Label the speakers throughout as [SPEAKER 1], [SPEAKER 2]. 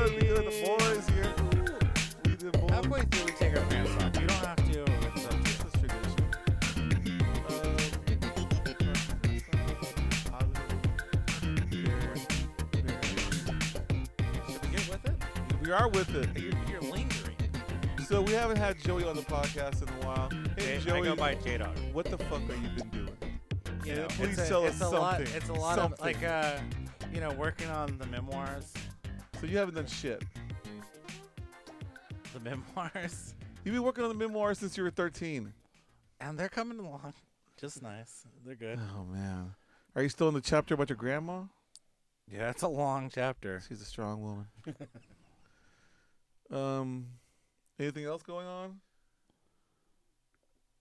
[SPEAKER 1] uh,
[SPEAKER 2] We are with it.
[SPEAKER 1] You're, you're lingering.
[SPEAKER 2] So we haven't had Joey on the podcast in a while. Hey,
[SPEAKER 1] Hey, I
[SPEAKER 2] Joey,
[SPEAKER 1] go by J Dog.
[SPEAKER 2] what the fuck have you been doing?
[SPEAKER 1] You
[SPEAKER 2] Yeah,
[SPEAKER 1] know,
[SPEAKER 2] please
[SPEAKER 1] it's a,
[SPEAKER 2] tell us
[SPEAKER 1] it's a lot,
[SPEAKER 2] something.
[SPEAKER 1] It's a lot
[SPEAKER 2] Something.
[SPEAKER 1] of like, uh, you know, working on the memoirs,
[SPEAKER 2] So you haven't done shit.
[SPEAKER 1] the memoirs,
[SPEAKER 2] You've been working on the memoir since you were 13.
[SPEAKER 1] and they're coming along just nice. They're good.
[SPEAKER 2] Oh man, are you still in the chapter about your grandma?
[SPEAKER 1] Yeah, it's a long chapter.
[SPEAKER 2] She's a strong woman. um, anything else going on?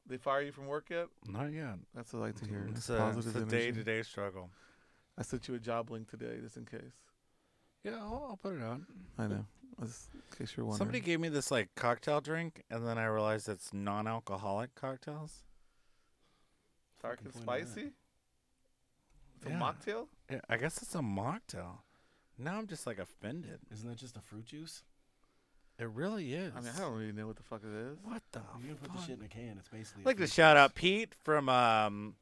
[SPEAKER 2] They fire you from work yet?
[SPEAKER 1] Not yet.
[SPEAKER 2] That's what I like to hear.
[SPEAKER 1] It's a,
[SPEAKER 2] Positive
[SPEAKER 1] it's a
[SPEAKER 2] energy.
[SPEAKER 1] day-to-day struggle.
[SPEAKER 2] I sent you a job link today, just in case.
[SPEAKER 1] Yeah, I'll, I'll put it on.
[SPEAKER 2] I know, just in case you're wondering.
[SPEAKER 1] Somebody gave me this like cocktail drink, and then I realized it's non-alcoholic cocktails.
[SPEAKER 2] dark and
[SPEAKER 3] Fucking point it out.
[SPEAKER 2] spicy. It's
[SPEAKER 1] Yeah.
[SPEAKER 2] a mocktail.
[SPEAKER 1] Yeah, I guess it's a mocktail. Now I'm just like offended.
[SPEAKER 3] Isn't that just a fruit juice?
[SPEAKER 1] It really is.
[SPEAKER 2] I mean, I don't really know what the fuck it is.
[SPEAKER 1] What the?
[SPEAKER 3] You can put the
[SPEAKER 1] fuck?
[SPEAKER 3] shit in a can. It's basically.
[SPEAKER 1] I'd like to shout out Pete from um,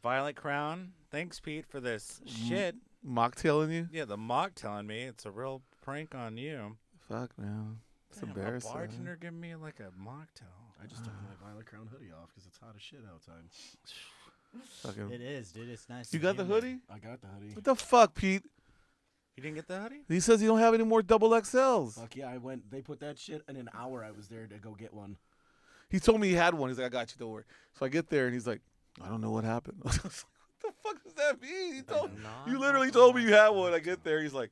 [SPEAKER 1] Violet Crown. Thanks, Pete, for this
[SPEAKER 3] Mm.
[SPEAKER 1] shit.
[SPEAKER 2] Mocktail in you?
[SPEAKER 1] Yeah, the mock telling me it's a real prank on you.
[SPEAKER 2] Fuck man, it's
[SPEAKER 1] Damn,
[SPEAKER 2] embarrassing.
[SPEAKER 1] A bartender giving me like a mocktail.
[SPEAKER 3] I just took my Violet Crown hoodie off because it's hot as shit outside.
[SPEAKER 2] Fucking-
[SPEAKER 4] It is, dude. It's nice.
[SPEAKER 2] You
[SPEAKER 4] and
[SPEAKER 2] got the
[SPEAKER 4] humid.
[SPEAKER 2] hoodie?
[SPEAKER 3] I got the hoodie.
[SPEAKER 2] What the fuck, Pete?
[SPEAKER 1] You didn't get the hoodie?
[SPEAKER 2] He says you don't have any more double XLs.
[SPEAKER 3] Fuck yeah, I went. They put that shit in an hour. I was there to go get one.
[SPEAKER 2] He told me he had one. He's like, I got you, don't worry. So I get there and he's like, I don't know what happened. I was like, what the fuck does that mean? He told, you literally told me you had one. I get there, he's like,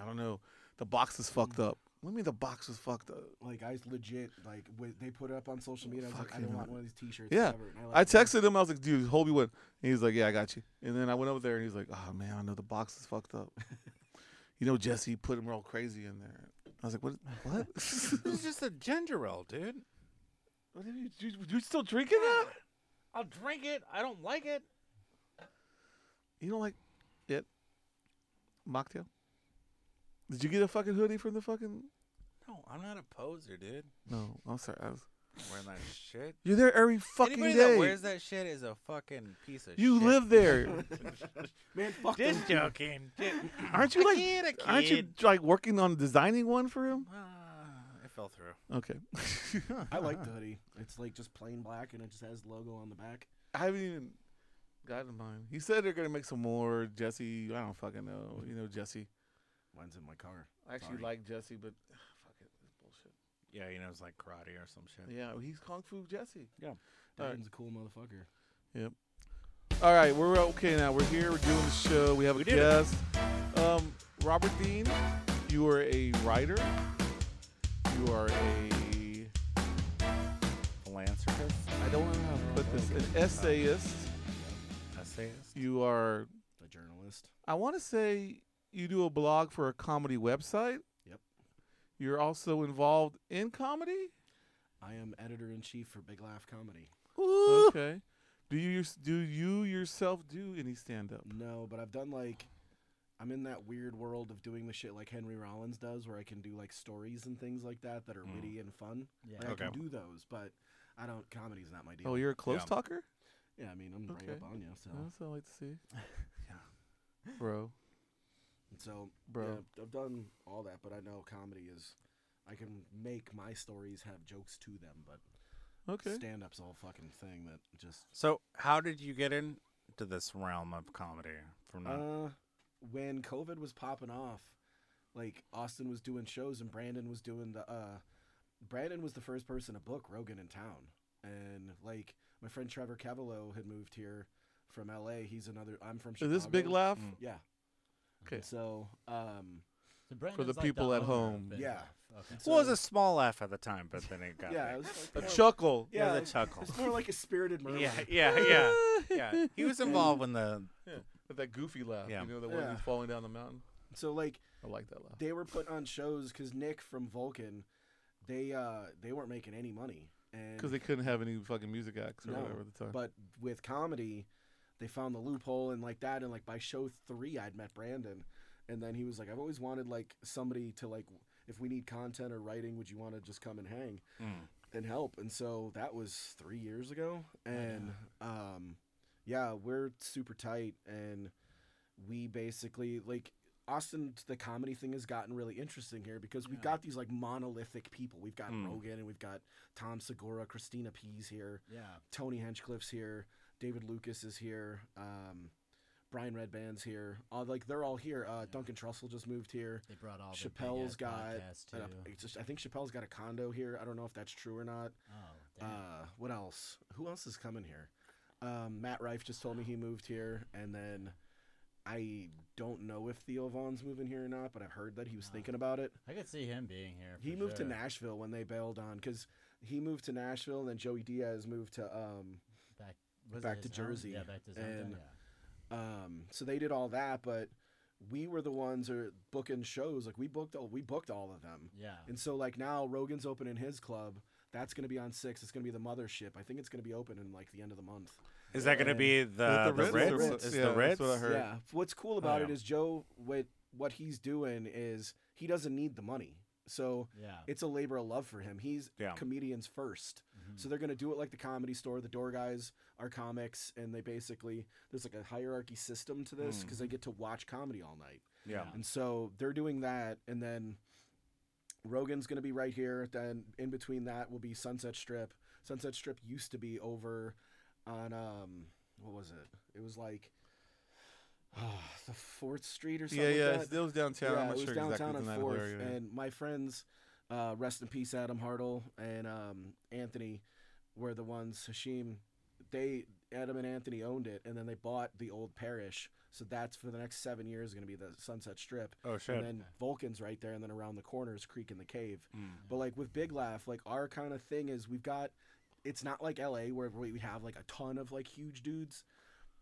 [SPEAKER 2] I don't know. The box is fucked
[SPEAKER 3] Mm.
[SPEAKER 2] up. What do you mean the box was fucked up?
[SPEAKER 3] Like I legit like w- they put it up on social media. I was like, I
[SPEAKER 2] Fucking
[SPEAKER 3] don't want
[SPEAKER 2] hell.
[SPEAKER 3] one of these T-shirts.
[SPEAKER 2] Yeah.
[SPEAKER 3] ever. And I,
[SPEAKER 2] I
[SPEAKER 3] like, uh,
[SPEAKER 2] texted him. I was like, dude, hold me one. And he's like, yeah, I got you. And then I went over there and he's like, oh, man, I know the box is fucked up. you know, Jesse put him all crazy in there. I was like, what? What?
[SPEAKER 1] This is just a ginger ale, dude.
[SPEAKER 2] what are you, you, you still drinking that?
[SPEAKER 1] I'll drink it. I don't like it.
[SPEAKER 2] You don't like it? Mocktail? Did you get a fucking hoodie from the fucking
[SPEAKER 1] No, I'm not a poser, dude.
[SPEAKER 2] No, I'm sorry. I was,
[SPEAKER 1] Wearing that shit.
[SPEAKER 2] you're there every fucking
[SPEAKER 1] Anybody
[SPEAKER 2] day.
[SPEAKER 1] that wears that shit is a fucking piece of
[SPEAKER 2] you
[SPEAKER 1] shit.
[SPEAKER 2] live there.
[SPEAKER 3] Man, fuck them.
[SPEAKER 1] Just joking. Ju-
[SPEAKER 2] aren't you
[SPEAKER 1] A
[SPEAKER 2] like
[SPEAKER 1] kid, a
[SPEAKER 2] aren't you
[SPEAKER 1] kid.
[SPEAKER 2] like working on designing one for him?
[SPEAKER 1] Ah, it fell through.
[SPEAKER 2] Okay.
[SPEAKER 3] I like the hoodie. It's like just plain black and it just has logo on the back.
[SPEAKER 2] I haven't even gotten mine. He said they're gonna make some more Jesse. I don't fucking know. You know Jesse.
[SPEAKER 3] Mine's in my car.
[SPEAKER 2] I actually
[SPEAKER 3] Sorry.
[SPEAKER 2] like Jesse, but fuck it. It's bullshit.
[SPEAKER 1] Yeah, you know, it's like karate or some shit.
[SPEAKER 2] Yeah, he's Kung Fu Jesse. Alright.
[SPEAKER 3] Dayton's a cool motherfucker.
[SPEAKER 2] All right, we're okay now. We're here. We're doing the show. We have a
[SPEAKER 1] We did it.
[SPEAKER 2] guest. Um, Robert Dean, you are a writer. You are a
[SPEAKER 1] Philanthropist,
[SPEAKER 2] I don't know how to put this. An essayist.
[SPEAKER 1] essayist.
[SPEAKER 2] You are.
[SPEAKER 3] A journalist.
[SPEAKER 2] I want to say you do a blog for a comedy website.
[SPEAKER 3] Yep.
[SPEAKER 2] You're also involved in comedy.
[SPEAKER 3] I am editor in chief for Big Laugh Comedy.
[SPEAKER 2] Okay. Do you yours- do you yourself do any stand up?
[SPEAKER 3] No, but I've done like I'm in that weird world of doing the shit like Henry Rollins does where I can do like stories and things like that that are
[SPEAKER 1] Mm.
[SPEAKER 3] witty and fun.
[SPEAKER 4] Yeah.
[SPEAKER 3] Like I
[SPEAKER 1] Okay.
[SPEAKER 3] can do those, but I don't comedy's not my deal.
[SPEAKER 2] Oh, you're a close
[SPEAKER 1] Yeah.
[SPEAKER 2] talker.
[SPEAKER 3] yeah, I mean, I'm right
[SPEAKER 2] Okay.
[SPEAKER 3] up on you, so
[SPEAKER 2] That's what I like to see. Bro,
[SPEAKER 3] so
[SPEAKER 2] bro.
[SPEAKER 3] yeah, I've done all that, but I know comedy is I can make my stories have jokes to them, but
[SPEAKER 2] Okay.
[SPEAKER 3] stand up's a whole fucking thing that just
[SPEAKER 1] So, how did you get into this realm of comedy? From not,
[SPEAKER 3] Uh, when COVID was popping off, like Austin was doing shows and Brandon was doing the uh, Brandon was the first person to book Rogan in town, and like my friend Trevor Cavallo had moved here from LA. He's another. I'm from.
[SPEAKER 2] Is
[SPEAKER 3] Chicago.
[SPEAKER 2] this big laugh?
[SPEAKER 1] Mm.
[SPEAKER 3] Yeah.
[SPEAKER 2] Okay.
[SPEAKER 3] So, um,
[SPEAKER 4] So Brandon's
[SPEAKER 2] the
[SPEAKER 4] like
[SPEAKER 2] people at
[SPEAKER 4] owner of
[SPEAKER 2] home.
[SPEAKER 4] Big
[SPEAKER 3] Yeah.
[SPEAKER 4] Laugh. Okay.
[SPEAKER 1] well, it was a small laugh at the time, but then it got
[SPEAKER 3] yeah,
[SPEAKER 1] big.
[SPEAKER 3] it was
[SPEAKER 2] A
[SPEAKER 3] like,
[SPEAKER 2] chuckle.
[SPEAKER 3] yeah,
[SPEAKER 1] it
[SPEAKER 3] it
[SPEAKER 1] was a chuckle.
[SPEAKER 3] it's more like a spirited murmur.
[SPEAKER 1] yeah, yeah, yeah, yeah. He was involved in the
[SPEAKER 2] With that goofy laugh.
[SPEAKER 1] Yeah.
[SPEAKER 2] You know, the one
[SPEAKER 3] Yeah.
[SPEAKER 2] who's falling down the mountain.
[SPEAKER 3] So like
[SPEAKER 2] I like that laugh.
[SPEAKER 3] they were put on shows because Nick from Vulcan, they uh they weren't making any money and
[SPEAKER 2] Because they couldn't have any fucking music acts or
[SPEAKER 3] No,
[SPEAKER 2] whatever at the time.
[SPEAKER 3] but with comedy they found the loophole and like that and like by show three i'd met brandon and then he was like i've always wanted like somebody to like if we need content or writing would you want to just come and hang
[SPEAKER 1] Mm.
[SPEAKER 3] and help and so that was three years ago and um yeah we're super tight and we basically like Austin, the comedy thing has gotten really interesting here because we've
[SPEAKER 1] Yeah.
[SPEAKER 3] got these like monolithic people. We've got
[SPEAKER 1] Mm.
[SPEAKER 3] Rogan and we've got Tom Segura, Christina Pease here,
[SPEAKER 1] Yeah.
[SPEAKER 3] Tony Hinchcliffe's here, David Lucas is here, um, Brian Redband's here. All like they're all here. Uh,
[SPEAKER 4] Yeah.
[SPEAKER 3] Duncan Trussell just moved here.
[SPEAKER 4] They brought all
[SPEAKER 3] Chappelle's
[SPEAKER 4] Chappelle's
[SPEAKER 3] got,
[SPEAKER 4] got podcasts too.
[SPEAKER 3] And, uh, it's just, I think Chappelle's got a condo here. I don't know if that's true or not.
[SPEAKER 4] oh, damn.
[SPEAKER 3] Uh, what else? Who else is coming here? Um, Matt Rife just told me he moved here, and then I don't know if Theo Vaughn's moving here or not, but I've heard that he was
[SPEAKER 4] Ah.
[SPEAKER 3] thinking about it.
[SPEAKER 4] I could see him being here.
[SPEAKER 3] He
[SPEAKER 4] for
[SPEAKER 3] moved
[SPEAKER 4] sure.
[SPEAKER 3] to Nashville when they bailed on because he moved to Nashville, and then Joey Diaz moved to. Um,
[SPEAKER 4] Was it
[SPEAKER 3] back to
[SPEAKER 4] his home?
[SPEAKER 3] Jersey,
[SPEAKER 4] Yeah, back to his hometown,
[SPEAKER 3] and-
[SPEAKER 4] yeah.
[SPEAKER 3] um, so they did all that, but we were the ones who are booking shows. Like we booked all we booked all of them.
[SPEAKER 4] Yeah.
[SPEAKER 3] And so like now Rogan's opening his club. That's gonna be on six. It's gonna be the mothership. I think it's gonna be open in like the end of the month.
[SPEAKER 1] Is that going to
[SPEAKER 3] And-
[SPEAKER 1] be the the
[SPEAKER 2] the Ritz or
[SPEAKER 1] Ritz?
[SPEAKER 2] what-
[SPEAKER 1] Is
[SPEAKER 2] yeah,
[SPEAKER 1] the Ritz?
[SPEAKER 2] that's what I heard.
[SPEAKER 3] Yeah. What's cool about
[SPEAKER 1] yeah.
[SPEAKER 3] it is Joe what what he's doing is he doesn't need the money. So
[SPEAKER 4] Yeah.
[SPEAKER 3] it's a labor of love for him. He's
[SPEAKER 1] Yeah.
[SPEAKER 3] comedians first.
[SPEAKER 4] mhm.
[SPEAKER 3] So they're gonna do it like the comedy store. The door guys are comics and they basically there's like a hierarchy system to this because they get to watch comedy all night.
[SPEAKER 1] Yeah.
[SPEAKER 4] Yeah.
[SPEAKER 3] And so they're doing that and then Rogan's gonna be right here. Then in between that will be Sunset Strip. Sunset Strip used to be over on um what was it? It was like the Fourth Street or something.
[SPEAKER 2] Yeah, yeah,
[SPEAKER 3] like
[SPEAKER 2] it's-
[SPEAKER 3] that.
[SPEAKER 2] it was downtown.
[SPEAKER 3] yeah,
[SPEAKER 2] I'm not
[SPEAKER 3] it was
[SPEAKER 2] sure
[SPEAKER 3] downtown
[SPEAKER 2] exactly
[SPEAKER 3] on
[SPEAKER 2] the
[SPEAKER 3] Fourth.
[SPEAKER 2] area.
[SPEAKER 3] And my friends, uh, rest in peace, Adam Hartle and um, Anthony, were the ones. Hashim, they Adam and Anthony owned it, and then they bought the old parish. So that's for the next seven years going to be the Sunset Strip,
[SPEAKER 1] Oh
[SPEAKER 3] and
[SPEAKER 1] shit.
[SPEAKER 3] then Vulcan's right there, and then around the corner is Creek in the Cave.
[SPEAKER 1] Mm.
[SPEAKER 3] But like with Big Laugh, like our kind of thing is we've got it's not like LA where we we have like a ton of like huge dudes,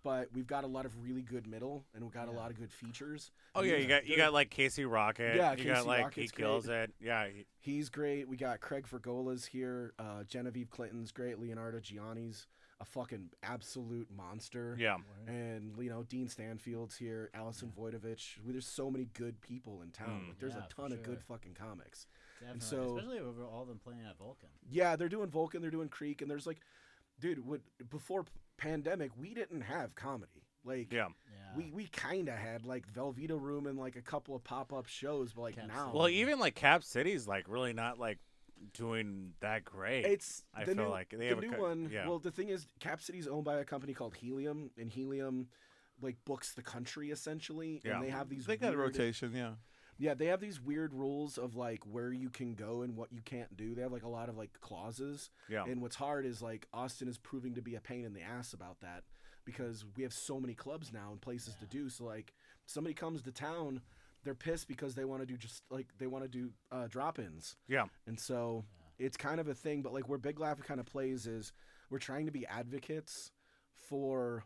[SPEAKER 3] but we've got a lot of really good middle and we've got a
[SPEAKER 4] Yeah.
[SPEAKER 3] lot of good features.
[SPEAKER 1] Oh yeah, you got you got like Casey Rocket.
[SPEAKER 3] Yeah,
[SPEAKER 1] you got
[SPEAKER 3] Casey
[SPEAKER 1] like
[SPEAKER 3] Rocket's
[SPEAKER 1] he kills it. Yeah, he-
[SPEAKER 3] He's great. We got Craig Fergola's here, uh, Genevieve Clinton's great, Leonardo Gianni's a fucking absolute monster.
[SPEAKER 1] yeah.
[SPEAKER 4] Word.
[SPEAKER 3] And you know Dean Stanfield's here, Allison Voidovich. We, there's so many good people in town.
[SPEAKER 1] Mm.
[SPEAKER 3] Like, there's
[SPEAKER 4] Yeah,
[SPEAKER 3] a
[SPEAKER 4] for
[SPEAKER 3] ton of good
[SPEAKER 4] sure.
[SPEAKER 3] fucking comics.
[SPEAKER 4] Definitely.
[SPEAKER 3] so-
[SPEAKER 4] Especially over all them playing at Vulcan.
[SPEAKER 3] Yeah, they're doing Vulcan, they're doing Creek, and there's like, dude, what before p- pandemic we didn't have comedy. Like,
[SPEAKER 1] Yeah.
[SPEAKER 4] Yeah.
[SPEAKER 3] we we kind of had like Velveeta Room and like a couple of pop up shows, but like
[SPEAKER 4] Cap
[SPEAKER 3] now,
[SPEAKER 4] City.
[SPEAKER 1] Well, even like Cap City's like really not like doing that great.
[SPEAKER 3] it's
[SPEAKER 1] I
[SPEAKER 3] the
[SPEAKER 1] feel
[SPEAKER 3] new,
[SPEAKER 1] like they
[SPEAKER 3] the
[SPEAKER 1] have a
[SPEAKER 3] new
[SPEAKER 1] co-
[SPEAKER 3] one.
[SPEAKER 1] yeah.
[SPEAKER 3] Well, the thing is, Cap City's owned by a company called Helium, and Helium like books the country essentially,
[SPEAKER 1] Yeah.
[SPEAKER 3] and they have these
[SPEAKER 2] they got a
[SPEAKER 3] weird-
[SPEAKER 2] rotation. Yeah,
[SPEAKER 3] Yeah, they have these weird rules of like where you can go and what you can't do. They have like a lot of like clauses.
[SPEAKER 1] yeah.
[SPEAKER 3] And what's hard is like Austin is proving to be a pain in the ass about that because we have so many clubs now and places to
[SPEAKER 4] Yeah.
[SPEAKER 3] do. So like somebody comes to town, they're pissed because they want to do just like they want to do uh, drop-ins.
[SPEAKER 1] Yeah.
[SPEAKER 3] And so it's kind of a thing, but like where Big Laugh kind of plays is we're trying to be advocates for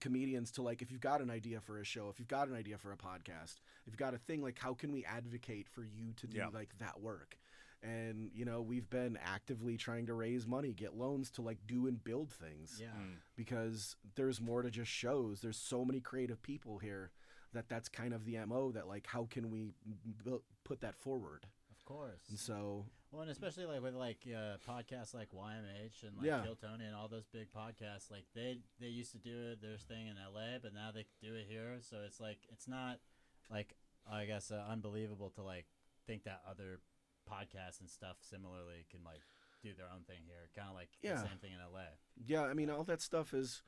[SPEAKER 3] comedians to like if you've got an idea for a show, if you've got an idea for a podcast, if you've got a thing like how can we advocate for you to do
[SPEAKER 1] Yeah.
[SPEAKER 3] like that work? And you know, we've been actively trying to raise money, get loans to like do and build things
[SPEAKER 4] Yeah.
[SPEAKER 1] Mm.
[SPEAKER 3] because there's more to just shows. There's so many creative people here that that's kind of the MO that like how can we bu- put that forward?
[SPEAKER 4] Of course.
[SPEAKER 3] And so
[SPEAKER 4] Well, and especially like with like uh, podcasts like YMH and like
[SPEAKER 3] Yeah.
[SPEAKER 4] Kill Tony and all those big podcasts, like they they used to do it, their thing in LA, but now they do it here. So it's like it's not like I guess uh, unbelievable to like think that other podcasts and stuff similarly can like do their own thing here, kind of like
[SPEAKER 3] Yeah.
[SPEAKER 4] the same thing in LA.
[SPEAKER 3] Yeah, I mean, all that stuff is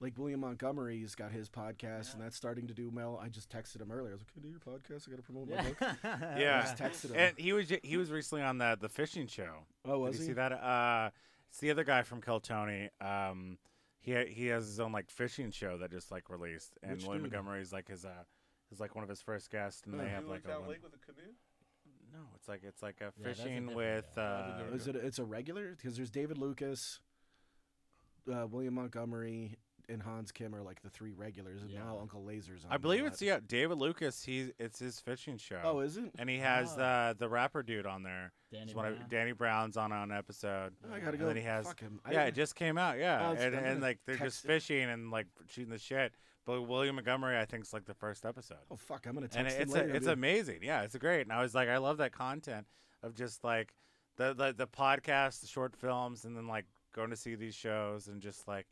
[SPEAKER 3] like William Montgomery's got his podcast, and
[SPEAKER 4] Yeah.
[SPEAKER 3] that's starting to do well. I just texted him earlier. I was like, "Can I do your podcast? I got to promote my book."
[SPEAKER 4] Yeah.
[SPEAKER 1] Yeah.
[SPEAKER 3] I just texted him.
[SPEAKER 1] And he was ju- he was recently on the the fishing show.
[SPEAKER 3] oh, was
[SPEAKER 1] Did
[SPEAKER 3] he?
[SPEAKER 1] you see that? Uh, it's the other guy from Kill Tony. Um, he ha- he has his own like fishing show that just like released, and
[SPEAKER 3] Which
[SPEAKER 1] William
[SPEAKER 3] dude?
[SPEAKER 1] Montgomery's like his uh is like one of his first guests, and
[SPEAKER 3] Oh.
[SPEAKER 1] they
[SPEAKER 3] You
[SPEAKER 1] have like a one-
[SPEAKER 2] with a canoe.
[SPEAKER 1] no, it's like it's like a
[SPEAKER 4] Yeah, that's a
[SPEAKER 1] fishing
[SPEAKER 4] different
[SPEAKER 1] with
[SPEAKER 4] guy.
[SPEAKER 1] uh,
[SPEAKER 2] That's a
[SPEAKER 3] Is it? It's a regular because there's David Lucas, uh, William Montgomery, and Hans Kim are like the three regulars, and
[SPEAKER 4] Yeah.
[SPEAKER 3] now Uncle Laser's on.
[SPEAKER 1] I
[SPEAKER 3] there
[SPEAKER 1] believe
[SPEAKER 3] a
[SPEAKER 1] it's
[SPEAKER 3] lot.
[SPEAKER 1] yeah David Lucas. He's it's his fishing show.
[SPEAKER 3] Oh, is it?
[SPEAKER 1] and he has
[SPEAKER 4] Oh.
[SPEAKER 1] the the rapper dude on there.
[SPEAKER 4] Danny
[SPEAKER 1] It's one of-
[SPEAKER 4] Brown.
[SPEAKER 1] Danny Brown's on an episode.
[SPEAKER 3] Oh, I gotta
[SPEAKER 1] And
[SPEAKER 3] go.
[SPEAKER 1] then he has-
[SPEAKER 3] Fuck him. I
[SPEAKER 1] yeah, it
[SPEAKER 3] didn't-
[SPEAKER 1] just came out. Yeah,
[SPEAKER 3] Oh, it's-
[SPEAKER 1] and,
[SPEAKER 3] I'm
[SPEAKER 1] and
[SPEAKER 3] gonna
[SPEAKER 1] like they're
[SPEAKER 3] text
[SPEAKER 1] just
[SPEAKER 3] it.
[SPEAKER 1] fishing and like shooting the shit. But William Montgomery, I think, is like the first episode.
[SPEAKER 3] oh fuck, I'm gonna text
[SPEAKER 1] and
[SPEAKER 3] him
[SPEAKER 1] it's
[SPEAKER 3] later.
[SPEAKER 1] a, it's
[SPEAKER 3] dude.
[SPEAKER 1] amazing. Yeah, it's great. And I was like, I love that content of just like the the, the podcast, the short films, and then like going to see these shows and just like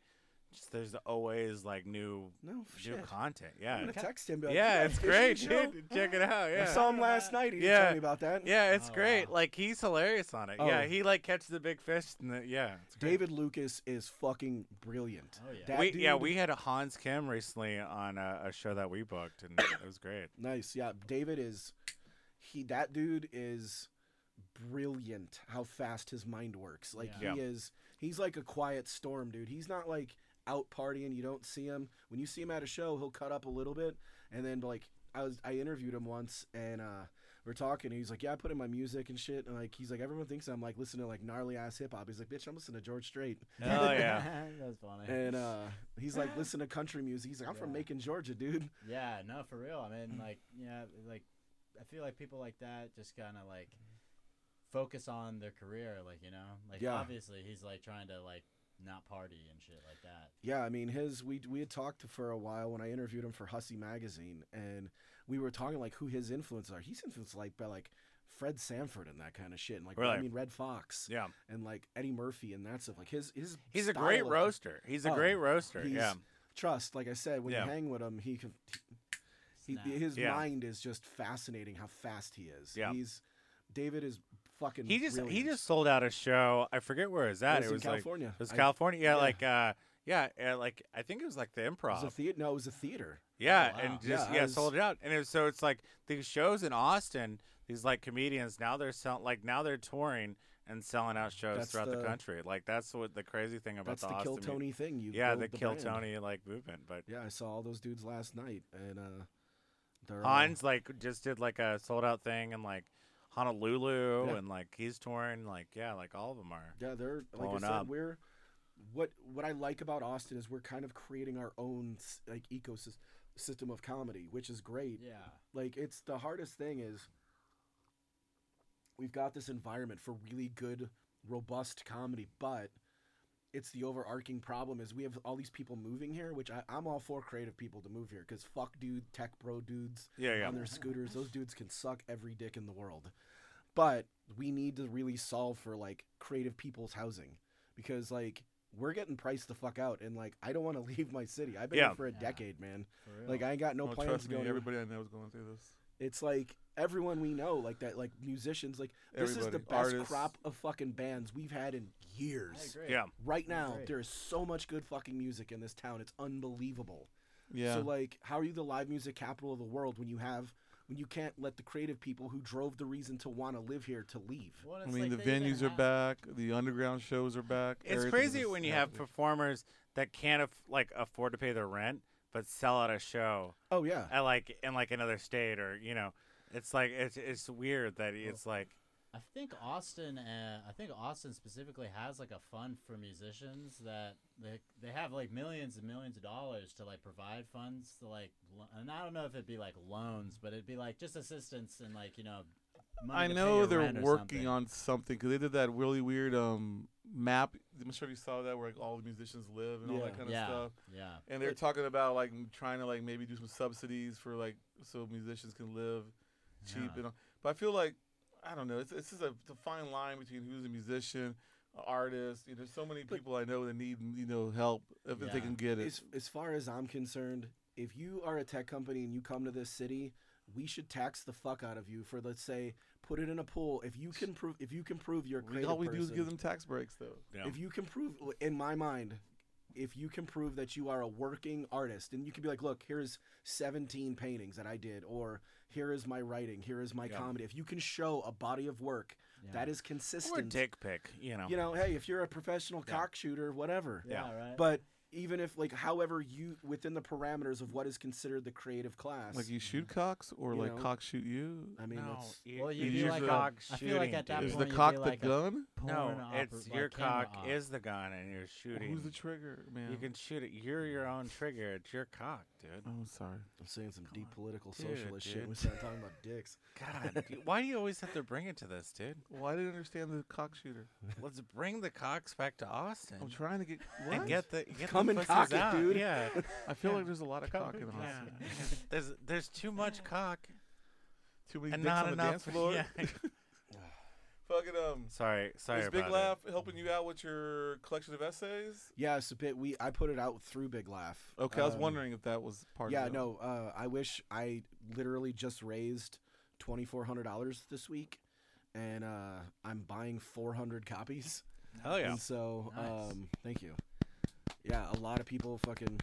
[SPEAKER 1] Just, there's always like new
[SPEAKER 3] No
[SPEAKER 1] new
[SPEAKER 3] shit.
[SPEAKER 1] content.
[SPEAKER 3] I'm
[SPEAKER 1] Yeah.
[SPEAKER 3] gonna text him. be Like,
[SPEAKER 1] Yeah,
[SPEAKER 3] "You
[SPEAKER 1] it's
[SPEAKER 3] got a
[SPEAKER 1] great,
[SPEAKER 3] fishing show?"
[SPEAKER 1] dude. Check it out.
[SPEAKER 3] I
[SPEAKER 1] Yeah.
[SPEAKER 3] saw him last night. He didn't
[SPEAKER 1] Yeah.
[SPEAKER 3] tell me about that.
[SPEAKER 1] Yeah, it's
[SPEAKER 4] Oh,
[SPEAKER 1] great.
[SPEAKER 4] wow.
[SPEAKER 1] Like he's hilarious on it.
[SPEAKER 3] Oh.
[SPEAKER 1] Yeah, he like catches the big fish. And the, yeah, it's great.
[SPEAKER 3] David Lucas is fucking brilliant.
[SPEAKER 4] Oh, yeah.
[SPEAKER 3] That
[SPEAKER 1] we, yeah,
[SPEAKER 3] dude-
[SPEAKER 1] we had a Hans Kim recently on a, a show that we booked, and it was great.
[SPEAKER 3] Nice. Yeah, David is he that dude is brilliant how fast his mind works. Like
[SPEAKER 1] Yeah.
[SPEAKER 3] he is he's like a quiet storm, dude. He's not like out partying, you don't see him. When you see him at a show, he'll cut up a little bit and then like I was I interviewed him once and uh we're talking and he's like, Yeah, I put in my music and shit and like he's like everyone thinks I'm like listening to like gnarly ass hip hop. He's like, Bitch, I'm listening to George Strait.
[SPEAKER 1] Hell yeah.
[SPEAKER 4] that was funny.
[SPEAKER 3] And uh he's like, listen to country music. He's like, I'm from
[SPEAKER 4] Yeah.
[SPEAKER 3] Macon, Georgia, dude.
[SPEAKER 4] Yeah, no, for real. I mean, like, yeah, like, I feel like people like that just kind of like focus on their career, like you know, like
[SPEAKER 3] Yeah.
[SPEAKER 4] obviously he's like trying to like not party and shit like that.
[SPEAKER 3] Yeah, I mean his we we had talked for a while when I interviewed him for Hussey magazine and we were talking like who his influences are. He's influenced like by like Fred Sanford and that kind of shit and like I
[SPEAKER 1] Really?
[SPEAKER 3] mean Red Fox
[SPEAKER 1] Yeah,
[SPEAKER 3] and like Eddie Murphy and that stuff. Like his his
[SPEAKER 1] he's a
[SPEAKER 3] style
[SPEAKER 1] great
[SPEAKER 3] of-
[SPEAKER 1] roaster. He's a
[SPEAKER 3] Oh,
[SPEAKER 1] great roaster.
[SPEAKER 3] he's-
[SPEAKER 1] Yeah,
[SPEAKER 3] Trust, like I said, when
[SPEAKER 1] Yeah.
[SPEAKER 3] you hang with him, he can he,
[SPEAKER 4] Snap.
[SPEAKER 3] his
[SPEAKER 1] Yeah.
[SPEAKER 3] mind is just fascinating how fast he is.
[SPEAKER 1] Yeah.
[SPEAKER 3] He's David is fucking
[SPEAKER 1] he just he
[SPEAKER 3] brilliant.
[SPEAKER 1] just sold out a show. I forget where it was at.
[SPEAKER 3] was
[SPEAKER 1] It
[SPEAKER 3] in
[SPEAKER 1] was like
[SPEAKER 3] California.
[SPEAKER 1] it was
[SPEAKER 3] I-
[SPEAKER 1] California. Yeah,
[SPEAKER 3] yeah.
[SPEAKER 1] like uh, yeah, uh, like I think it was like the
[SPEAKER 3] it was
[SPEAKER 1] improv.
[SPEAKER 3] a theater no, it was a theater.
[SPEAKER 1] Yeah,
[SPEAKER 4] Oh, wow.
[SPEAKER 1] and just
[SPEAKER 3] Yeah,
[SPEAKER 1] yeah,
[SPEAKER 3] I was-
[SPEAKER 1] sold it out. And it was, so it's like these shows in Austin, these like comedians now they're sell, like now they're touring and selling out shows
[SPEAKER 3] That's
[SPEAKER 1] throughout the,
[SPEAKER 3] the-
[SPEAKER 1] country. Like that's what the crazy thing about
[SPEAKER 3] That's
[SPEAKER 1] the,
[SPEAKER 3] the Kill
[SPEAKER 1] Austin mu-
[SPEAKER 3] Tony thing. You
[SPEAKER 1] Yeah,
[SPEAKER 3] build
[SPEAKER 1] the,
[SPEAKER 3] the
[SPEAKER 1] Kill
[SPEAKER 3] brand.
[SPEAKER 1] Tony like movement, but
[SPEAKER 3] Yeah, I saw all those dudes last night, and uh, they're all-
[SPEAKER 1] Hans like just did like a sold out thing in like Honolulu
[SPEAKER 3] Yeah.
[SPEAKER 1] and like he's touring like yeah, like all of them are.
[SPEAKER 3] yeah, they're like I
[SPEAKER 1] blowing
[SPEAKER 3] said,
[SPEAKER 1] up.
[SPEAKER 3] we're what what I like about Austin is we're kind of creating our own s- like ecosystem system of comedy, which is great.
[SPEAKER 4] Yeah,
[SPEAKER 3] Like it's the hardest thing is we've got this environment for really good, robust comedy, but it's the overarching problem is we have all these people moving here, which I, I'm all for creative people to move here because fuck dude, tech bro dudes,
[SPEAKER 1] Yeah, yeah.
[SPEAKER 3] on their scooters. Those dudes can suck every dick in the world. But we need to really solve for like creative people's housing because like we're getting priced the fuck out and like I don't want to leave my city. I've been
[SPEAKER 1] Yeah.
[SPEAKER 3] here for a
[SPEAKER 4] Yeah.
[SPEAKER 3] decade, man.
[SPEAKER 4] for real.
[SPEAKER 3] Like I ain't got no
[SPEAKER 2] Oh,
[SPEAKER 3] plans
[SPEAKER 2] trust
[SPEAKER 3] to
[SPEAKER 2] me,
[SPEAKER 3] go. anywhere.
[SPEAKER 2] everybody I know is going through this.
[SPEAKER 3] It's like everyone we know, like that, like musicians, like this is the
[SPEAKER 2] Everybody.
[SPEAKER 3] best
[SPEAKER 2] Artists.
[SPEAKER 3] crop of fucking bands we've had in
[SPEAKER 4] I
[SPEAKER 3] years.
[SPEAKER 4] agree.
[SPEAKER 1] Yeah.
[SPEAKER 3] Right
[SPEAKER 4] I
[SPEAKER 3] now,
[SPEAKER 4] agree.
[SPEAKER 3] there is so much good fucking music in this town. It's unbelievable.
[SPEAKER 2] Yeah.
[SPEAKER 3] So like, how are you the live music capital of the world when you have when you can't let the creative people who drove the reason to want to live here to leave?
[SPEAKER 4] Well,
[SPEAKER 2] I
[SPEAKER 4] it's
[SPEAKER 2] mean,
[SPEAKER 4] like
[SPEAKER 2] the
[SPEAKER 4] they even
[SPEAKER 2] venues are
[SPEAKER 4] have-
[SPEAKER 2] back. The underground shows are back.
[SPEAKER 1] It's
[SPEAKER 2] everything
[SPEAKER 1] crazy
[SPEAKER 2] is
[SPEAKER 1] when you have
[SPEAKER 2] happening.
[SPEAKER 1] performers that can't aff like afford to pay their rent but sell out a show.
[SPEAKER 3] Oh yeah,
[SPEAKER 1] at like in like another state or you know it's like it's it's weird that it's like
[SPEAKER 4] I think Austin, uh, I think Austin specifically has like a fund for musicians that they they have like millions and millions of dollars to like provide funds to like, lo- and I don't know if it'd be like loans, but it'd be like just assistance and like you know. Money
[SPEAKER 2] I
[SPEAKER 4] to pay
[SPEAKER 2] know
[SPEAKER 4] your
[SPEAKER 2] they're
[SPEAKER 4] rent or
[SPEAKER 2] working
[SPEAKER 4] something.
[SPEAKER 2] on something because they did that really weird um map. I'm sure you saw that where like, all the musicians live and all
[SPEAKER 3] Yeah.
[SPEAKER 2] that kind of
[SPEAKER 4] yeah,
[SPEAKER 2] stuff.
[SPEAKER 4] yeah.
[SPEAKER 2] And they're talking about like m- trying to like maybe do some subsidies for like so musicians can live cheap
[SPEAKER 4] Yeah.
[SPEAKER 2] and all. But I feel like I don't know. It's it's just a, it's a fine line between who's a musician, a artist. You know, there's so many
[SPEAKER 3] But-
[SPEAKER 2] people I know that need you know help if
[SPEAKER 4] Yeah.
[SPEAKER 2] they can get it.
[SPEAKER 3] as, as far as I'm concerned, if you are a tech company and you come to this city, we should tax the fuck out of you for let's say put it in a pool. If you can prove if you can prove you're a
[SPEAKER 2] We-
[SPEAKER 3] creative
[SPEAKER 2] all we do is
[SPEAKER 3] person-
[SPEAKER 2] give them tax breaks though.
[SPEAKER 1] you know,
[SPEAKER 3] If you can prove, in my mind, if you can prove that you are a working artist, and you can be like, look, here's 17 paintings that I did, or here is my writing, here is my
[SPEAKER 1] Yeah.
[SPEAKER 3] comedy. If you can show a body of work
[SPEAKER 4] yeah.
[SPEAKER 3] that is
[SPEAKER 1] or
[SPEAKER 3] consistent,
[SPEAKER 1] dick pic you know
[SPEAKER 3] you know, hey, if you're a professional cock shooter, whatever.
[SPEAKER 4] yeah,
[SPEAKER 1] yeah.
[SPEAKER 4] right.
[SPEAKER 3] But even if, like, however you within the parameters of what is considered the creative class,
[SPEAKER 2] Like you shoot cocks or
[SPEAKER 3] You
[SPEAKER 2] like
[SPEAKER 3] know.
[SPEAKER 2] cocks shoot you.
[SPEAKER 3] I mean,
[SPEAKER 1] no,
[SPEAKER 3] that's
[SPEAKER 1] you-
[SPEAKER 4] well,
[SPEAKER 2] you
[SPEAKER 4] you'd be
[SPEAKER 2] use
[SPEAKER 4] like,
[SPEAKER 2] the-
[SPEAKER 4] a- I feel like at that
[SPEAKER 1] Shooting,
[SPEAKER 2] Is
[SPEAKER 4] point
[SPEAKER 2] the
[SPEAKER 4] you'd be
[SPEAKER 2] cock the
[SPEAKER 4] like a
[SPEAKER 2] gun?
[SPEAKER 4] porn
[SPEAKER 1] no
[SPEAKER 4] oper-
[SPEAKER 1] it's
[SPEAKER 4] like
[SPEAKER 1] your
[SPEAKER 4] camera
[SPEAKER 1] cock
[SPEAKER 4] op.
[SPEAKER 1] is the gun and you're
[SPEAKER 2] Well,
[SPEAKER 1] shooting
[SPEAKER 2] who's the trigger, man? Oh,
[SPEAKER 1] you can shoot it you're your own trigger it's your cock dude
[SPEAKER 2] I'm sorry.
[SPEAKER 3] I'm saying some deep political
[SPEAKER 1] Dude,
[SPEAKER 3] socialist shit.
[SPEAKER 1] dude.
[SPEAKER 3] We start talking about dicks.
[SPEAKER 1] god dude, why do you always have to bring it to this dude
[SPEAKER 2] Well, I didn't understand the cock shooter.
[SPEAKER 1] let's bring the cocks back to austin
[SPEAKER 2] I'm trying to get.
[SPEAKER 1] and
[SPEAKER 2] What?
[SPEAKER 1] get the get
[SPEAKER 3] Come
[SPEAKER 1] the
[SPEAKER 3] and
[SPEAKER 1] pussies
[SPEAKER 3] cock it,
[SPEAKER 1] out.
[SPEAKER 3] dude.
[SPEAKER 1] yeah
[SPEAKER 2] I feel
[SPEAKER 1] Yeah.
[SPEAKER 2] like there's a lot of cock in Austin.
[SPEAKER 1] yeah. there's there's too much cock
[SPEAKER 2] Too many
[SPEAKER 1] and
[SPEAKER 2] dicks
[SPEAKER 1] not
[SPEAKER 2] on the
[SPEAKER 1] enough
[SPEAKER 2] dance floor.
[SPEAKER 1] yeah.
[SPEAKER 2] Fucking um.
[SPEAKER 1] Sorry, sorry
[SPEAKER 2] is
[SPEAKER 1] about
[SPEAKER 2] Big
[SPEAKER 1] it.
[SPEAKER 2] Laugh helping you out with your collection of essays?
[SPEAKER 3] Yeah, it's a bit. We I put it out through Big Laugh.
[SPEAKER 2] Okay, I was
[SPEAKER 3] Um,
[SPEAKER 2] wondering if that was part
[SPEAKER 3] Yeah,
[SPEAKER 2] of it.
[SPEAKER 3] no. Uh, I wish I literally just raised twenty four hundred dollars this week, and uh, I'm buying four hundred copies.
[SPEAKER 1] Hell Oh, yeah.
[SPEAKER 3] And so,
[SPEAKER 4] Nice.
[SPEAKER 3] um, thank you. Yeah, a lot of people fucking.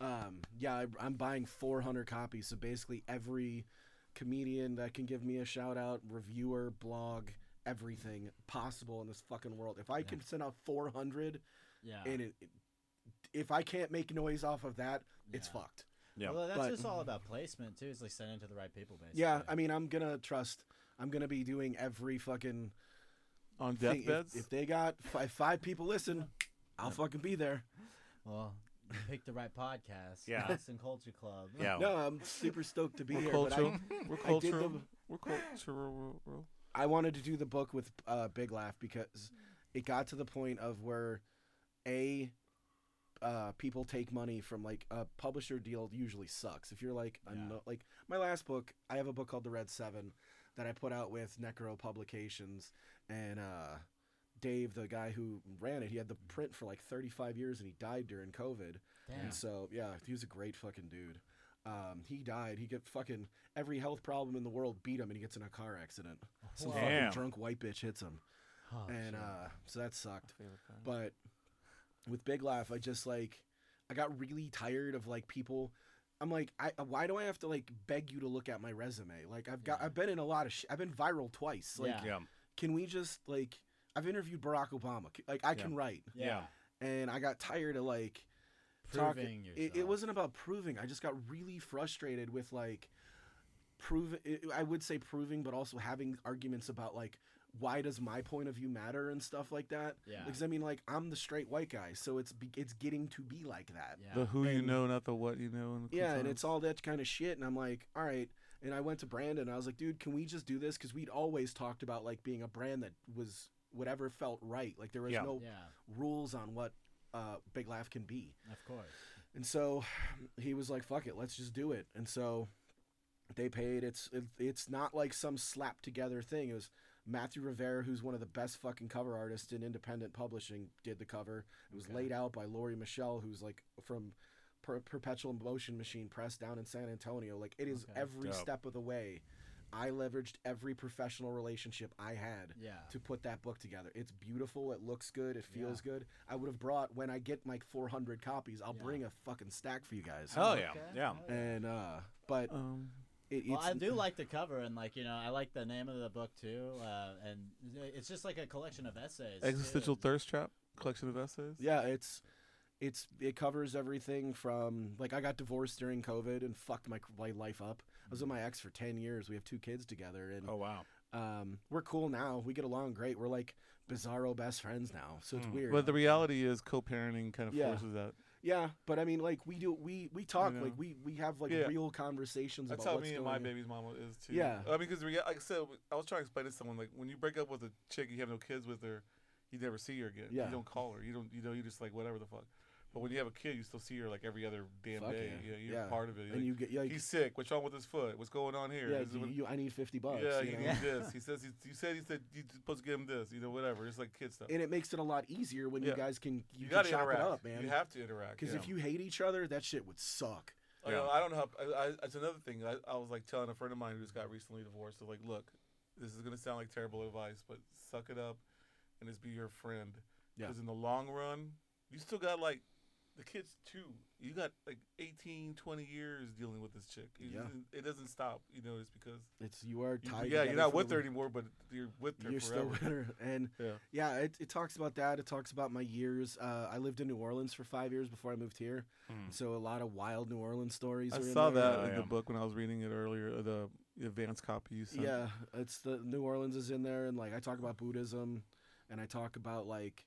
[SPEAKER 3] Um, yeah, I, I'm buying 400 copies. So basically, every comedian that can give me a shout out, reviewer, blog, everything possible in this fucking world. If I can send out 400
[SPEAKER 4] Yeah.
[SPEAKER 3] and it, if I can't make noise off of that, it's
[SPEAKER 4] Yeah.
[SPEAKER 3] fucked.
[SPEAKER 1] Yeah.
[SPEAKER 4] Well, that's
[SPEAKER 3] But-
[SPEAKER 4] just all about placement too. It's like sending it to the right people, basically.
[SPEAKER 3] Yeah, I mean, I'm gonna trust. I'm gonna be doing every fucking
[SPEAKER 2] on
[SPEAKER 3] thing.
[SPEAKER 2] deathbeds.
[SPEAKER 3] If, if they got five, five people listen, I'll fucking be there.
[SPEAKER 4] well, you picked the right podcast.
[SPEAKER 1] Yeah.
[SPEAKER 4] Arts and Culture Club.
[SPEAKER 1] Yeah.
[SPEAKER 3] No, I'm super stoked to be
[SPEAKER 2] Oh. we're
[SPEAKER 3] here. but I-
[SPEAKER 2] cultural. we're
[SPEAKER 3] I did
[SPEAKER 2] cultural.
[SPEAKER 3] the-
[SPEAKER 2] We're cultural.
[SPEAKER 3] I wanted to do the book with uh, Big Laugh because it got to the point of where a uh, people take money from like a publisher deal usually sucks. If you're like a
[SPEAKER 4] Yeah.
[SPEAKER 3] no- like my last book, I have a book called The Red Seven that I put out with Necro Publications and uh, Dave, the guy who ran it, he had the print for like 35 years and he died during COVID.
[SPEAKER 4] Damn.
[SPEAKER 3] And so, yeah, he was a great fucking dude. Um, he died. He got fucking every health problem in the world beat him, and he gets in a car accident. Some
[SPEAKER 4] Whoa.
[SPEAKER 1] Damn.
[SPEAKER 3] fucking drunk white bitch hits him,
[SPEAKER 4] Oh,
[SPEAKER 3] and
[SPEAKER 4] shit.
[SPEAKER 3] uh, so that sucked. But with Big Laugh, I just like I got really tired of like people. I'm like, I uh, why do I have to like beg you to look at my resume? Like I've got
[SPEAKER 4] Yeah.
[SPEAKER 3] I've been in a lot of sh- I've been viral twice. Like
[SPEAKER 1] Yeah.
[SPEAKER 4] Yeah.
[SPEAKER 3] can we just like I've interviewed Barack Obama. C- Like I can write,
[SPEAKER 4] yeah.
[SPEAKER 1] yeah.
[SPEAKER 3] and I got tired of like talking-
[SPEAKER 4] Proving
[SPEAKER 3] it,
[SPEAKER 4] yourself.
[SPEAKER 3] it wasn't about proving. I just got really frustrated with like proving. I would say proving, but also having arguments about like why does my point of view matter and stuff like that.
[SPEAKER 4] Yeah.
[SPEAKER 3] Because I mean, like I'm the straight white guy, so it's be- it's getting to be like that.
[SPEAKER 4] Yeah.
[SPEAKER 2] The who you
[SPEAKER 3] And-
[SPEAKER 2] know, not the what you know. And the
[SPEAKER 3] Yeah, and
[SPEAKER 2] sometimes.
[SPEAKER 3] it's all that kind of shit. And I'm like, all right. And I went to Brandon. And I was like, dude, can we just do this? Because we'd always talked about like being a brand that was whatever felt right. Like there was
[SPEAKER 1] Yeah.
[SPEAKER 3] no
[SPEAKER 4] yeah.
[SPEAKER 3] rules on what uh, Big Laugh can be.
[SPEAKER 4] Of course.
[SPEAKER 3] And so he was like, "Fuck it, let's just do it." And so they paid. It's it, it's not like some slap together thing. It was Matthew Rivera, who's one of the best fucking cover artists in independent publishing, did the cover. It was
[SPEAKER 4] Okay.
[SPEAKER 3] laid out by Lori Michelle, who's like from per- Perpetual Motion Machine Press down in San Antonio. Like it is
[SPEAKER 4] Okay.
[SPEAKER 3] every
[SPEAKER 1] Dope.
[SPEAKER 3] step of the way. I leveraged every professional relationship I had
[SPEAKER 4] Yeah.
[SPEAKER 3] to put that book together. It's beautiful. It looks good. It feels good. I would have brought when I get my 400 copies. I'll
[SPEAKER 4] Yeah.
[SPEAKER 3] bring a fucking stack for you guys.
[SPEAKER 1] Hell yeah.
[SPEAKER 4] Okay.
[SPEAKER 1] Yeah.
[SPEAKER 4] Hell
[SPEAKER 3] And uh, but
[SPEAKER 2] Um,
[SPEAKER 3] it, it's
[SPEAKER 4] Well, I do like the cover, and like you know, I like the name of the book too, uh, and it's just like a collection of essays. too.
[SPEAKER 2] existential thirst trap collection of essays.
[SPEAKER 3] yeah, it's it's it covers everything from like I got divorced during COVID and fucked my my life up. I was with my ex for 10 years. We have two kids together, and
[SPEAKER 1] Oh wow.
[SPEAKER 3] um, we're cool now. We get along great. We're like bizarro best friends now. So it's
[SPEAKER 1] Mm.
[SPEAKER 3] weird.
[SPEAKER 2] But Hmm. the reality is, co-parenting kind of
[SPEAKER 3] Yeah.
[SPEAKER 2] forces that.
[SPEAKER 3] Yeah, but I mean, like we do, we we talk,
[SPEAKER 2] know.
[SPEAKER 3] like we we have like
[SPEAKER 2] Yeah.
[SPEAKER 3] real conversations
[SPEAKER 2] That's
[SPEAKER 3] about
[SPEAKER 2] how
[SPEAKER 3] what's
[SPEAKER 2] me and
[SPEAKER 3] going
[SPEAKER 2] my
[SPEAKER 3] on.
[SPEAKER 2] baby's mama is too.
[SPEAKER 3] Yeah.
[SPEAKER 2] I mean, because like I said, I was trying to explain to someone like when you break up with a chick, you have no kids with her, you never see her again.
[SPEAKER 3] Yeah.
[SPEAKER 2] You don't call her. You don't. You know. You just like whatever the fuck. But when you have a kid, you still see her like every other damn
[SPEAKER 3] Fuck
[SPEAKER 2] day.
[SPEAKER 3] yeah.
[SPEAKER 2] You know, you're
[SPEAKER 3] Yeah.
[SPEAKER 2] part of it. Like,
[SPEAKER 3] and you get like,
[SPEAKER 2] he's sick. What's wrong with his foot? What's going on here?
[SPEAKER 3] yeah,
[SPEAKER 2] This is
[SPEAKER 3] you,
[SPEAKER 2] what-
[SPEAKER 3] you- I need fifty bucks.
[SPEAKER 2] yeah,
[SPEAKER 3] you
[SPEAKER 2] you
[SPEAKER 3] know?
[SPEAKER 2] need this. He says he, you said he said you're supposed to give him this. You know, whatever. It's like kid stuff.
[SPEAKER 3] and it makes it a lot easier when you
[SPEAKER 2] Yeah.
[SPEAKER 3] guys can you,
[SPEAKER 2] you
[SPEAKER 3] can
[SPEAKER 2] gotta
[SPEAKER 3] chop
[SPEAKER 2] interact.
[SPEAKER 3] it up, man.
[SPEAKER 2] You have to interact.
[SPEAKER 3] Because
[SPEAKER 2] yeah.
[SPEAKER 3] if you hate each other, that shit would suck.
[SPEAKER 2] I,
[SPEAKER 1] Yeah.
[SPEAKER 2] know, I don't know. How, I, I, that's another thing. I, I was like telling a friend of mine who just got recently divorced. I was like, look, this is gonna sound like terrible advice, but suck it up, and just be your friend.
[SPEAKER 3] Yeah.
[SPEAKER 2] Because in the long run, you still got like the kids too. You got like 18, 20 years dealing with this chick. It,
[SPEAKER 3] Yeah.
[SPEAKER 2] doesn't, it doesn't stop. You know, it's because
[SPEAKER 3] It's you are
[SPEAKER 2] you,
[SPEAKER 3] tied.
[SPEAKER 2] yeah, you're
[SPEAKER 3] together
[SPEAKER 2] not
[SPEAKER 3] for
[SPEAKER 2] with
[SPEAKER 3] the-
[SPEAKER 2] her anymore, but you're with her
[SPEAKER 3] You're still
[SPEAKER 2] forever.
[SPEAKER 3] with her, and
[SPEAKER 2] yeah.
[SPEAKER 3] yeah, it, it talks about that. It talks about my years. Uh, I lived in New Orleans for five years before I moved here,
[SPEAKER 1] Mm.
[SPEAKER 3] so a lot of wild New Orleans stories.
[SPEAKER 2] I
[SPEAKER 3] are in
[SPEAKER 2] saw
[SPEAKER 3] there.
[SPEAKER 2] that
[SPEAKER 1] Yeah,
[SPEAKER 2] in the
[SPEAKER 1] yeah.
[SPEAKER 2] book when I was reading it earlier. uh, The advanced copy you sent.
[SPEAKER 3] Yeah, it's the New Orleans is in there, and like I talk about Buddhism, and I talk about like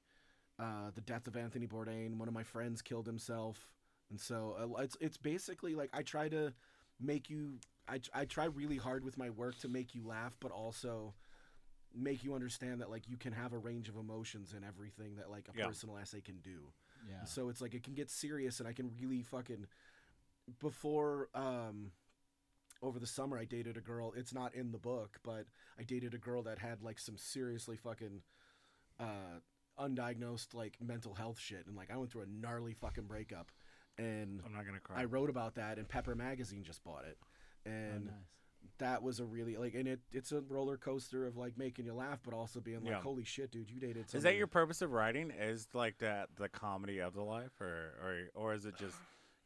[SPEAKER 3] uh, the death of Anthony Bourdain. One of my friends killed himself, and so uh, it's it's basically like I try to make you. I I try really hard with my work to make you laugh, but also make you understand that like you can have a range of emotions and everything that like a
[SPEAKER 1] Yeah.
[SPEAKER 3] personal essay can do.
[SPEAKER 4] Yeah.
[SPEAKER 3] So it's like it can get serious, and I can really fucking before um over the summer I dated a girl. It's not in the book, but I dated a girl that had like some seriously fucking uh, undiagnosed like mental health shit, and like I went through a gnarly fucking breakup, and
[SPEAKER 1] I'm not gonna cry.
[SPEAKER 3] I wrote about that, and Pepper Magazine just bought it,
[SPEAKER 1] Oh,
[SPEAKER 3] and
[SPEAKER 4] Oh, nice.
[SPEAKER 3] that was a really like, and it it's a roller coaster of like making you laugh, but also being like,
[SPEAKER 1] Yeah.
[SPEAKER 3] holy shit, dude, you
[SPEAKER 1] is
[SPEAKER 3] dated.
[SPEAKER 1] that
[SPEAKER 3] somebody-
[SPEAKER 1] your purpose of writing? Is like that the comedy of the life, or or or is it just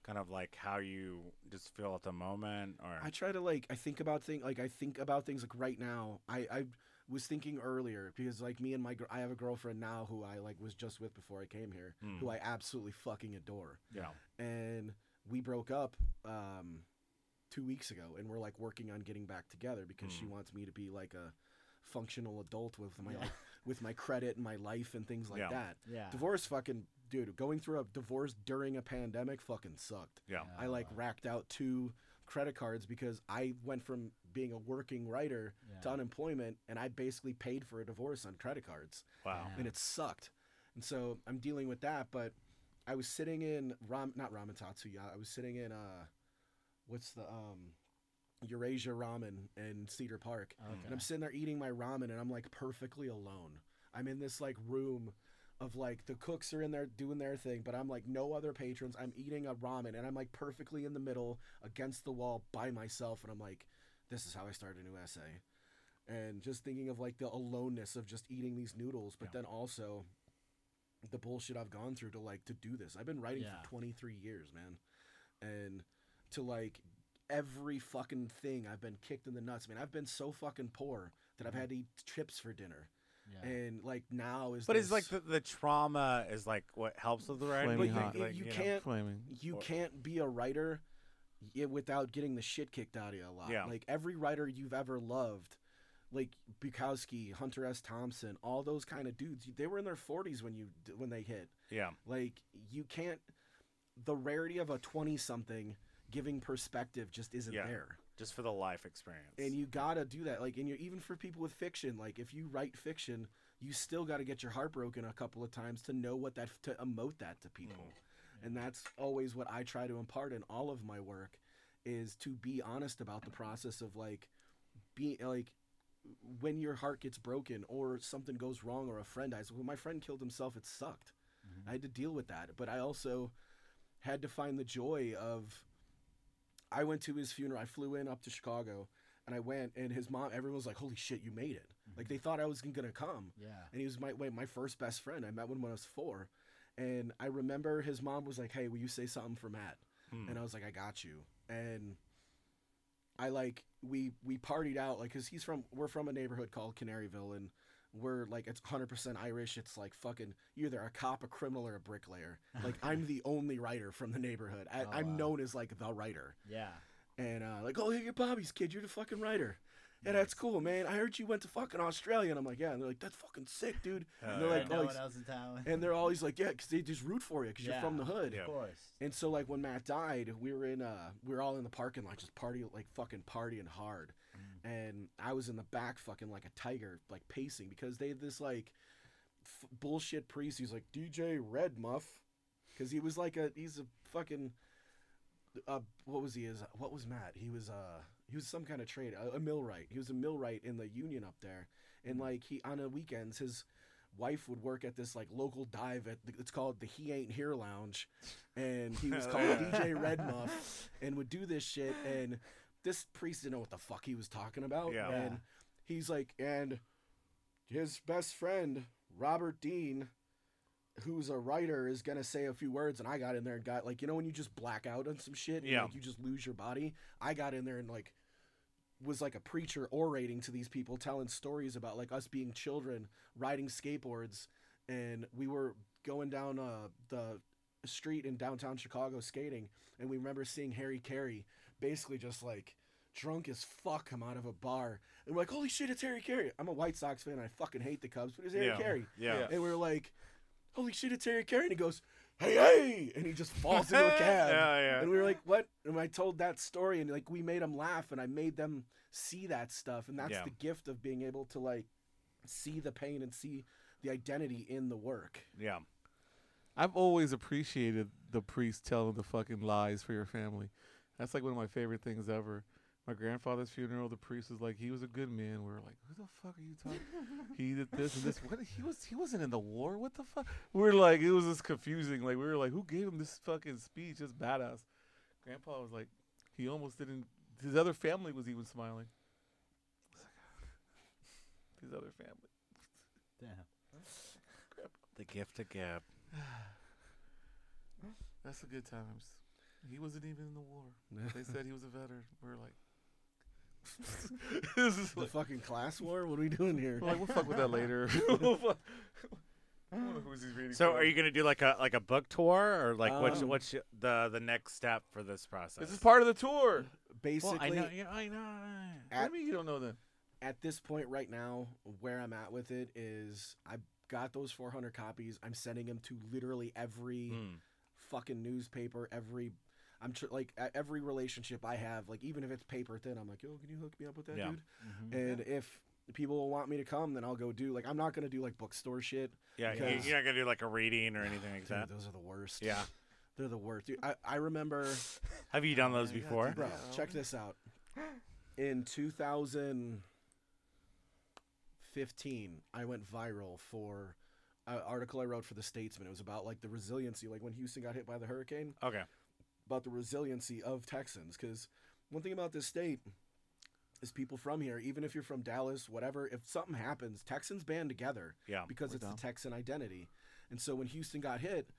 [SPEAKER 1] kind of like how you just feel at the moment? Or
[SPEAKER 3] I try to like I think about things like I think about things like right now. I I was thinking earlier because like me and my gir- I have a girlfriend now who I like was just with before I came here,
[SPEAKER 1] Mm.
[SPEAKER 3] who I absolutely fucking adore,
[SPEAKER 1] yeah,
[SPEAKER 3] and we broke up um two weeks ago, and we're like working on getting back together because she
[SPEAKER 1] Mm.
[SPEAKER 3] wants me to be like a functional adult with my
[SPEAKER 4] Yeah.
[SPEAKER 3] like, with my credit and my life and things like
[SPEAKER 1] Yeah.
[SPEAKER 3] that.
[SPEAKER 4] Yeah.
[SPEAKER 3] Divorce fucking dude, going through a divorce during a pandemic fucking sucked.
[SPEAKER 1] yeah,
[SPEAKER 3] I
[SPEAKER 4] Oh,
[SPEAKER 3] like
[SPEAKER 4] wow.
[SPEAKER 3] racked out two credit cards because I went from being a working writer
[SPEAKER 4] Yeah.
[SPEAKER 3] to unemployment and I basically paid for a divorce on credit cards
[SPEAKER 1] wow,
[SPEAKER 4] Yeah.
[SPEAKER 3] and it sucked. And so I'm dealing with that, but I was sitting in Ram not Ramen Tatsuya, I was sitting in uh what's the um Eurasia Ramen in Cedar Park. And I'm
[SPEAKER 4] Okay.
[SPEAKER 3] sitting there eating my ramen and I'm like perfectly alone. I'm in this like room of like the cooks are in there doing their thing, but I'm like no other patrons. I'm eating a ramen and I'm like perfectly in the middle against the wall by myself. And I'm like, this is how I start a new essay. And just thinking of like the aloneness of just eating these noodles, but
[SPEAKER 1] Yeah.
[SPEAKER 3] then also the bullshit I've gone through to like to do this. I've been writing
[SPEAKER 4] Yeah.
[SPEAKER 3] for 23 years, man. And to like every fucking thing I've been kicked in the nuts. I mean, I've been so fucking poor that I've
[SPEAKER 1] Mm-hmm.
[SPEAKER 3] had to eat chips for dinner.
[SPEAKER 4] Yeah.
[SPEAKER 3] And like now is
[SPEAKER 1] but it's
[SPEAKER 3] this-
[SPEAKER 1] like the, the trauma is like what helps with the writing.
[SPEAKER 2] Flaming
[SPEAKER 1] like,
[SPEAKER 2] hot.
[SPEAKER 1] like,
[SPEAKER 3] You
[SPEAKER 1] know.
[SPEAKER 3] can't-
[SPEAKER 2] Flaming.
[SPEAKER 3] you
[SPEAKER 1] or-
[SPEAKER 3] can't be a writer y- without getting the shit kicked out of you a lot.
[SPEAKER 1] Yeah.
[SPEAKER 3] Like every writer you've ever loved, like Bukowski, Hunter S. Thompson, all those kind of dudes, they were in their 40s when you when they hit.
[SPEAKER 1] Yeah,
[SPEAKER 3] Like you can't the rarity of a 20 something giving perspective just isn't
[SPEAKER 1] Yeah.
[SPEAKER 3] there.
[SPEAKER 1] just for the life experience.
[SPEAKER 3] and you gotta do that like and you even for people with fiction like if you write fiction you still gotta get your heart broken a couple of times to know what that to emote that to people and that's always what i try to impart in all of my work is to be honest about the process of like being like when your heart gets broken or something goes wrong or a friend dies when my friend killed himself it sucked
[SPEAKER 4] Mm-hmm.
[SPEAKER 3] i had to deal with that but i also had to find the joy of i went to his funeral i flew in up to chicago and i went and his mom everyone was like holy shit you made it like they thought i was gonna come
[SPEAKER 4] Yeah.
[SPEAKER 3] and he was my wait, my first best friend. I met him when I was four, and I remember his mom was like, "Hey, will you say something for Matt?"
[SPEAKER 1] Hmm.
[SPEAKER 3] And I was like, "I got you." And I like we we partied out like because he's from we're from a neighborhood called Canaryville, and we're like it's 100 percent Irish. It's like fucking you're either a cop, a criminal, or a bricklayer. Like I'm the only writer from the neighborhood. I,
[SPEAKER 4] Oh,
[SPEAKER 3] I'm
[SPEAKER 4] wow.
[SPEAKER 3] known as like the writer
[SPEAKER 4] Yeah.
[SPEAKER 3] and uh, like, oh, you're Bobby's kid. You're the fucking writer. Yeah, that's cool, man. I heard you went to fucking Australia, and I'm like, yeah. And they're like, that's fucking sick, dude.
[SPEAKER 1] Uh,
[SPEAKER 3] And they're
[SPEAKER 4] I
[SPEAKER 3] like,
[SPEAKER 4] know
[SPEAKER 3] oh,
[SPEAKER 4] what
[SPEAKER 3] he's-
[SPEAKER 4] else in town.
[SPEAKER 3] and they're always like, yeah, because they just root for you because you're from the
[SPEAKER 4] Yeah.
[SPEAKER 3] hood.
[SPEAKER 1] Yeah.
[SPEAKER 4] Of course.
[SPEAKER 3] And so like when Matt died, we were in uh we were all in the parking lot just party like fucking partying hard. And I was in the back fucking like a tiger, like pacing because they had this like f- bullshit priest who's like DJ Red Muff cuz he was like a he's a fucking uh what was he is what was Matt? He was uh he was some kind of trade a, a millwright. He was a millwright in the union up there. And like he on the weekends his wife would work at this like local dive at it's called the He Ain't Here Lounge, and he was called DJ Red Muff, and would do this shit. And this priest didn't know what the fuck he was talking about.
[SPEAKER 1] Yeah.
[SPEAKER 3] And he's like, and his best friend Robert Dean, who's a writer, is gonna say a few words. And I got in there and got like, you know, when you just black out on some shit, and,
[SPEAKER 1] Yeah.
[SPEAKER 3] like, you just lose your body. I got in there and like was like a preacher orating to these people, telling stories about like us being children riding skateboards, and we were going down uh, the street in downtown Chicago skating, and we remember seeing Harry Carey basically just like drunk as fuck come out of a bar, and we're like, "Holy shit, it's Harry Carey!" I'm a White Sox fan, I fucking hate the Cubs, but it's Harry
[SPEAKER 1] yeah.
[SPEAKER 3] Carey,
[SPEAKER 1] Yeah.
[SPEAKER 2] Yeah.
[SPEAKER 3] and we are like, "Holy shit, it's Harry Carey!" and he goes, "Hey, hey!" and he just falls into a cab.
[SPEAKER 1] yeah, yeah.
[SPEAKER 3] And we were like, "What?" And I told that story, and like we made them laugh, and I made them see that stuff, and that's
[SPEAKER 1] Yeah.
[SPEAKER 3] the gift of being able to like see the pain and see the identity in the work.
[SPEAKER 1] yeah.
[SPEAKER 2] I've always appreciated the priest telling the fucking lies for your family. That's like one of my favorite things ever. my grandfather's funeral, the priest is like, he was a good man. We were like, who the fuck are you talking? he did this and this. What he was? He wasn't in the war. What the fuck? We were like, it was just confusing. Like we were like, who gave him this fucking speech? It's badass. Grandpa was like, he almost didn't. His other family was even smiling. I was like, His other family.
[SPEAKER 4] Damn.
[SPEAKER 1] The gift of gab.
[SPEAKER 2] That's the good times. He wasn't even in the war. They said he was a veteran. We are like, this is
[SPEAKER 3] the
[SPEAKER 2] like,
[SPEAKER 3] fucking class war? What are we doing here?
[SPEAKER 2] we're like, we'll fuck with that later. We'll fuck- I wonder who's he reading
[SPEAKER 1] So,
[SPEAKER 2] from.
[SPEAKER 1] are you gonna do like a like a book tour, or like what's
[SPEAKER 3] Um,
[SPEAKER 1] what's the the next step for this process?
[SPEAKER 2] This is part of the tour.
[SPEAKER 3] Basically,
[SPEAKER 1] well, I know, yeah, I know.
[SPEAKER 2] What do you
[SPEAKER 3] At-
[SPEAKER 2] mean you don't know them?
[SPEAKER 3] at this point right now, where I'm at with it is I got those 400 copies. I'm sending them to literally every
[SPEAKER 1] Mm.
[SPEAKER 3] fucking newspaper, every. I'm tr- like at every relationship I have, like even if it's paper thin, I'm like, yo, can you hook me up with that
[SPEAKER 1] Yeah. Mm-hmm.
[SPEAKER 3] dude? And if people want me to come, then I'll go do like I'm not gonna do like bookstore shit.
[SPEAKER 1] Yeah, you-
[SPEAKER 3] Because-
[SPEAKER 1] you're not gonna do like a reading or anything like
[SPEAKER 3] Dude,
[SPEAKER 1] that.
[SPEAKER 3] those are the worst.
[SPEAKER 1] Yeah.
[SPEAKER 3] they're the worst. Dude, I, I remember
[SPEAKER 1] Have you done those
[SPEAKER 2] Yeah, you gotta
[SPEAKER 1] before?
[SPEAKER 2] do
[SPEAKER 3] bro,
[SPEAKER 2] Yeah.
[SPEAKER 3] check this out. In 2015, I went viral for an article I wrote for the Statesman. It was about like the resiliency, like when Houston got hit by the hurricane
[SPEAKER 1] Okay.
[SPEAKER 3] about the resiliency of Texans. Because one thing about this state is people from here, even if you're from Dallas, whatever, if something happens, Texans band together
[SPEAKER 1] Yeah.
[SPEAKER 3] because
[SPEAKER 2] we're
[SPEAKER 3] it's
[SPEAKER 2] down.
[SPEAKER 3] the Texan identity. And so when Houston got hit,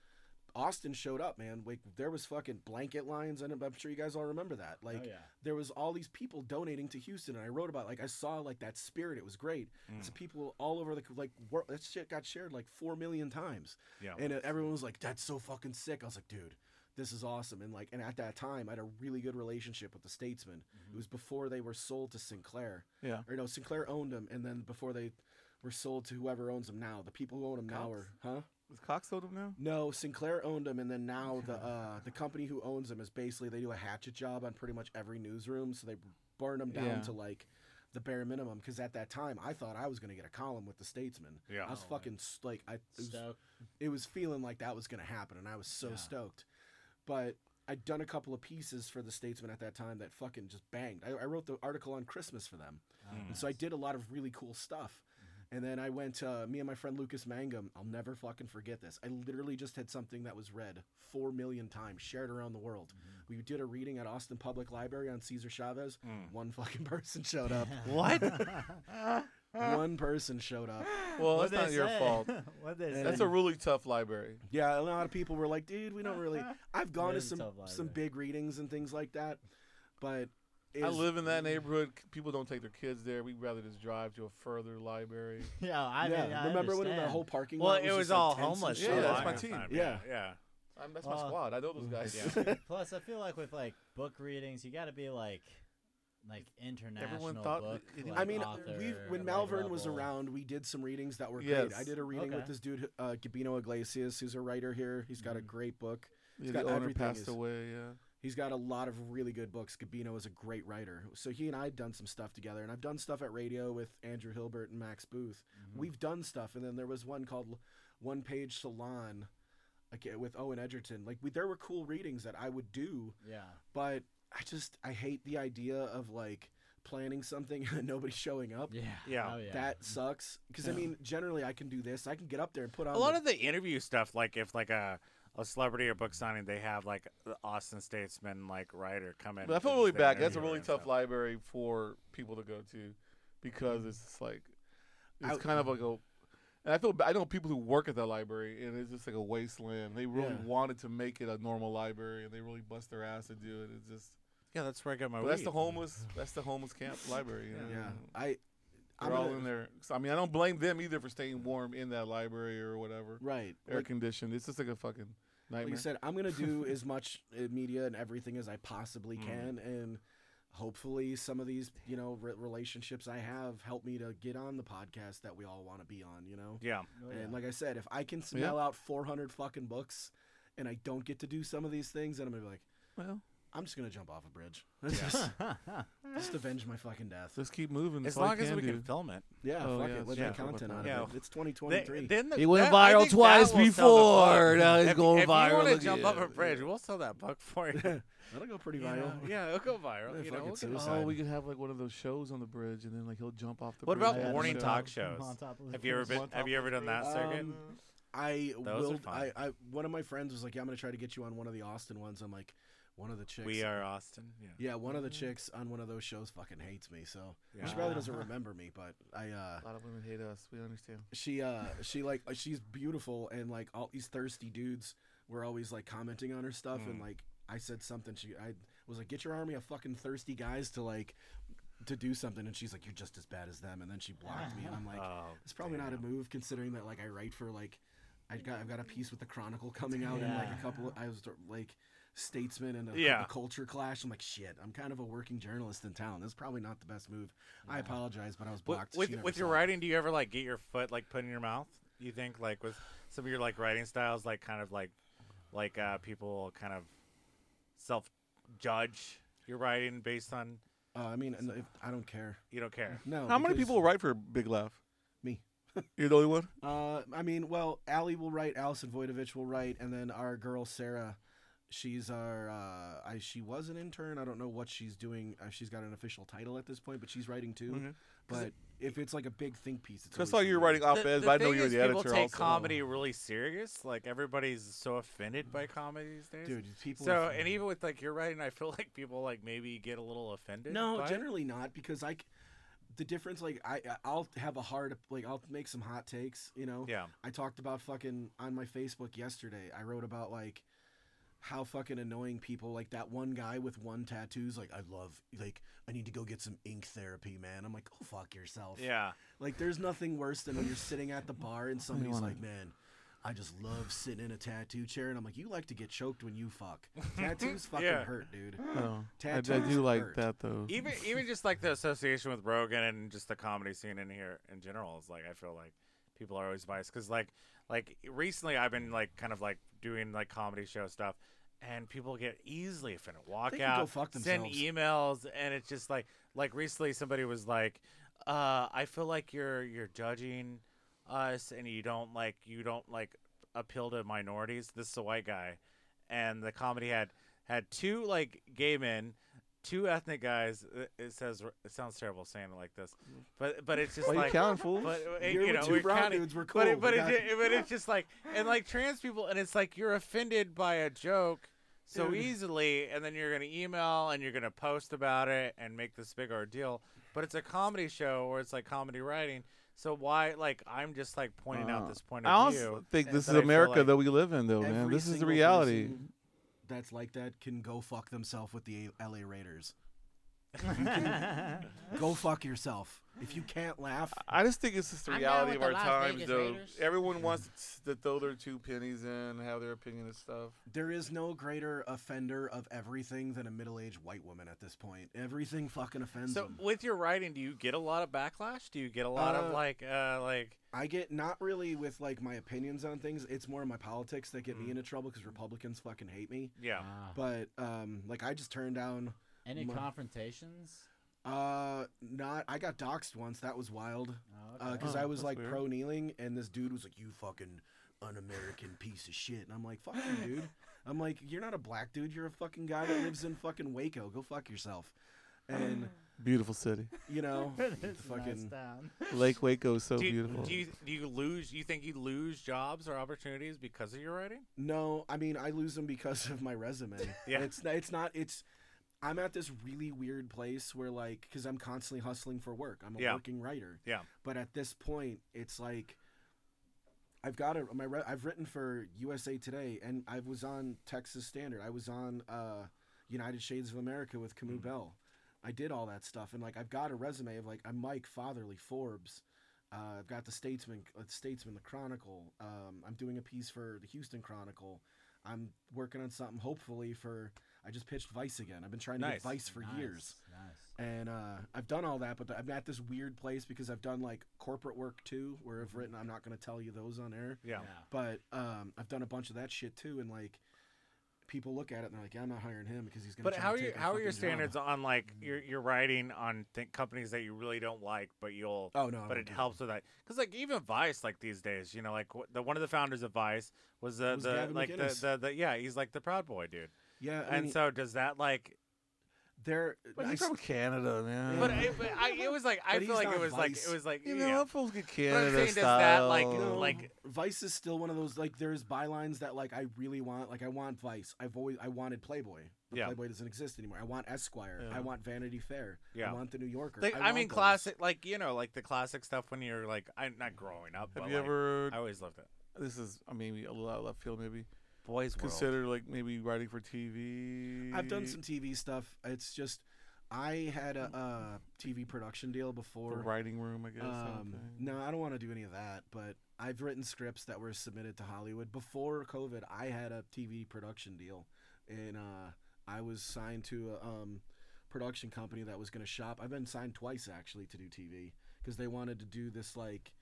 [SPEAKER 3] Austin showed up, man. Like there was fucking blanket lines, and I'm sure you guys all remember that. Like
[SPEAKER 4] oh yeah.
[SPEAKER 3] there was all these people donating to Houston, and I wrote about like I saw like that spirit. It was great.
[SPEAKER 1] Mm.
[SPEAKER 3] So people all over the like world, that shit got shared like four million times
[SPEAKER 1] Yeah.
[SPEAKER 3] and uh, everyone was like that's so fucking sick i was like dude this is awesome and like and at that time i had a really good relationship with the statesman it was before they were sold to sinclair
[SPEAKER 2] Yeah.
[SPEAKER 3] or no sinclair owned them and then before they were sold to whoever owns them now the people who own them now are
[SPEAKER 2] Cox?
[SPEAKER 3] huh
[SPEAKER 2] Is Cox sold him now?
[SPEAKER 3] no sinclair owned them and then now the uh the company who owns them is basically they do a hatchet job on pretty much every newsroom so they burn them down
[SPEAKER 2] Yeah.
[SPEAKER 3] to like the bare minimum because at that time i thought i was going to get a column with the statesman
[SPEAKER 1] yeah.
[SPEAKER 3] i was
[SPEAKER 4] Oh, wow.
[SPEAKER 3] fucking s like i it was
[SPEAKER 4] Stoked.
[SPEAKER 3] it was feeling like that was going to happen and i was so
[SPEAKER 4] Yeah.
[SPEAKER 3] stoked but i'd done a couple of pieces for the statesman at that time that fucking just banged i, I wrote the article on christmas for them
[SPEAKER 4] Oh,
[SPEAKER 1] Mm.
[SPEAKER 3] and so i did a lot of really cool stuff
[SPEAKER 1] Mm-hmm.
[SPEAKER 3] and then i went uh, me and my friend lucas mangum i'll never fucking forget this i literally just had something that was read four million times shared around the world we did a reading at austin public library on cesar chavez
[SPEAKER 1] Mm-hmm. Mm.
[SPEAKER 3] one fucking person showed up
[SPEAKER 1] What?
[SPEAKER 3] one person showed up
[SPEAKER 2] Well,
[SPEAKER 4] What'd
[SPEAKER 2] that's not
[SPEAKER 4] they
[SPEAKER 2] your
[SPEAKER 4] say?
[SPEAKER 2] fault.
[SPEAKER 4] What'd they
[SPEAKER 2] That's
[SPEAKER 4] say?
[SPEAKER 2] a really tough library.
[SPEAKER 3] Yeah, a lot of people were like, "Dude, we don't really." I've gone to
[SPEAKER 4] is
[SPEAKER 3] some
[SPEAKER 4] tough
[SPEAKER 3] some
[SPEAKER 4] library.
[SPEAKER 3] big readings and things like that, but it
[SPEAKER 2] I
[SPEAKER 3] was-
[SPEAKER 2] live in that neighborhood. C- People don't take their kids there. We'd rather just drive to a further library.
[SPEAKER 4] yeah, I
[SPEAKER 3] yeah,
[SPEAKER 4] mean, I
[SPEAKER 3] remember when the
[SPEAKER 4] understand.
[SPEAKER 3] whole parking
[SPEAKER 1] Well,
[SPEAKER 3] lot
[SPEAKER 1] it was
[SPEAKER 3] was, just, like,
[SPEAKER 1] all
[SPEAKER 3] tense and
[SPEAKER 1] homeless.
[SPEAKER 2] Yeah,
[SPEAKER 3] shit?
[SPEAKER 1] so
[SPEAKER 2] that's
[SPEAKER 1] I
[SPEAKER 2] my
[SPEAKER 1] understand.
[SPEAKER 2] team.
[SPEAKER 1] Yeah,
[SPEAKER 3] Yeah.
[SPEAKER 1] yeah.
[SPEAKER 2] I'm, that's my
[SPEAKER 4] Uh,
[SPEAKER 2] squad. I know those guys.
[SPEAKER 1] yeah.
[SPEAKER 4] Plus, I feel like with like book readings, you got to be like like international
[SPEAKER 2] thought
[SPEAKER 4] book.
[SPEAKER 2] that it-
[SPEAKER 4] like,
[SPEAKER 3] I mean,
[SPEAKER 4] author,
[SPEAKER 3] we when
[SPEAKER 4] like,
[SPEAKER 3] Malvern was
[SPEAKER 4] level.
[SPEAKER 3] around, we did some readings that were
[SPEAKER 2] Yes.
[SPEAKER 3] great. I did a reading with
[SPEAKER 4] Okay.
[SPEAKER 3] this dude, uh, Gabino Iglesias, who's a writer here. He's got a
[SPEAKER 4] Mhm.
[SPEAKER 3] great book.
[SPEAKER 2] Yeah,
[SPEAKER 3] got
[SPEAKER 2] the owner
[SPEAKER 3] everything
[SPEAKER 2] passed
[SPEAKER 3] is-
[SPEAKER 2] away. Yeah.
[SPEAKER 3] He's got a lot of really good books. Gabino is a great writer. So he and I had done some stuff together, and I've done stuff at radio with Andrew Hilbert and Max Booth.
[SPEAKER 4] Mhm.
[SPEAKER 3] we've done stuff and then there was one called one page salon like, uh, with owen edgerton like we, there were cool readings that i would do
[SPEAKER 4] yeah,
[SPEAKER 3] but i just i hate the idea of like planning something and nobody showing up
[SPEAKER 4] yeah,
[SPEAKER 1] Yeah.
[SPEAKER 4] oh, yeah.
[SPEAKER 3] that sucks because i
[SPEAKER 2] Yeah.
[SPEAKER 3] mean generally i can do this i can get up there and put on
[SPEAKER 1] A lot
[SPEAKER 2] Um,
[SPEAKER 3] the-
[SPEAKER 1] of the interview stuff, like if like a a celebrity or book signing, they have like the Austin Statesman like writer come in.
[SPEAKER 2] But I
[SPEAKER 1] and
[SPEAKER 2] feel
[SPEAKER 1] just
[SPEAKER 2] really
[SPEAKER 1] do
[SPEAKER 2] bad.
[SPEAKER 1] an
[SPEAKER 2] That's a
[SPEAKER 1] interview
[SPEAKER 2] really
[SPEAKER 1] and
[SPEAKER 2] tough
[SPEAKER 1] stuff.
[SPEAKER 2] library for people to go to because it's just like it's
[SPEAKER 3] Mm. I-
[SPEAKER 2] kind of like a. And I feel ba- I know people who work at that library, and it's just like a wasteland. They really
[SPEAKER 3] Yeah.
[SPEAKER 2] wanted to make it a normal library, and they really bust their ass to do it. It's just
[SPEAKER 1] Yeah, that's where I got my.
[SPEAKER 2] but that's the
[SPEAKER 1] weed.
[SPEAKER 2] homeless. That's the homeless camp library. You know?
[SPEAKER 3] yeah i
[SPEAKER 2] They're
[SPEAKER 3] i'm
[SPEAKER 2] all
[SPEAKER 3] gonna-
[SPEAKER 2] in there. So, I mean, I don't blame them either for staying warm in that library or whatever.
[SPEAKER 3] right
[SPEAKER 2] Air
[SPEAKER 3] like,
[SPEAKER 2] conditioned. It's just like a fucking nightmare.
[SPEAKER 3] like i said i'm gonna do as much uh, media and everything as i possibly
[SPEAKER 1] Mm.
[SPEAKER 3] can and hopefully some of these you know re- relationships i have help me to get on the podcast that we all want to be on you know
[SPEAKER 1] Yeah.
[SPEAKER 4] Oh, yeah.
[SPEAKER 3] And like I said, if I can smell out 400 fucking books and I don't get to do some of these things, then I'm going to be like,
[SPEAKER 2] well,
[SPEAKER 3] I'm just gonna jump off a bridge. just, just avenge my fucking death.
[SPEAKER 2] Let's keep moving. That's
[SPEAKER 1] as
[SPEAKER 2] all I
[SPEAKER 1] long as we
[SPEAKER 2] do.
[SPEAKER 1] can film it.
[SPEAKER 3] Yeah,
[SPEAKER 2] Oh,
[SPEAKER 3] fuck
[SPEAKER 2] yeah,
[SPEAKER 3] it. Let's
[SPEAKER 1] yeah.
[SPEAKER 3] make content out of
[SPEAKER 1] Yeah.
[SPEAKER 3] it. It's 2023.
[SPEAKER 1] They- then the-
[SPEAKER 2] He went
[SPEAKER 1] that- I
[SPEAKER 2] viral
[SPEAKER 1] think that
[SPEAKER 2] twice
[SPEAKER 1] will sell the
[SPEAKER 2] before.
[SPEAKER 1] book.
[SPEAKER 2] Now he's
[SPEAKER 1] if,
[SPEAKER 2] going
[SPEAKER 1] if
[SPEAKER 2] viral,
[SPEAKER 1] you want to
[SPEAKER 2] look
[SPEAKER 1] jump
[SPEAKER 2] at
[SPEAKER 1] up
[SPEAKER 2] it.
[SPEAKER 1] a bridge, we'll sell that book for you.
[SPEAKER 3] That'll go pretty
[SPEAKER 1] You know?
[SPEAKER 3] viral.
[SPEAKER 1] Yeah, it'll go viral.
[SPEAKER 3] Yeah,
[SPEAKER 1] You know,
[SPEAKER 3] fucking
[SPEAKER 1] we'll get-
[SPEAKER 3] suicide.
[SPEAKER 2] Oh, we could have like one of those shows on the bridge, and then like he'll jump off the.
[SPEAKER 1] What
[SPEAKER 2] bridge
[SPEAKER 1] about
[SPEAKER 2] at the
[SPEAKER 1] morning
[SPEAKER 2] show.
[SPEAKER 1] talk shows?
[SPEAKER 4] On top of the
[SPEAKER 1] Have you ever
[SPEAKER 4] bridge.
[SPEAKER 1] been? Have you ever done that circuit?
[SPEAKER 3] Um, I
[SPEAKER 1] Those are
[SPEAKER 3] will. I,
[SPEAKER 1] fun.
[SPEAKER 3] I one of my friends was like, "Yeah, I'm gonna try to get you on one of the Austin ones." I'm like, one of the chicks.
[SPEAKER 1] we are Austin. Yeah.
[SPEAKER 3] Yeah, one of the
[SPEAKER 1] Mm-hmm.
[SPEAKER 3] chicks on one of those shows fucking hates me. So
[SPEAKER 1] Yeah.
[SPEAKER 3] she probably doesn't remember me, but I uh,
[SPEAKER 2] A lot of women hate us. We understand.
[SPEAKER 3] she uh she like uh, she's beautiful and like all these thirsty dudes were always like commenting on her stuff and
[SPEAKER 1] Mm.
[SPEAKER 3] like I said something she I was like get your army of fucking thirsty guys to like to do something and she's like you're just as bad as them and then she blocked me and I'm like
[SPEAKER 1] oh,
[SPEAKER 3] it's probably not a
[SPEAKER 1] damn.
[SPEAKER 3] move considering that like I write for like I got I've got a piece with the Chronicle coming out and like a
[SPEAKER 4] Yeah.
[SPEAKER 3] couple I was like Statesman and a
[SPEAKER 1] Yeah.
[SPEAKER 3] couple culture clash. I'm like shit. I'm kind of a working journalist in town. That's probably not the best move. I apologize, but I was
[SPEAKER 1] With
[SPEAKER 3] blocked. She
[SPEAKER 1] with,
[SPEAKER 3] never
[SPEAKER 1] with your
[SPEAKER 3] saw it.
[SPEAKER 1] writing, do you ever like get your foot like put in your mouth? You think like with some of your like writing styles, like kind of like like uh, people kind of self judge your writing based on
[SPEAKER 3] Uh, I mean, and if, I don't care.
[SPEAKER 1] you don't care.
[SPEAKER 3] No.
[SPEAKER 2] How many
[SPEAKER 3] because-
[SPEAKER 2] people write for Big Laugh?
[SPEAKER 3] Me.
[SPEAKER 2] You're the only one.
[SPEAKER 3] Uh, I mean, well, Allie will write, Allison Voidovich will write, and then our girl Sarah, she's our, uh, I, she was an intern. I don't know what she's doing. Uh, she's got an official title at this point, but she's writing too.
[SPEAKER 2] Okay.
[SPEAKER 3] But if it's like a big think piece, it's
[SPEAKER 2] So I
[SPEAKER 3] always
[SPEAKER 2] saw you
[SPEAKER 3] something.
[SPEAKER 2] were writing op
[SPEAKER 1] The-
[SPEAKER 2] eds,
[SPEAKER 1] the
[SPEAKER 2] but I know
[SPEAKER 1] thing
[SPEAKER 2] you were
[SPEAKER 1] is
[SPEAKER 2] the editor
[SPEAKER 1] People take
[SPEAKER 2] also.
[SPEAKER 1] comedy really serious. Like everybody's so offended by comedy these days.
[SPEAKER 3] Dude, people. are
[SPEAKER 1] so
[SPEAKER 3] fucking-
[SPEAKER 1] and even with like your writing, I feel like people like maybe get a little offended.
[SPEAKER 3] No,
[SPEAKER 1] by it.
[SPEAKER 3] generally not because I, c- the difference like I I'll have a hard like I'll make some hot takes, you know.
[SPEAKER 1] Yeah.
[SPEAKER 3] I talked about fucking on my Facebook yesterday. I wrote about like how fucking annoying people like that one guy with one tattoo's like I love like I need to go get some ink therapy, man. I'm like, "Go fuck yourself."
[SPEAKER 1] Yeah.
[SPEAKER 3] Like there's nothing worse than when you're sitting at the bar and somebody's
[SPEAKER 2] wanna-
[SPEAKER 3] like, "Man, I just love sitting in a tattoo chair." And I'm like, "You like to get choked when you fuck. Tattoos fucking
[SPEAKER 1] Yeah.
[SPEAKER 3] hurt, dude."
[SPEAKER 2] No, I, I
[SPEAKER 3] Tattoos
[SPEAKER 2] do like
[SPEAKER 3] hurt.
[SPEAKER 2] that though.
[SPEAKER 1] even even just like the association with Rogan and just the comedy scene in here in general is like I feel like people are always biased because like like recently I've been like kind of like doing like comedy show stuff and people get easily offended, walk
[SPEAKER 3] They can
[SPEAKER 1] out,
[SPEAKER 3] go fuck
[SPEAKER 1] send
[SPEAKER 3] themselves.
[SPEAKER 1] emails, and it's just like like recently somebody was like, uh, I feel like you're you're judging us and you don't like you don't like appeal to minorities. This is a white guy, and the comedy had had two like gay men. Two ethnic guys. It- It says it sounds terrible saying it like this, but but it's just
[SPEAKER 2] Why you
[SPEAKER 1] like
[SPEAKER 2] counting fools?
[SPEAKER 1] but uh,
[SPEAKER 3] You're
[SPEAKER 1] you know
[SPEAKER 3] with two
[SPEAKER 1] we're
[SPEAKER 3] brown
[SPEAKER 1] counting,
[SPEAKER 3] dudes, we're
[SPEAKER 1] but
[SPEAKER 3] cool,
[SPEAKER 1] it, but,
[SPEAKER 3] we
[SPEAKER 1] it,
[SPEAKER 3] got
[SPEAKER 1] it- but it's just like and like trans people, and it's like you're offended by a joke so
[SPEAKER 3] Dude.
[SPEAKER 1] easily, and then you're gonna email and you're gonna post about it and make this big ordeal. But it's a comedy show or it's like comedy writing, so why like I'm just like pointing
[SPEAKER 2] Uh,
[SPEAKER 1] out this point
[SPEAKER 2] I
[SPEAKER 1] of
[SPEAKER 2] also
[SPEAKER 1] view.
[SPEAKER 2] think
[SPEAKER 1] and
[SPEAKER 2] this is
[SPEAKER 1] that I feel
[SPEAKER 2] America
[SPEAKER 1] like-
[SPEAKER 2] that we live in, though, Oh, man.
[SPEAKER 3] Every
[SPEAKER 2] This is the
[SPEAKER 3] single
[SPEAKER 2] reality.
[SPEAKER 3] person That's like that can go fuck themselves with the A- LA Raiders. Go fuck yourself. If you can't laugh,
[SPEAKER 2] I just think it's just the
[SPEAKER 4] I'm down
[SPEAKER 2] reality
[SPEAKER 4] with
[SPEAKER 2] of
[SPEAKER 4] the
[SPEAKER 2] our
[SPEAKER 4] Las
[SPEAKER 2] times,
[SPEAKER 4] Vegas
[SPEAKER 2] though.
[SPEAKER 4] Raiders.
[SPEAKER 2] Everyone wants to throw their two pennies in and have their opinion of stuff.
[SPEAKER 3] there is no greater offender of everything than a middle-aged white woman at this point. Everything fucking offends
[SPEAKER 1] So
[SPEAKER 3] them.
[SPEAKER 1] with your writing, do you get a lot of backlash? Do you get a lot
[SPEAKER 3] Uh,
[SPEAKER 1] of like uh like
[SPEAKER 3] I get not really with like my opinions on things. It's more my politics that get me into trouble because Republicans fucking hate me.
[SPEAKER 1] yeah.
[SPEAKER 4] Ah.
[SPEAKER 3] But um, like I just turned down.
[SPEAKER 4] Any
[SPEAKER 3] my-
[SPEAKER 4] confrontations?
[SPEAKER 3] Uh, not. I got doxxed once. That was wild.
[SPEAKER 4] Oh, okay.
[SPEAKER 3] because
[SPEAKER 2] Oh,
[SPEAKER 3] Uh, I was
[SPEAKER 2] that's
[SPEAKER 3] like
[SPEAKER 2] weird.
[SPEAKER 3] pro kneeling, and this dude was like, "You fucking un-American piece of shit," and I'm like, "Fuck you, dude." I'm like, "You're not a black dude. You're a fucking guy that lives in fucking Waco. Go fuck yourself." And
[SPEAKER 2] Beautiful city.
[SPEAKER 3] you know,
[SPEAKER 4] It's a nice
[SPEAKER 3] fucking-
[SPEAKER 4] town.
[SPEAKER 2] Lake Waco is so
[SPEAKER 1] do, you-
[SPEAKER 2] beautiful.
[SPEAKER 1] do you do you lose? You think you lose jobs or opportunities because of your writing?
[SPEAKER 3] no, I mean, I lose them because of my resume.
[SPEAKER 1] Yeah.
[SPEAKER 3] it's it's not it's. I'm at this really weird place where like, because I'm constantly hustling for work. I'm a
[SPEAKER 1] Yeah.
[SPEAKER 3] working writer.
[SPEAKER 1] Yeah.
[SPEAKER 3] But at this point, it's like I've got a my re- I've written for USA Today, and I was on Texas Standard. I was on uh, United Shades of America with
[SPEAKER 1] Mm.
[SPEAKER 3] Camus Bell. I did all that stuff, and like I've got a resume of like I'm Mike Fatherly Forbes. Uh, I've got the Statesman, uh, Statesman, the Chronicle. Um, I'm doing a piece for the Houston Chronicle. I'm working on something hopefully for. I just pitched Vice again. I've been trying to
[SPEAKER 1] Nice.
[SPEAKER 3] get Vice for
[SPEAKER 4] Nice,
[SPEAKER 3] years
[SPEAKER 4] Nice.
[SPEAKER 3] and uh, I've done all that, but I'm at this weird place because I've done like corporate work too, where
[SPEAKER 1] Mm-hmm.
[SPEAKER 3] I've written. I'm not going to tell you those on air,
[SPEAKER 1] Yeah.
[SPEAKER 4] Yeah.
[SPEAKER 3] but um, I've done a bunch of that shit too, and like people look at it and they're like, yeah, I'm not hiring him because he's going to.
[SPEAKER 1] But how are you, how are your standards on like your your writing on th- companies that you really don't like, but you'll
[SPEAKER 3] Oh no, I
[SPEAKER 1] but
[SPEAKER 3] won't
[SPEAKER 1] it
[SPEAKER 3] do
[SPEAKER 1] helps with that because like even vice like these days you know like wh- the one of the founders of vice was the,
[SPEAKER 3] Was
[SPEAKER 1] the
[SPEAKER 3] Gavin
[SPEAKER 1] like the,
[SPEAKER 3] McInnes.
[SPEAKER 1] the, the yeah he's like the proud boy dude
[SPEAKER 3] Yeah, I
[SPEAKER 1] and
[SPEAKER 3] mean,
[SPEAKER 1] so does that like
[SPEAKER 3] they're.
[SPEAKER 2] But
[SPEAKER 3] I
[SPEAKER 2] he's
[SPEAKER 3] s-
[SPEAKER 2] from Canada, man.
[SPEAKER 1] but, I, but I, it was like i
[SPEAKER 3] But
[SPEAKER 1] feel
[SPEAKER 3] he's
[SPEAKER 1] like
[SPEAKER 3] not
[SPEAKER 1] it was like
[SPEAKER 3] Vice.
[SPEAKER 1] it was like
[SPEAKER 2] you
[SPEAKER 1] yeah.
[SPEAKER 2] know, I'm supposed to get
[SPEAKER 1] I'm
[SPEAKER 2] Canada
[SPEAKER 1] saying, does that,
[SPEAKER 2] style.
[SPEAKER 1] like,
[SPEAKER 3] No,
[SPEAKER 1] like-
[SPEAKER 3] Vice is still one of those like there's bylines that like I really want like I want Vice. I've always I wanted Playboy. But
[SPEAKER 1] Yeah.
[SPEAKER 3] Playboy doesn't exist anymore. I want Esquire.
[SPEAKER 2] Yeah.
[SPEAKER 3] I want Vanity Fair.
[SPEAKER 1] Yeah.
[SPEAKER 3] I want the New Yorker.
[SPEAKER 1] Like, I,
[SPEAKER 3] want
[SPEAKER 1] mean
[SPEAKER 3] those.
[SPEAKER 1] classic like you know like the classic stuff when you're like i'm not growing up
[SPEAKER 2] have
[SPEAKER 1] but,
[SPEAKER 2] you
[SPEAKER 1] like,
[SPEAKER 2] ever?
[SPEAKER 1] i always loved it
[SPEAKER 2] this is, I mean, a little out of left field, maybe.
[SPEAKER 1] boys
[SPEAKER 2] Consider like maybe writing for TV.
[SPEAKER 3] I've done some TV stuff. It's just I had a, uh TV production deal
[SPEAKER 2] The
[SPEAKER 3] before.
[SPEAKER 2] writing room, I guess.
[SPEAKER 3] Um, no, I don't want to do any of that. But I've written scripts that were submitted to Hollywood before COVID. I had a TV production deal, and uh, I was signed to a um, production company that was going to shop. I've been signed twice actually to do TV because they wanted to do this like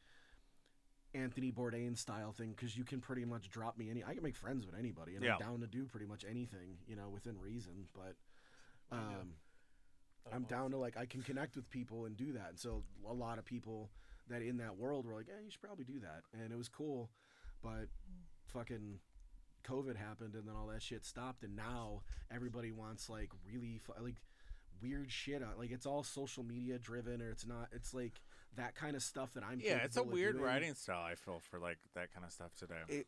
[SPEAKER 3] Anthony Bourdain style thing. Because you can pretty much drop me any. I can make friends with anybody, and
[SPEAKER 1] Yeah.
[SPEAKER 3] I'm down to do pretty much anything, you know, within reason. But
[SPEAKER 2] What do you do?
[SPEAKER 3] um, I'm down to like I can connect with people and do that. And so a lot of people that in that world were like, "Yeah, you should probably do that." And it was cool, but fucking COVID happened and then all that shit stopped and now everybody wants like really fu- like weird shit on like it's all social media driven or it's not it's like that kind of stuff that I'm
[SPEAKER 1] yeah it's a
[SPEAKER 3] capable of
[SPEAKER 1] weird
[SPEAKER 3] doing.
[SPEAKER 1] writing style i feel for like that kind of stuff today
[SPEAKER 3] It,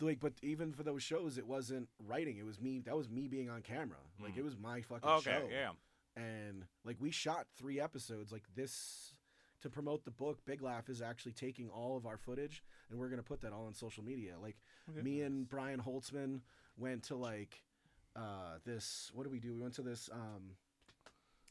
[SPEAKER 3] like but even for those shows it wasn't writing it was me that was me being on camera like
[SPEAKER 1] Mm.
[SPEAKER 3] it was my fucking
[SPEAKER 1] okay
[SPEAKER 3] show
[SPEAKER 1] yeah
[SPEAKER 3] and like we shot three episodes like this to promote the book big laugh is actually taking all of our footage and we're going to put that all on social media like me and brian holtzman went to like uh this what do we do we went to this um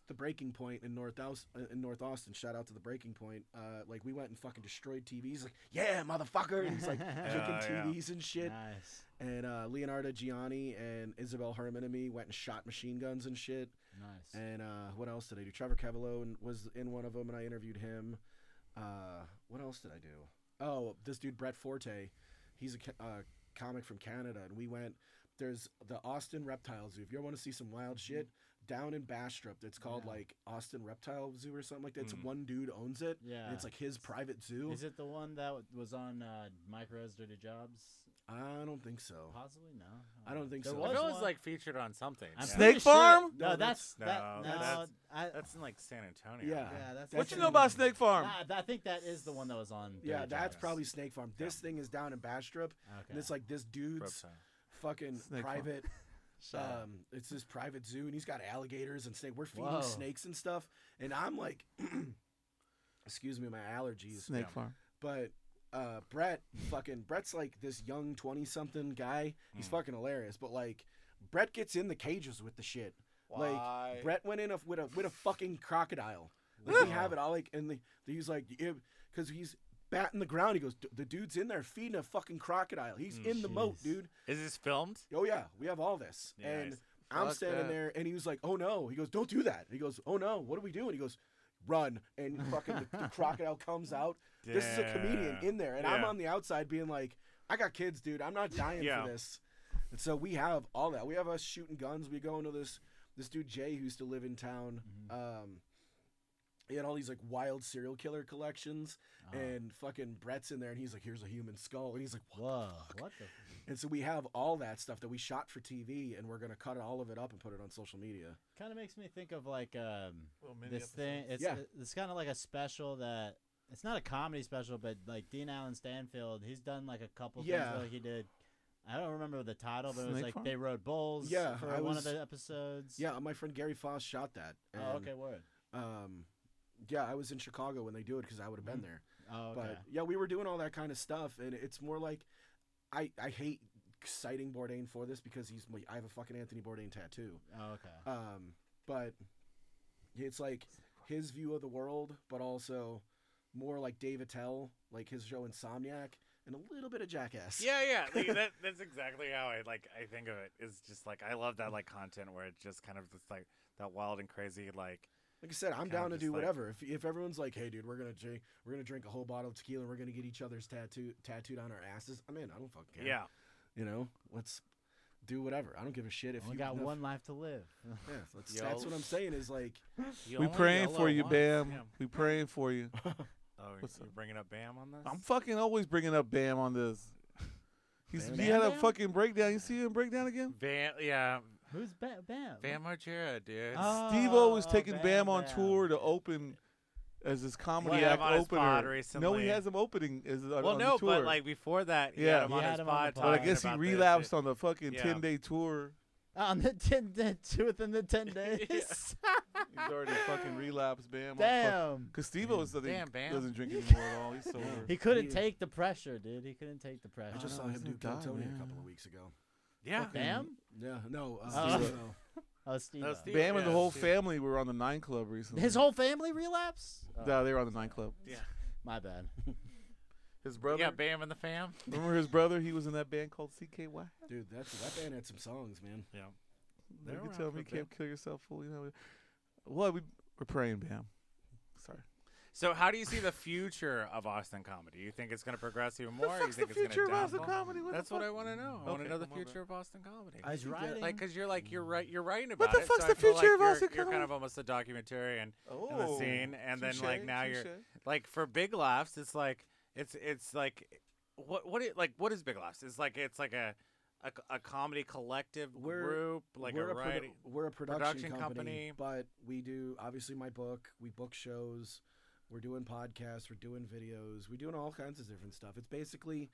[SPEAKER 3] the breaking point in north Aus- uh, in north austin shout out to the breaking point uh like we went and fucking destroyed tvs like yeah motherfucker and he's like
[SPEAKER 1] Yeah,
[SPEAKER 3] kicking
[SPEAKER 1] yeah.
[SPEAKER 3] tvs and shit
[SPEAKER 4] Nice.
[SPEAKER 3] and uh leonardo gianni and isabel herman and me went and shot machine guns and shit
[SPEAKER 4] Nice.
[SPEAKER 3] and uh, what else did I do? Trevor Cavalo and was in one of them, and I interviewed him. Uh, what else did I do? Oh, this dude Brett Forte, he's a ca- uh, comic from Canada, and we went. There's the Austin Reptile Zoo. If you want to see some wild shit, down in Bastrop, it's called
[SPEAKER 4] Mm-hmm. Yeah. Mm.
[SPEAKER 3] like Austin Reptile Zoo or something like that. It's
[SPEAKER 1] Mhm.
[SPEAKER 3] one dude owns it.
[SPEAKER 4] yeah.
[SPEAKER 3] And it's like his private zoo.
[SPEAKER 4] Is it the one that w- was on uh, Micros Dirty Jobs?
[SPEAKER 3] I don't think so.
[SPEAKER 4] Possibly no.
[SPEAKER 3] I don't think
[SPEAKER 4] there
[SPEAKER 3] so.
[SPEAKER 1] I
[SPEAKER 4] Was
[SPEAKER 1] feel it
[SPEAKER 4] one-
[SPEAKER 1] was like featured on something
[SPEAKER 4] I'm
[SPEAKER 1] yeah.
[SPEAKER 2] Snake
[SPEAKER 4] pretty sure-
[SPEAKER 2] Farm?
[SPEAKER 4] No,
[SPEAKER 3] No,
[SPEAKER 4] that's,
[SPEAKER 1] that's-
[SPEAKER 4] that.
[SPEAKER 1] no,
[SPEAKER 4] No,
[SPEAKER 1] that's-
[SPEAKER 4] I,
[SPEAKER 1] That's in like San Antonio.
[SPEAKER 3] Yeah.
[SPEAKER 4] yeah, that's.
[SPEAKER 2] What
[SPEAKER 3] What
[SPEAKER 2] you
[SPEAKER 3] you
[SPEAKER 2] know about Snake Farm?
[SPEAKER 4] Nah, I think that is the one that was on.
[SPEAKER 3] Yeah,
[SPEAKER 4] Dirty
[SPEAKER 3] that's
[SPEAKER 4] Jobs.
[SPEAKER 3] probably Snake Farm. This thing is down in Bastrop,
[SPEAKER 4] Okay.
[SPEAKER 3] and it's like this dude's
[SPEAKER 1] Brookside.
[SPEAKER 3] fucking
[SPEAKER 2] Snake Farm.
[SPEAKER 3] private
[SPEAKER 4] Shut up.
[SPEAKER 3] Um, it's this private zoo, and he's got alligators and snake. We're feeding
[SPEAKER 4] Whoa.
[SPEAKER 3] snakes and stuff, and I'm like, excuse me, my allergies.
[SPEAKER 2] Snake
[SPEAKER 1] Yeah.
[SPEAKER 2] Farm.
[SPEAKER 3] But uh, Brett, fucking Brett's like this young twenty something guy. He's
[SPEAKER 1] Mm.
[SPEAKER 2] Hmm.
[SPEAKER 3] fucking hilarious, but like, Brett gets in the cages with the shit.
[SPEAKER 2] Why?
[SPEAKER 3] Like Brett went in a, with a with a fucking crocodile. Like, we
[SPEAKER 1] Wow.
[SPEAKER 3] have it all like, and the, he's like, because he's batting the ground. He goes, "D- the dude's in there feeding a fucking crocodile. He's
[SPEAKER 2] Hmm,
[SPEAKER 1] Mm.
[SPEAKER 3] in the moat,
[SPEAKER 4] Jeez.
[SPEAKER 3] dude.
[SPEAKER 1] Is this filmed?
[SPEAKER 3] Oh yeah, we have all this.
[SPEAKER 1] Yeah,
[SPEAKER 3] and
[SPEAKER 1] nice.
[SPEAKER 3] I'm
[SPEAKER 1] Fuck
[SPEAKER 3] standing
[SPEAKER 1] that.
[SPEAKER 3] there, and he was like, "Oh no!" He goes, "Don't do that." He goes, "Oh no! What do we do?" And he goes, "Run!" And fucking the, the crocodile comes out. This is a comedian
[SPEAKER 1] Damn.
[SPEAKER 3] in there, and I'm
[SPEAKER 1] Yeah.
[SPEAKER 3] on the outside being like, "I got kids, dude. I'm not dying
[SPEAKER 1] Yeah.
[SPEAKER 3] for this." And so we have all that. We have us shooting guns. We go into this this dude Jay who used to live in town.
[SPEAKER 4] Mhm.
[SPEAKER 3] Um, he had all these like wild serial killer collections,
[SPEAKER 1] Uh-huh.
[SPEAKER 4] Oh.
[SPEAKER 3] and fucking Brett's in there, and he's like, "Here's a human skull," and he's like, "What?"
[SPEAKER 4] Whoa!
[SPEAKER 3] fuck?
[SPEAKER 4] What the?
[SPEAKER 3] And so we have all that stuff that we shot for TV, and we're gonna cut all of it up and put it on social media.
[SPEAKER 4] Kind of makes me think of like um,
[SPEAKER 2] Little mini
[SPEAKER 4] this thing. It's
[SPEAKER 3] Yeah.
[SPEAKER 4] it- it's kind of like a special that it's not a comedy special, but like Dean Allen Stanfield, he's done like a couple
[SPEAKER 3] Yeah.
[SPEAKER 4] things. Like he did, I don't remember the title, but it was
[SPEAKER 2] Snake
[SPEAKER 4] like
[SPEAKER 2] Farm?
[SPEAKER 4] they rode bulls.
[SPEAKER 3] Yeah,
[SPEAKER 4] for
[SPEAKER 3] I
[SPEAKER 4] one of
[SPEAKER 3] was-
[SPEAKER 4] the episodes.
[SPEAKER 3] Yeah, my friend Gary Foss shot that. And,
[SPEAKER 4] Oh, okay, word.
[SPEAKER 3] Um, yeah, I was in Chicago when they do it because I would have been there.
[SPEAKER 4] Oh, okay.
[SPEAKER 3] But yeah, we were doing all that kind of stuff, and it's more like, I I hate citing Bourdain for this because he's my, I have a fucking Anthony Bourdain tattoo.
[SPEAKER 4] oh, okay.
[SPEAKER 3] Um, but it's like his view of the world, but also more like Dave Attell, like his show Insomniac, and a little bit of Jackass.
[SPEAKER 1] Yeah, yeah. like, that, that's exactly how I like. I think of it. It's just like I love that like content where it's just kind of just like that wild and crazy. Like
[SPEAKER 3] Like I said, I'm
[SPEAKER 1] Kinda
[SPEAKER 3] down to
[SPEAKER 1] just
[SPEAKER 3] do
[SPEAKER 1] like-
[SPEAKER 3] whatever. If, if everyone's like, "Hey, dude, we're gonna drink, we're gonna drink a whole bottle of tequila, and we're gonna get each other's tattoo tattooed on our asses," I'm in. I don't fucking care.
[SPEAKER 1] yeah,
[SPEAKER 3] you know, let's do whatever. I don't give a shit if
[SPEAKER 4] Only
[SPEAKER 3] you
[SPEAKER 4] got
[SPEAKER 3] no-
[SPEAKER 4] one life to live.
[SPEAKER 3] Yeah, that's,
[SPEAKER 1] Yo.
[SPEAKER 3] that's what I'm saying. Is like,
[SPEAKER 1] You
[SPEAKER 2] We
[SPEAKER 1] only
[SPEAKER 2] praying
[SPEAKER 1] yell
[SPEAKER 2] for
[SPEAKER 1] at
[SPEAKER 2] you,
[SPEAKER 1] once.
[SPEAKER 2] Bam.
[SPEAKER 1] Damn.
[SPEAKER 2] We praying for you.
[SPEAKER 1] Oh, you're-
[SPEAKER 2] What's
[SPEAKER 1] you're
[SPEAKER 2] up?
[SPEAKER 1] bringing up Bam on this?
[SPEAKER 2] I'm fucking always bringing up Bam on this. He's,
[SPEAKER 3] Bam
[SPEAKER 2] he had a
[SPEAKER 4] Bam?
[SPEAKER 2] fucking breakdown. You see him breakdown again?
[SPEAKER 1] Bam, yeah,
[SPEAKER 4] Who's ba- Bam?
[SPEAKER 1] Bam Margera, dude.
[SPEAKER 4] Oh,
[SPEAKER 2] Steve O was
[SPEAKER 4] oh,
[SPEAKER 2] taking Bam,
[SPEAKER 4] Bam
[SPEAKER 2] on
[SPEAKER 4] Bam.
[SPEAKER 2] tour to open as his comedy
[SPEAKER 1] had him
[SPEAKER 2] act
[SPEAKER 1] on his
[SPEAKER 2] opener.
[SPEAKER 1] pod
[SPEAKER 2] No,
[SPEAKER 1] recently.
[SPEAKER 2] he has him opening as uh, on,
[SPEAKER 1] well,
[SPEAKER 2] on
[SPEAKER 1] no,
[SPEAKER 2] the tour.
[SPEAKER 1] but like before that, he
[SPEAKER 2] Yeah.
[SPEAKER 1] had him
[SPEAKER 2] He
[SPEAKER 1] on
[SPEAKER 4] had
[SPEAKER 1] his
[SPEAKER 4] him on
[SPEAKER 1] pod.
[SPEAKER 4] the
[SPEAKER 2] but I
[SPEAKER 4] pod.
[SPEAKER 1] talking
[SPEAKER 2] guess he
[SPEAKER 1] about this
[SPEAKER 2] relapsed
[SPEAKER 1] shit.
[SPEAKER 2] on the fucking
[SPEAKER 1] Yeah.
[SPEAKER 2] ten day tour.
[SPEAKER 4] On the ten day, two within the ten days.
[SPEAKER 2] He's already fucking relapsed, Bam.
[SPEAKER 4] Damn.
[SPEAKER 2] Because Steve O doesn't,
[SPEAKER 1] Damn, Bam.
[SPEAKER 2] doesn't drink anymore at all. He's sober.
[SPEAKER 4] He couldn't
[SPEAKER 3] He-
[SPEAKER 4] take the pressure, dude. He couldn't take the pressure.
[SPEAKER 3] I just
[SPEAKER 2] no,
[SPEAKER 3] saw him
[SPEAKER 2] he's
[SPEAKER 3] do
[SPEAKER 2] gonna
[SPEAKER 3] Kill
[SPEAKER 2] die,
[SPEAKER 3] Tony
[SPEAKER 2] man.
[SPEAKER 3] a couple of weeks ago.
[SPEAKER 1] Yeah,
[SPEAKER 4] Bam?
[SPEAKER 3] Yeah, no, uh,
[SPEAKER 4] Oh.
[SPEAKER 3] Steve O.
[SPEAKER 4] Oh, Steve.
[SPEAKER 1] That's Steve-
[SPEAKER 2] Bam and the
[SPEAKER 1] Yeah,
[SPEAKER 2] whole
[SPEAKER 1] Steve-
[SPEAKER 2] family were on the Nine Club recently.
[SPEAKER 4] His whole family relapse? Oh,
[SPEAKER 2] No, they were on the Nine Club.
[SPEAKER 1] yeah,
[SPEAKER 4] My bad.
[SPEAKER 2] His
[SPEAKER 1] yeah.
[SPEAKER 2] brother.
[SPEAKER 1] Bam and the fam.
[SPEAKER 2] Remember his brother? He was in that band called CKY.
[SPEAKER 3] dude, that's that band had some songs, man.
[SPEAKER 1] Yeah,
[SPEAKER 2] You
[SPEAKER 1] They're
[SPEAKER 2] can
[SPEAKER 1] around
[SPEAKER 2] tell
[SPEAKER 1] for
[SPEAKER 2] me
[SPEAKER 1] a
[SPEAKER 2] you
[SPEAKER 1] bit.
[SPEAKER 2] can't kill yourself fully. You know. Well, we, we're praying, Bam. Sorry.
[SPEAKER 1] So, how do you see the future of Austin comedy? You think it's going to progress even more?
[SPEAKER 2] the
[SPEAKER 1] you
[SPEAKER 2] fuck's the
[SPEAKER 1] think it's
[SPEAKER 2] future
[SPEAKER 1] going
[SPEAKER 2] of
[SPEAKER 1] to
[SPEAKER 2] Austin comedy? What
[SPEAKER 1] That's
[SPEAKER 2] the
[SPEAKER 1] what
[SPEAKER 2] fuck?
[SPEAKER 1] I want to know. I want
[SPEAKER 2] Okay,
[SPEAKER 1] to know the
[SPEAKER 2] come on,
[SPEAKER 1] future of Austin comedy.
[SPEAKER 3] I
[SPEAKER 4] He's
[SPEAKER 3] think that-
[SPEAKER 4] riding.
[SPEAKER 1] like, cause you're like you're right, you're writing about
[SPEAKER 2] the
[SPEAKER 1] it.
[SPEAKER 2] fuck's
[SPEAKER 1] so I
[SPEAKER 2] the
[SPEAKER 1] feel
[SPEAKER 2] future
[SPEAKER 1] like
[SPEAKER 2] of
[SPEAKER 1] you're,
[SPEAKER 2] Austin
[SPEAKER 1] You're kind
[SPEAKER 2] comedy?
[SPEAKER 1] of almost a documentarian
[SPEAKER 2] Oh,
[SPEAKER 1] in the scene, and then like
[SPEAKER 2] touche,
[SPEAKER 1] now you're
[SPEAKER 2] touche.
[SPEAKER 1] like for big laughs it's like it's it's like what what it like what is big laughs it's like it's like a a, c- a comedy collective
[SPEAKER 3] We're-
[SPEAKER 1] group like
[SPEAKER 3] we're
[SPEAKER 1] a
[SPEAKER 3] produ-
[SPEAKER 1] writing
[SPEAKER 3] we're a production,
[SPEAKER 1] production company.
[SPEAKER 3] company, but we do obviously my book. We book shows. We're doing podcasts. We're doing videos. We're doing all kinds of different stuff. It's basically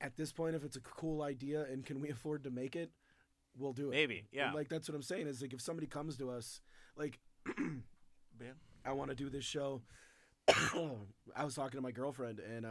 [SPEAKER 3] at this point, if it's a cool idea and can we afford to make it, we'll do it.
[SPEAKER 1] maybe
[SPEAKER 3] And,
[SPEAKER 1] yeah
[SPEAKER 3] like that's what I'm saying is like if somebody comes to us, like
[SPEAKER 2] Bam.
[SPEAKER 3] I want to do this show. I was talking to my girlfriend and uh,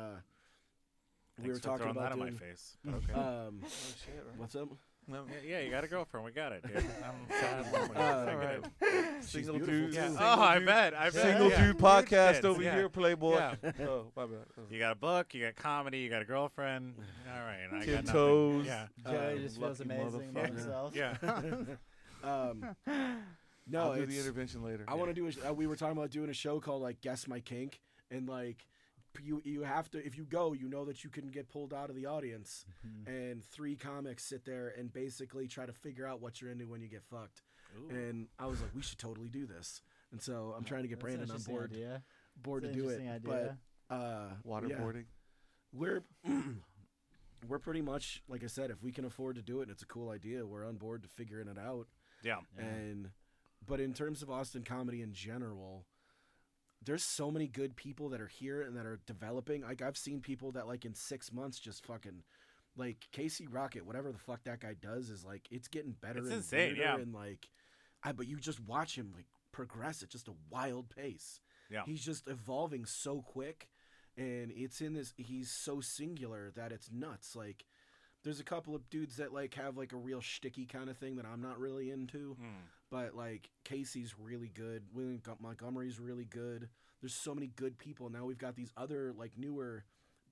[SPEAKER 3] we were
[SPEAKER 1] Thanks for
[SPEAKER 3] talking
[SPEAKER 1] throwing
[SPEAKER 3] about
[SPEAKER 1] that
[SPEAKER 3] doing,
[SPEAKER 1] on my face but okay
[SPEAKER 3] um,
[SPEAKER 2] Oh, shit. right.
[SPEAKER 3] what's up?
[SPEAKER 2] No.
[SPEAKER 1] yeah, yeah, you got a girlfriend. We got it, dude. I'm sad. I'm thinking
[SPEAKER 3] Uh,
[SPEAKER 2] all
[SPEAKER 1] of-
[SPEAKER 2] right. Single
[SPEAKER 3] beautiful,
[SPEAKER 2] dude.
[SPEAKER 3] too.
[SPEAKER 1] Yeah.
[SPEAKER 2] Single
[SPEAKER 1] Oh, I
[SPEAKER 2] dude-
[SPEAKER 1] bet. I bet.
[SPEAKER 2] Single
[SPEAKER 1] yeah.
[SPEAKER 2] dude podcast
[SPEAKER 1] kids,
[SPEAKER 2] over
[SPEAKER 1] yeah.
[SPEAKER 2] here, Playboy.
[SPEAKER 1] Yeah.
[SPEAKER 2] Oh, my bad. Oh.
[SPEAKER 1] You got a book. You got comedy. You got a girlfriend. All right. and I got
[SPEAKER 2] Ten
[SPEAKER 1] nothing.
[SPEAKER 2] toes.
[SPEAKER 1] Yeah.
[SPEAKER 4] Joey
[SPEAKER 2] Um,
[SPEAKER 4] just feels
[SPEAKER 2] lucky
[SPEAKER 4] amazing about
[SPEAKER 2] motherfucker.
[SPEAKER 4] himself.
[SPEAKER 1] Yeah.
[SPEAKER 3] Um, no,
[SPEAKER 2] I'll do the
[SPEAKER 3] it's-
[SPEAKER 2] intervention later.
[SPEAKER 3] I want to do. A, sh- uh, we were talking about doing a show called like Guess My Kink, and like p- you you have to if you go, you know that you can get pulled out of the audience,
[SPEAKER 4] Mm-hmm.
[SPEAKER 3] and three comics sit there and basically try to figure out what you're into when you get fucked. And I was like, we should totally do this. And so I'm trying to get
[SPEAKER 4] That's an
[SPEAKER 3] Brandon on
[SPEAKER 4] interesting
[SPEAKER 3] board
[SPEAKER 4] Idea.
[SPEAKER 3] board to
[SPEAKER 4] That's an
[SPEAKER 3] do it.
[SPEAKER 4] interesting
[SPEAKER 3] But
[SPEAKER 4] idea.
[SPEAKER 3] uh, yeah.
[SPEAKER 2] waterboarding.
[SPEAKER 3] We're we're pretty much like I said, if we can afford to do it and it's a cool idea, we're on board to figuring it out
[SPEAKER 1] Yeah.
[SPEAKER 4] Yeah.
[SPEAKER 3] and but in terms of austin comedy in general there's so many good people that are here and that are developing like i've seen people that like in six months just fucking like casey rocket whatever the fuck that guy does is like it's getting better
[SPEAKER 1] It's
[SPEAKER 3] and
[SPEAKER 1] insane,
[SPEAKER 3] weirder
[SPEAKER 1] yeah.
[SPEAKER 3] and like i but you just watch him like progress at just a wild pace
[SPEAKER 1] Yeah.
[SPEAKER 3] he's just evolving so quick and it's in this he's so singular that it's nuts like there's a couple of dudes that like have like a real shticky kind of thing that I'm not really into
[SPEAKER 1] Mm.
[SPEAKER 3] but like Casey's really good. William Gu- Montgomery's really good. There's so many good people. Now we've got these other like newer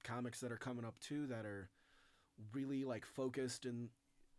[SPEAKER 3] comics that are coming up too that are really like focused and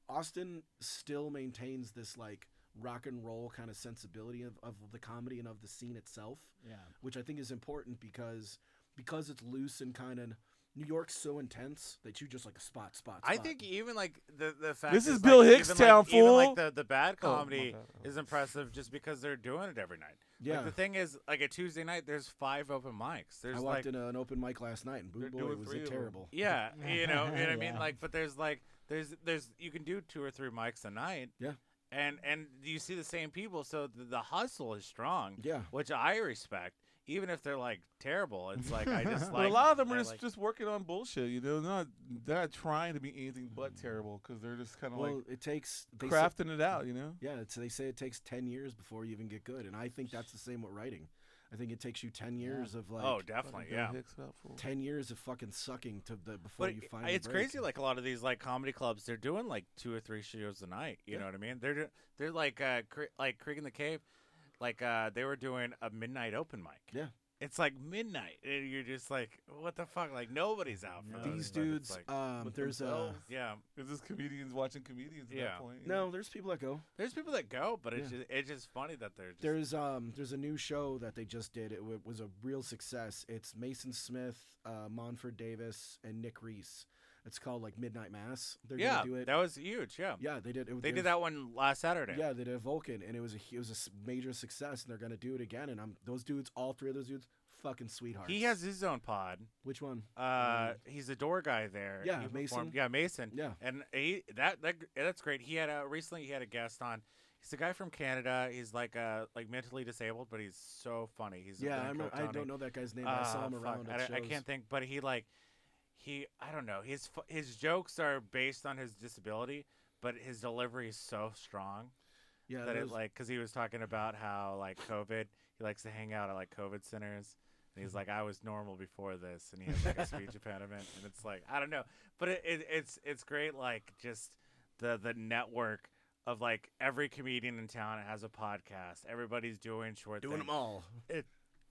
[SPEAKER 3] Austin still maintains this like rock and roll kind of sensibility of, of the comedy and of the scene itself,
[SPEAKER 4] yeah.
[SPEAKER 3] which I think is important because because it's loose and kind of New York's so intense that you just like a spot spot.
[SPEAKER 1] I
[SPEAKER 3] spot.
[SPEAKER 1] think even like the the fact
[SPEAKER 2] This is
[SPEAKER 1] like,
[SPEAKER 2] Bill
[SPEAKER 1] even,
[SPEAKER 2] Hicks
[SPEAKER 1] like-
[SPEAKER 2] town,
[SPEAKER 1] Even like
[SPEAKER 2] fool.
[SPEAKER 1] the, the bad
[SPEAKER 2] Oh, my
[SPEAKER 1] comedy
[SPEAKER 2] God.
[SPEAKER 1] is impressive just because they're doing it every night.
[SPEAKER 3] yeah.
[SPEAKER 1] Like the thing is, like a Tuesday night, there's five open mics. There's
[SPEAKER 3] I
[SPEAKER 1] like
[SPEAKER 3] walked in an open mic last night and boo
[SPEAKER 2] They're
[SPEAKER 3] boy
[SPEAKER 2] doing
[SPEAKER 3] was
[SPEAKER 2] three
[SPEAKER 3] it
[SPEAKER 2] of 'em.
[SPEAKER 3] terrible.
[SPEAKER 1] yeah, you know, you know what I mean.
[SPEAKER 4] Yeah.
[SPEAKER 1] Like, but there's like there's there's you can do two or three mics a night.
[SPEAKER 3] Yeah.
[SPEAKER 1] And and you see the same people, so the, the hustle is strong,
[SPEAKER 3] Yeah.
[SPEAKER 1] which I respect. Even if they're like terrible, it's like I just like
[SPEAKER 2] but a lot of them are
[SPEAKER 1] I
[SPEAKER 2] just,
[SPEAKER 1] like-
[SPEAKER 2] just working on bullshit. You know, they're not they're not trying to be anything but terrible because they're just kind of
[SPEAKER 3] Well,
[SPEAKER 2] like
[SPEAKER 3] it takes they say-
[SPEAKER 2] crafting it out. You know,
[SPEAKER 3] yeah, it's, they say it takes ten years before you even get good, and I think that's the same with writing. I think it takes you ten years of like
[SPEAKER 1] oh definitely
[SPEAKER 2] Fucking Bill
[SPEAKER 1] yeah.
[SPEAKER 2] Hicks up, fool.
[SPEAKER 3] ten years of fucking sucking to the before
[SPEAKER 1] But
[SPEAKER 3] you
[SPEAKER 1] it-
[SPEAKER 3] find.
[SPEAKER 1] it's crazy. Like a lot of these like comedy clubs, they're doing like two or three shows a night. You know what I mean? They're do- they're like uh, cre- like Creek in the Cave, like uh, they were doing a midnight open mic.
[SPEAKER 3] Yeah.
[SPEAKER 1] it's like midnight, and you're just like, what the fuck? Like nobody's out. For
[SPEAKER 2] No,
[SPEAKER 1] this,
[SPEAKER 3] these
[SPEAKER 1] but it's
[SPEAKER 3] dudes.
[SPEAKER 1] like-
[SPEAKER 3] um,
[SPEAKER 2] With
[SPEAKER 3] there's a
[SPEAKER 2] themselves.
[SPEAKER 1] yeah,
[SPEAKER 2] It's just comedians watching comedians at
[SPEAKER 1] Yeah.
[SPEAKER 2] that point. you know?
[SPEAKER 3] no, there's people that go.
[SPEAKER 1] there's people that go, but it's just it's just funny that they're just
[SPEAKER 3] There's um, there's a new show that they just did. It w- was a real success. It's Mason Smith, uh, Monford Davis, and Nick Reese. It's called like Midnight Mass. They're
[SPEAKER 1] yeah,
[SPEAKER 3] gonna do it.
[SPEAKER 1] that was huge. Yeah,
[SPEAKER 3] yeah, they did. It,
[SPEAKER 1] they
[SPEAKER 3] it
[SPEAKER 1] did
[SPEAKER 3] was-
[SPEAKER 1] that one last Saturday.
[SPEAKER 3] Yeah, they did Vulcan, and it was a hu- it was a s- major success, and they're gonna do it again. And I'm those dudes, all three of those dudes, fucking sweethearts.
[SPEAKER 1] he has his own pod.
[SPEAKER 3] which one?
[SPEAKER 1] Uh,
[SPEAKER 3] Um,
[SPEAKER 1] he's a door guy there.
[SPEAKER 3] yeah,
[SPEAKER 1] He
[SPEAKER 3] Mason.
[SPEAKER 1] performed- Yeah, Mason.
[SPEAKER 3] Yeah,
[SPEAKER 1] And he that that that's great. He had a recently he had a guest on. He's a guy from Canada. He's like uh like mentally disabled, but he's so funny. He's
[SPEAKER 3] yeah.
[SPEAKER 1] A
[SPEAKER 3] I,
[SPEAKER 1] thing
[SPEAKER 3] remember,
[SPEAKER 1] called
[SPEAKER 3] I
[SPEAKER 1] Tony.
[SPEAKER 3] don't know that guy's name. but I saw
[SPEAKER 1] Ah,
[SPEAKER 3] him
[SPEAKER 1] fuck.
[SPEAKER 3] around.
[SPEAKER 1] I,
[SPEAKER 3] At shows.
[SPEAKER 1] don't- I can't think, but he like he I don't know. His fu- his jokes are based on his disability, but his delivery is so strong
[SPEAKER 3] Yeah,
[SPEAKER 1] that
[SPEAKER 3] those-
[SPEAKER 1] it like because he was talking about how like COVID, he likes to hang out at like COVID centers. And he's like,
[SPEAKER 3] Mm-hmm.
[SPEAKER 1] I was normal before this, and he has like a speech impediment, and it's like, I don't know, but it, it, it's it's great, like just the the network of like every comedian in town has a podcast. Everybody's doing short
[SPEAKER 3] doing
[SPEAKER 1] things.
[SPEAKER 3] them all.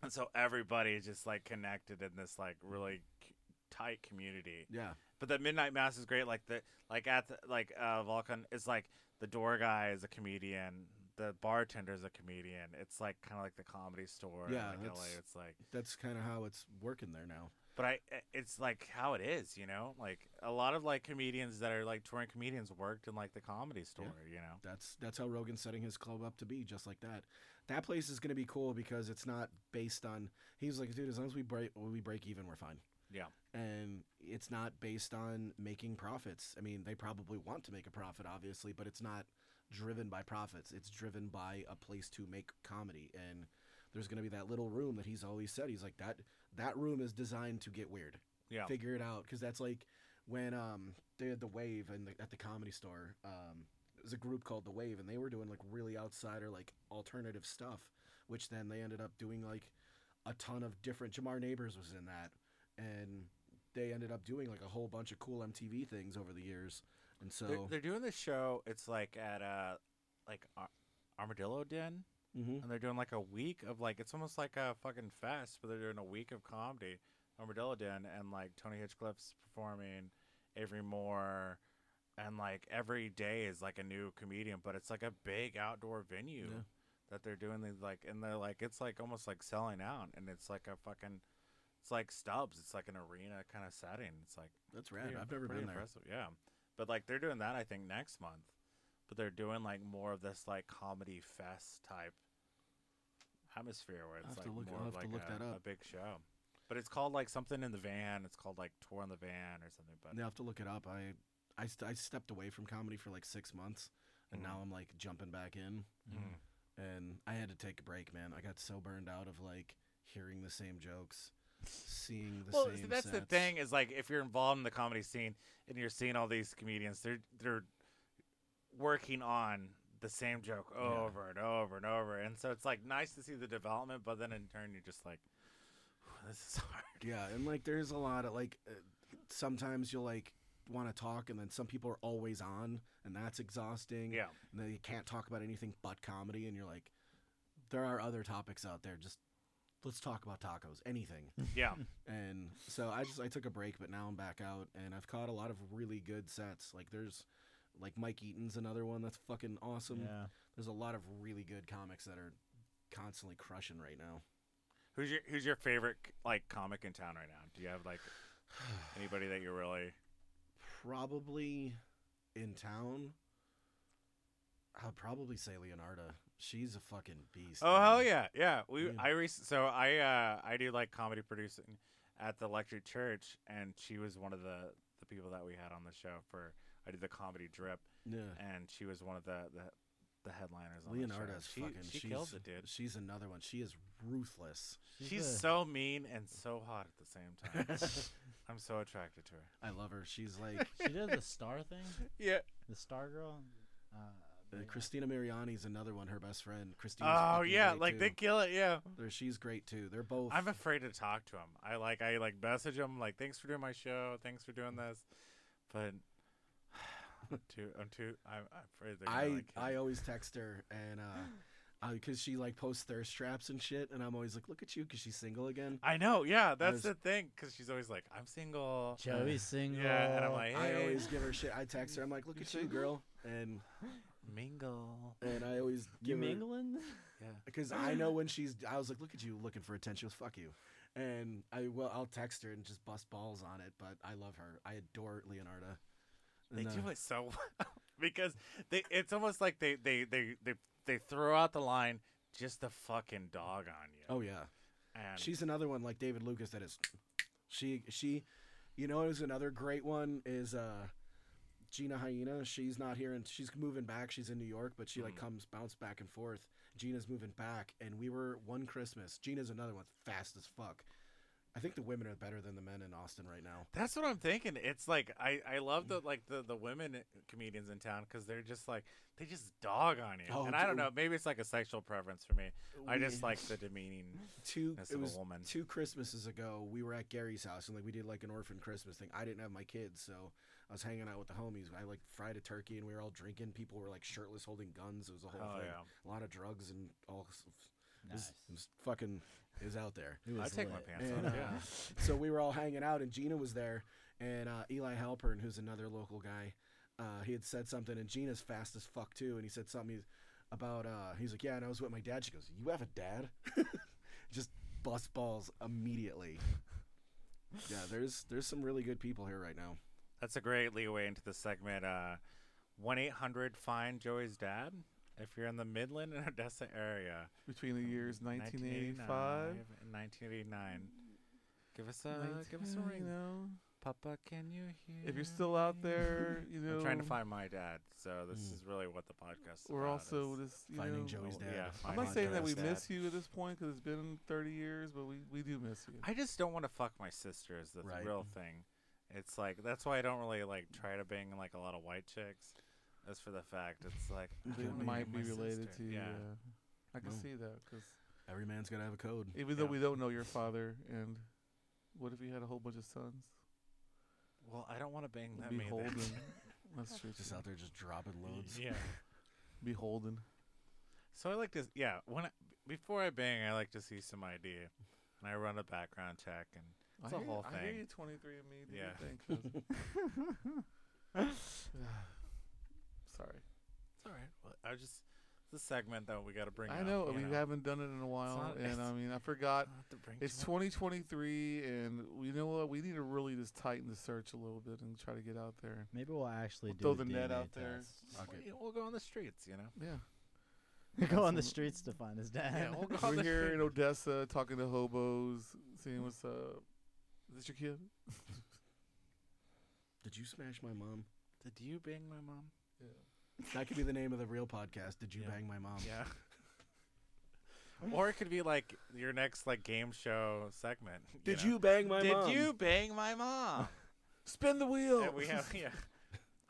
[SPEAKER 1] And so everybody is just like connected in this like really c- tight community.
[SPEAKER 3] Yeah,
[SPEAKER 1] But the midnight mass is great. Like the like at the, like uh, Vulcan is like the door guy is a comedian. The bartender is a comedian. It's like kind of like the comedy store. in,
[SPEAKER 3] Yeah,
[SPEAKER 1] like, LA.
[SPEAKER 3] that's-
[SPEAKER 1] It's like,
[SPEAKER 3] that's kind of how it's working there now.
[SPEAKER 1] but I it's like how it is. You know, like a lot of like comedians that are like touring comedians worked in like the comedy store. You know,
[SPEAKER 3] That's that's how Rogan's setting his club up to be, just like that. That place is gonna be cool because it's not based on. He was like, dude, as long as we break we break even, we're fine.
[SPEAKER 1] Yeah.
[SPEAKER 3] And it's not based on making profits. I mean, they probably want to make a profit, obviously, but it's not driven by profits. It's driven by a place to make comedy. And there's gonna be that little room that he's always said. He's like that that room is designed to get weird
[SPEAKER 1] yeah,
[SPEAKER 3] figure it out because that's like when um they had the wave and at the comedy store um it was a group called the wave and they were doing like really outsider like alternative stuff which then they ended up doing like a ton of different jamar neighbors was in that and they ended up doing like a whole bunch of cool mtv things over the years and so
[SPEAKER 1] they're, they're doing this show. It's like at uh like Ar- Armadillo Den.
[SPEAKER 3] Mhm.
[SPEAKER 1] and they're doing like a week of like it's almost like a fucking fest, but they're doing a week of comedy. Armadillo Den and like Tony Hitchcliff's performing, Avery Moore, and like every day is like a new comedian, but it's like a big outdoor venue
[SPEAKER 3] Yeah.
[SPEAKER 1] that they're doing these like, and they're like it's like almost like selling out, and it's like a fucking, it's like Stubbs, it's like an arena kind of setting. It's like
[SPEAKER 3] that's rad
[SPEAKER 1] pretty-
[SPEAKER 3] i've never
[SPEAKER 1] pretty
[SPEAKER 3] been there
[SPEAKER 1] impressive, Yeah, but like they're doing that I think next month, but they're doing like more of this like comedy fest type atmosphere where
[SPEAKER 3] I'll
[SPEAKER 1] it's
[SPEAKER 3] have
[SPEAKER 1] like
[SPEAKER 3] to look-
[SPEAKER 1] more
[SPEAKER 3] I'll
[SPEAKER 1] of
[SPEAKER 3] have to
[SPEAKER 1] like
[SPEAKER 3] look
[SPEAKER 1] a,
[SPEAKER 3] that
[SPEAKER 1] a
[SPEAKER 3] up.
[SPEAKER 1] big show. But it's called like something in the van. It's called like tour in the van or something. But
[SPEAKER 3] Now I have to look it up. I I, st- I stepped away from comedy for like six months, and
[SPEAKER 1] Mhm.
[SPEAKER 3] now I'm like jumping back in.
[SPEAKER 1] Mhm.
[SPEAKER 3] And I had to take a break, man. I got so burned out of like hearing the same jokes, seeing the
[SPEAKER 1] well,
[SPEAKER 3] same.
[SPEAKER 1] see, that's the
[SPEAKER 3] sets.
[SPEAKER 1] thing is like if you're involved in the comedy scene and you're seeing all these comedians, they're they're working on the same joke over and over and over, and so it's like nice to see the development. But then in turn, you're just like, this is hard.
[SPEAKER 3] Yeah, and like there's a lot of like uh, sometimes you'll like want to talk, and then some people are always on, and that's exhausting.
[SPEAKER 1] Yeah,
[SPEAKER 3] and then you can't talk about anything but comedy, and you're like, there are other topics out there. Just let's talk about tacos, anything.
[SPEAKER 1] yeah.
[SPEAKER 3] and so I just I took a break, but now I'm back out, and I've caught a lot of really good sets. Like there's, like Mike Eaton's another one that's fucking awesome.
[SPEAKER 4] Yeah.
[SPEAKER 3] There's a lot of really good comics that are constantly crushing right now.
[SPEAKER 1] who's your who's your favorite like comic in town right now? Do you have like anybody that you really?
[SPEAKER 3] probably in town. I'd probably say Leonarda. She's a fucking beast.
[SPEAKER 1] Oh
[SPEAKER 3] man.
[SPEAKER 1] hell yeah, yeah. We
[SPEAKER 3] Yeah.
[SPEAKER 1] I rec- so I uh I do like comedy producing at the Electric Church, and she was one of the the people that we had on the show for I did the comedy drip,
[SPEAKER 3] Yeah.
[SPEAKER 1] and she was one of the the, the headliners. on
[SPEAKER 3] Leonarda
[SPEAKER 1] the
[SPEAKER 3] is
[SPEAKER 1] show. She-
[SPEAKER 3] fucking.
[SPEAKER 1] She
[SPEAKER 3] she's,
[SPEAKER 1] kills it, dude.
[SPEAKER 3] She's another one. She is ruthless.
[SPEAKER 1] She's
[SPEAKER 4] the-
[SPEAKER 1] so mean and so hot at the same time. I'm so attracted to her.
[SPEAKER 3] I love her. She's like
[SPEAKER 4] She did the star thing.
[SPEAKER 1] Yeah.
[SPEAKER 4] The star girl. Uh,
[SPEAKER 3] Uh,
[SPEAKER 4] Mary-
[SPEAKER 3] Christina Mariani's another one. Her best friend, Christina.
[SPEAKER 1] Oh yeah, like they kill it. Yeah.
[SPEAKER 3] They're, she's great too. They're both.
[SPEAKER 1] I'm afraid to talk to him. I like I like message him like thanks for doing my show, thanks for doing this, but I'm too I'm too I'm, I'm afraid they're gonna,
[SPEAKER 3] I
[SPEAKER 1] like, kill
[SPEAKER 3] I
[SPEAKER 1] me.
[SPEAKER 3] always text her and uh, because she like posts thirst traps and shit, and I'm always like, look at you, because she's single again.
[SPEAKER 1] I know yeah that's
[SPEAKER 3] was-
[SPEAKER 1] the thing because she's always like I'm single
[SPEAKER 4] Joey's single.
[SPEAKER 1] yeah and I'm like "Eh,
[SPEAKER 3] I
[SPEAKER 1] "Hey,
[SPEAKER 3] always give her shit. I text her. I'm like, look at you, girl, and
[SPEAKER 1] mingle
[SPEAKER 3] and I always
[SPEAKER 4] you
[SPEAKER 3] give her-
[SPEAKER 4] mingling?
[SPEAKER 1] Yeah.
[SPEAKER 3] because I know when she's. I was like, look at you looking for attention. Fuck you. And I will. I'll text her and just bust balls on it. But I love her. I adore Leonarda.
[SPEAKER 1] They
[SPEAKER 3] And, uh,
[SPEAKER 1] do it so well because they it's almost like they they they they, they throw out the line just the fucking dog on you.
[SPEAKER 3] Oh yeah.
[SPEAKER 1] and
[SPEAKER 3] She's another one like David Lucas that is she she you know who's another great one is uh Gina Hyena. She's not here and she's moving back. She's in New York, but she like
[SPEAKER 1] Mhm.
[SPEAKER 3] comes bounce back and forth. Gina's moving back and we were one Christmas. Gina's another one fast as fuck. I think the women are better than the men in Austin right now.
[SPEAKER 1] that's what I'm thinking. It's like I I love the like the the women comedians in town because they're just like they just dog on you.
[SPEAKER 3] Oh,
[SPEAKER 1] and I don't
[SPEAKER 3] dude.
[SPEAKER 1] know. Maybe it's like a sexual preference for me. I just like the demeaning.
[SPEAKER 3] two
[SPEAKER 1] That's
[SPEAKER 3] it
[SPEAKER 1] of a
[SPEAKER 3] was
[SPEAKER 1] woman.
[SPEAKER 3] two christmases ago we were at gary's house and like we did like an orphan christmas thing i didn't have my kids so i was hanging out with the homies i like fried a turkey and we were all drinking people were like shirtless holding guns it was a whole
[SPEAKER 1] Oh
[SPEAKER 3] thing
[SPEAKER 1] yeah.
[SPEAKER 3] a lot of drugs and all s- it was,
[SPEAKER 4] Nice.
[SPEAKER 3] it was fucking it was out there
[SPEAKER 4] It
[SPEAKER 1] I
[SPEAKER 4] was
[SPEAKER 1] take my
[SPEAKER 4] lit.
[SPEAKER 1] pants
[SPEAKER 3] And,
[SPEAKER 1] off. Yeah.
[SPEAKER 4] Uh-huh.
[SPEAKER 3] uh, so we were all hanging out and gina was there and uh, eli halpern who's another local guy uh, he had said something and gina's fast as fuck too and he said something he's about uh, he's like yeah and i was with my dad she goes you have a dad just bust balls immediately yeah there's there's some really good people here right now
[SPEAKER 1] That's a great leeway into the segment. Uh, One eight hundred find Joey's dad. If you're in the Midland and Odessa area,
[SPEAKER 2] Between the years 1985
[SPEAKER 1] and 1989. Give us
[SPEAKER 2] Uh,
[SPEAKER 1] a give us a
[SPEAKER 2] You
[SPEAKER 1] ring,
[SPEAKER 2] know,
[SPEAKER 1] Papa. Can you hear?
[SPEAKER 2] if you're still out
[SPEAKER 1] me?
[SPEAKER 2] there, you know.
[SPEAKER 1] I'm trying to find my dad, so this
[SPEAKER 3] Mm.
[SPEAKER 1] is really what the podcast. is
[SPEAKER 2] We're
[SPEAKER 1] about,
[SPEAKER 2] also
[SPEAKER 1] is-
[SPEAKER 2] this, you
[SPEAKER 3] finding
[SPEAKER 2] know,
[SPEAKER 3] joey's
[SPEAKER 1] oh,
[SPEAKER 3] dad
[SPEAKER 1] yeah,
[SPEAKER 2] I'm
[SPEAKER 1] finding
[SPEAKER 2] not saying that we
[SPEAKER 1] Joey's dad.
[SPEAKER 2] miss you at this point because it's been 30 years, but we, we do miss you.
[SPEAKER 1] I just don't want to fuck my sister. Is the th-
[SPEAKER 3] Right.
[SPEAKER 1] real thing. It's like that's why I don't really like try to bang like a lot of white chicks. As for the fact, it's like I
[SPEAKER 2] They
[SPEAKER 1] don't wanna
[SPEAKER 2] might
[SPEAKER 1] hurt
[SPEAKER 2] be
[SPEAKER 1] my
[SPEAKER 2] related
[SPEAKER 1] sister.
[SPEAKER 2] to you.
[SPEAKER 1] Yeah.
[SPEAKER 2] Yeah. I can
[SPEAKER 3] No.
[SPEAKER 2] see that because
[SPEAKER 3] every man's gotta have a code
[SPEAKER 2] even though
[SPEAKER 1] Yeah.
[SPEAKER 2] we don't know your father, and what if you had a whole bunch of sons?
[SPEAKER 1] Well, I don't want to bang that many.
[SPEAKER 2] Beholden.
[SPEAKER 1] then.
[SPEAKER 2] That's true.
[SPEAKER 3] just
[SPEAKER 2] too.
[SPEAKER 3] out there just dropping loads
[SPEAKER 1] yeah.
[SPEAKER 2] Beholden.
[SPEAKER 1] So I like to, yeah. When I, before I bang, I like to see some ID, and I run a background check, and It's
[SPEAKER 2] I
[SPEAKER 1] a
[SPEAKER 2] hear
[SPEAKER 1] whole
[SPEAKER 2] you, I hear
[SPEAKER 1] thing.
[SPEAKER 2] you, 23 and me. Do
[SPEAKER 1] Yeah.
[SPEAKER 2] your thing, cuz. Sorry.
[SPEAKER 1] it's all right. Well, I just it's a segment that we got to bring.
[SPEAKER 2] I
[SPEAKER 1] up,
[SPEAKER 2] know
[SPEAKER 1] you
[SPEAKER 2] we haven't done it in a while,
[SPEAKER 1] not-
[SPEAKER 2] and I
[SPEAKER 1] it's-
[SPEAKER 2] mean I forgot.
[SPEAKER 1] Not to bring
[SPEAKER 2] It's
[SPEAKER 1] too much-
[SPEAKER 2] 2023, and you know what? We need to really just tighten the search a little bit and try to get out there.
[SPEAKER 4] Maybe we'll actually
[SPEAKER 2] We'll throw
[SPEAKER 4] do a
[SPEAKER 2] the net
[SPEAKER 4] DNA
[SPEAKER 2] out there.
[SPEAKER 4] test.
[SPEAKER 1] Just wanna- We'll go on the streets, you know.
[SPEAKER 2] Yeah.
[SPEAKER 4] go on
[SPEAKER 2] Some-
[SPEAKER 4] the streets to find his dad.
[SPEAKER 1] Yeah, we'll go on
[SPEAKER 2] We're
[SPEAKER 1] the
[SPEAKER 2] here in
[SPEAKER 1] streets.
[SPEAKER 2] Odessa talking to hobos, seeing what's up. Is this your kid?
[SPEAKER 3] did you smash my mom
[SPEAKER 1] Did you bang my mom?
[SPEAKER 2] Yeah.
[SPEAKER 3] that could be the name of the real podcast did you
[SPEAKER 1] Yeah.
[SPEAKER 3] bang my mom
[SPEAKER 1] Yeah. or it could be like your next like game show segment.
[SPEAKER 3] did
[SPEAKER 1] know?
[SPEAKER 3] you bang my
[SPEAKER 1] Did
[SPEAKER 3] mom
[SPEAKER 1] you bang my mom?
[SPEAKER 2] Spin the wheel.
[SPEAKER 1] and we have yeah.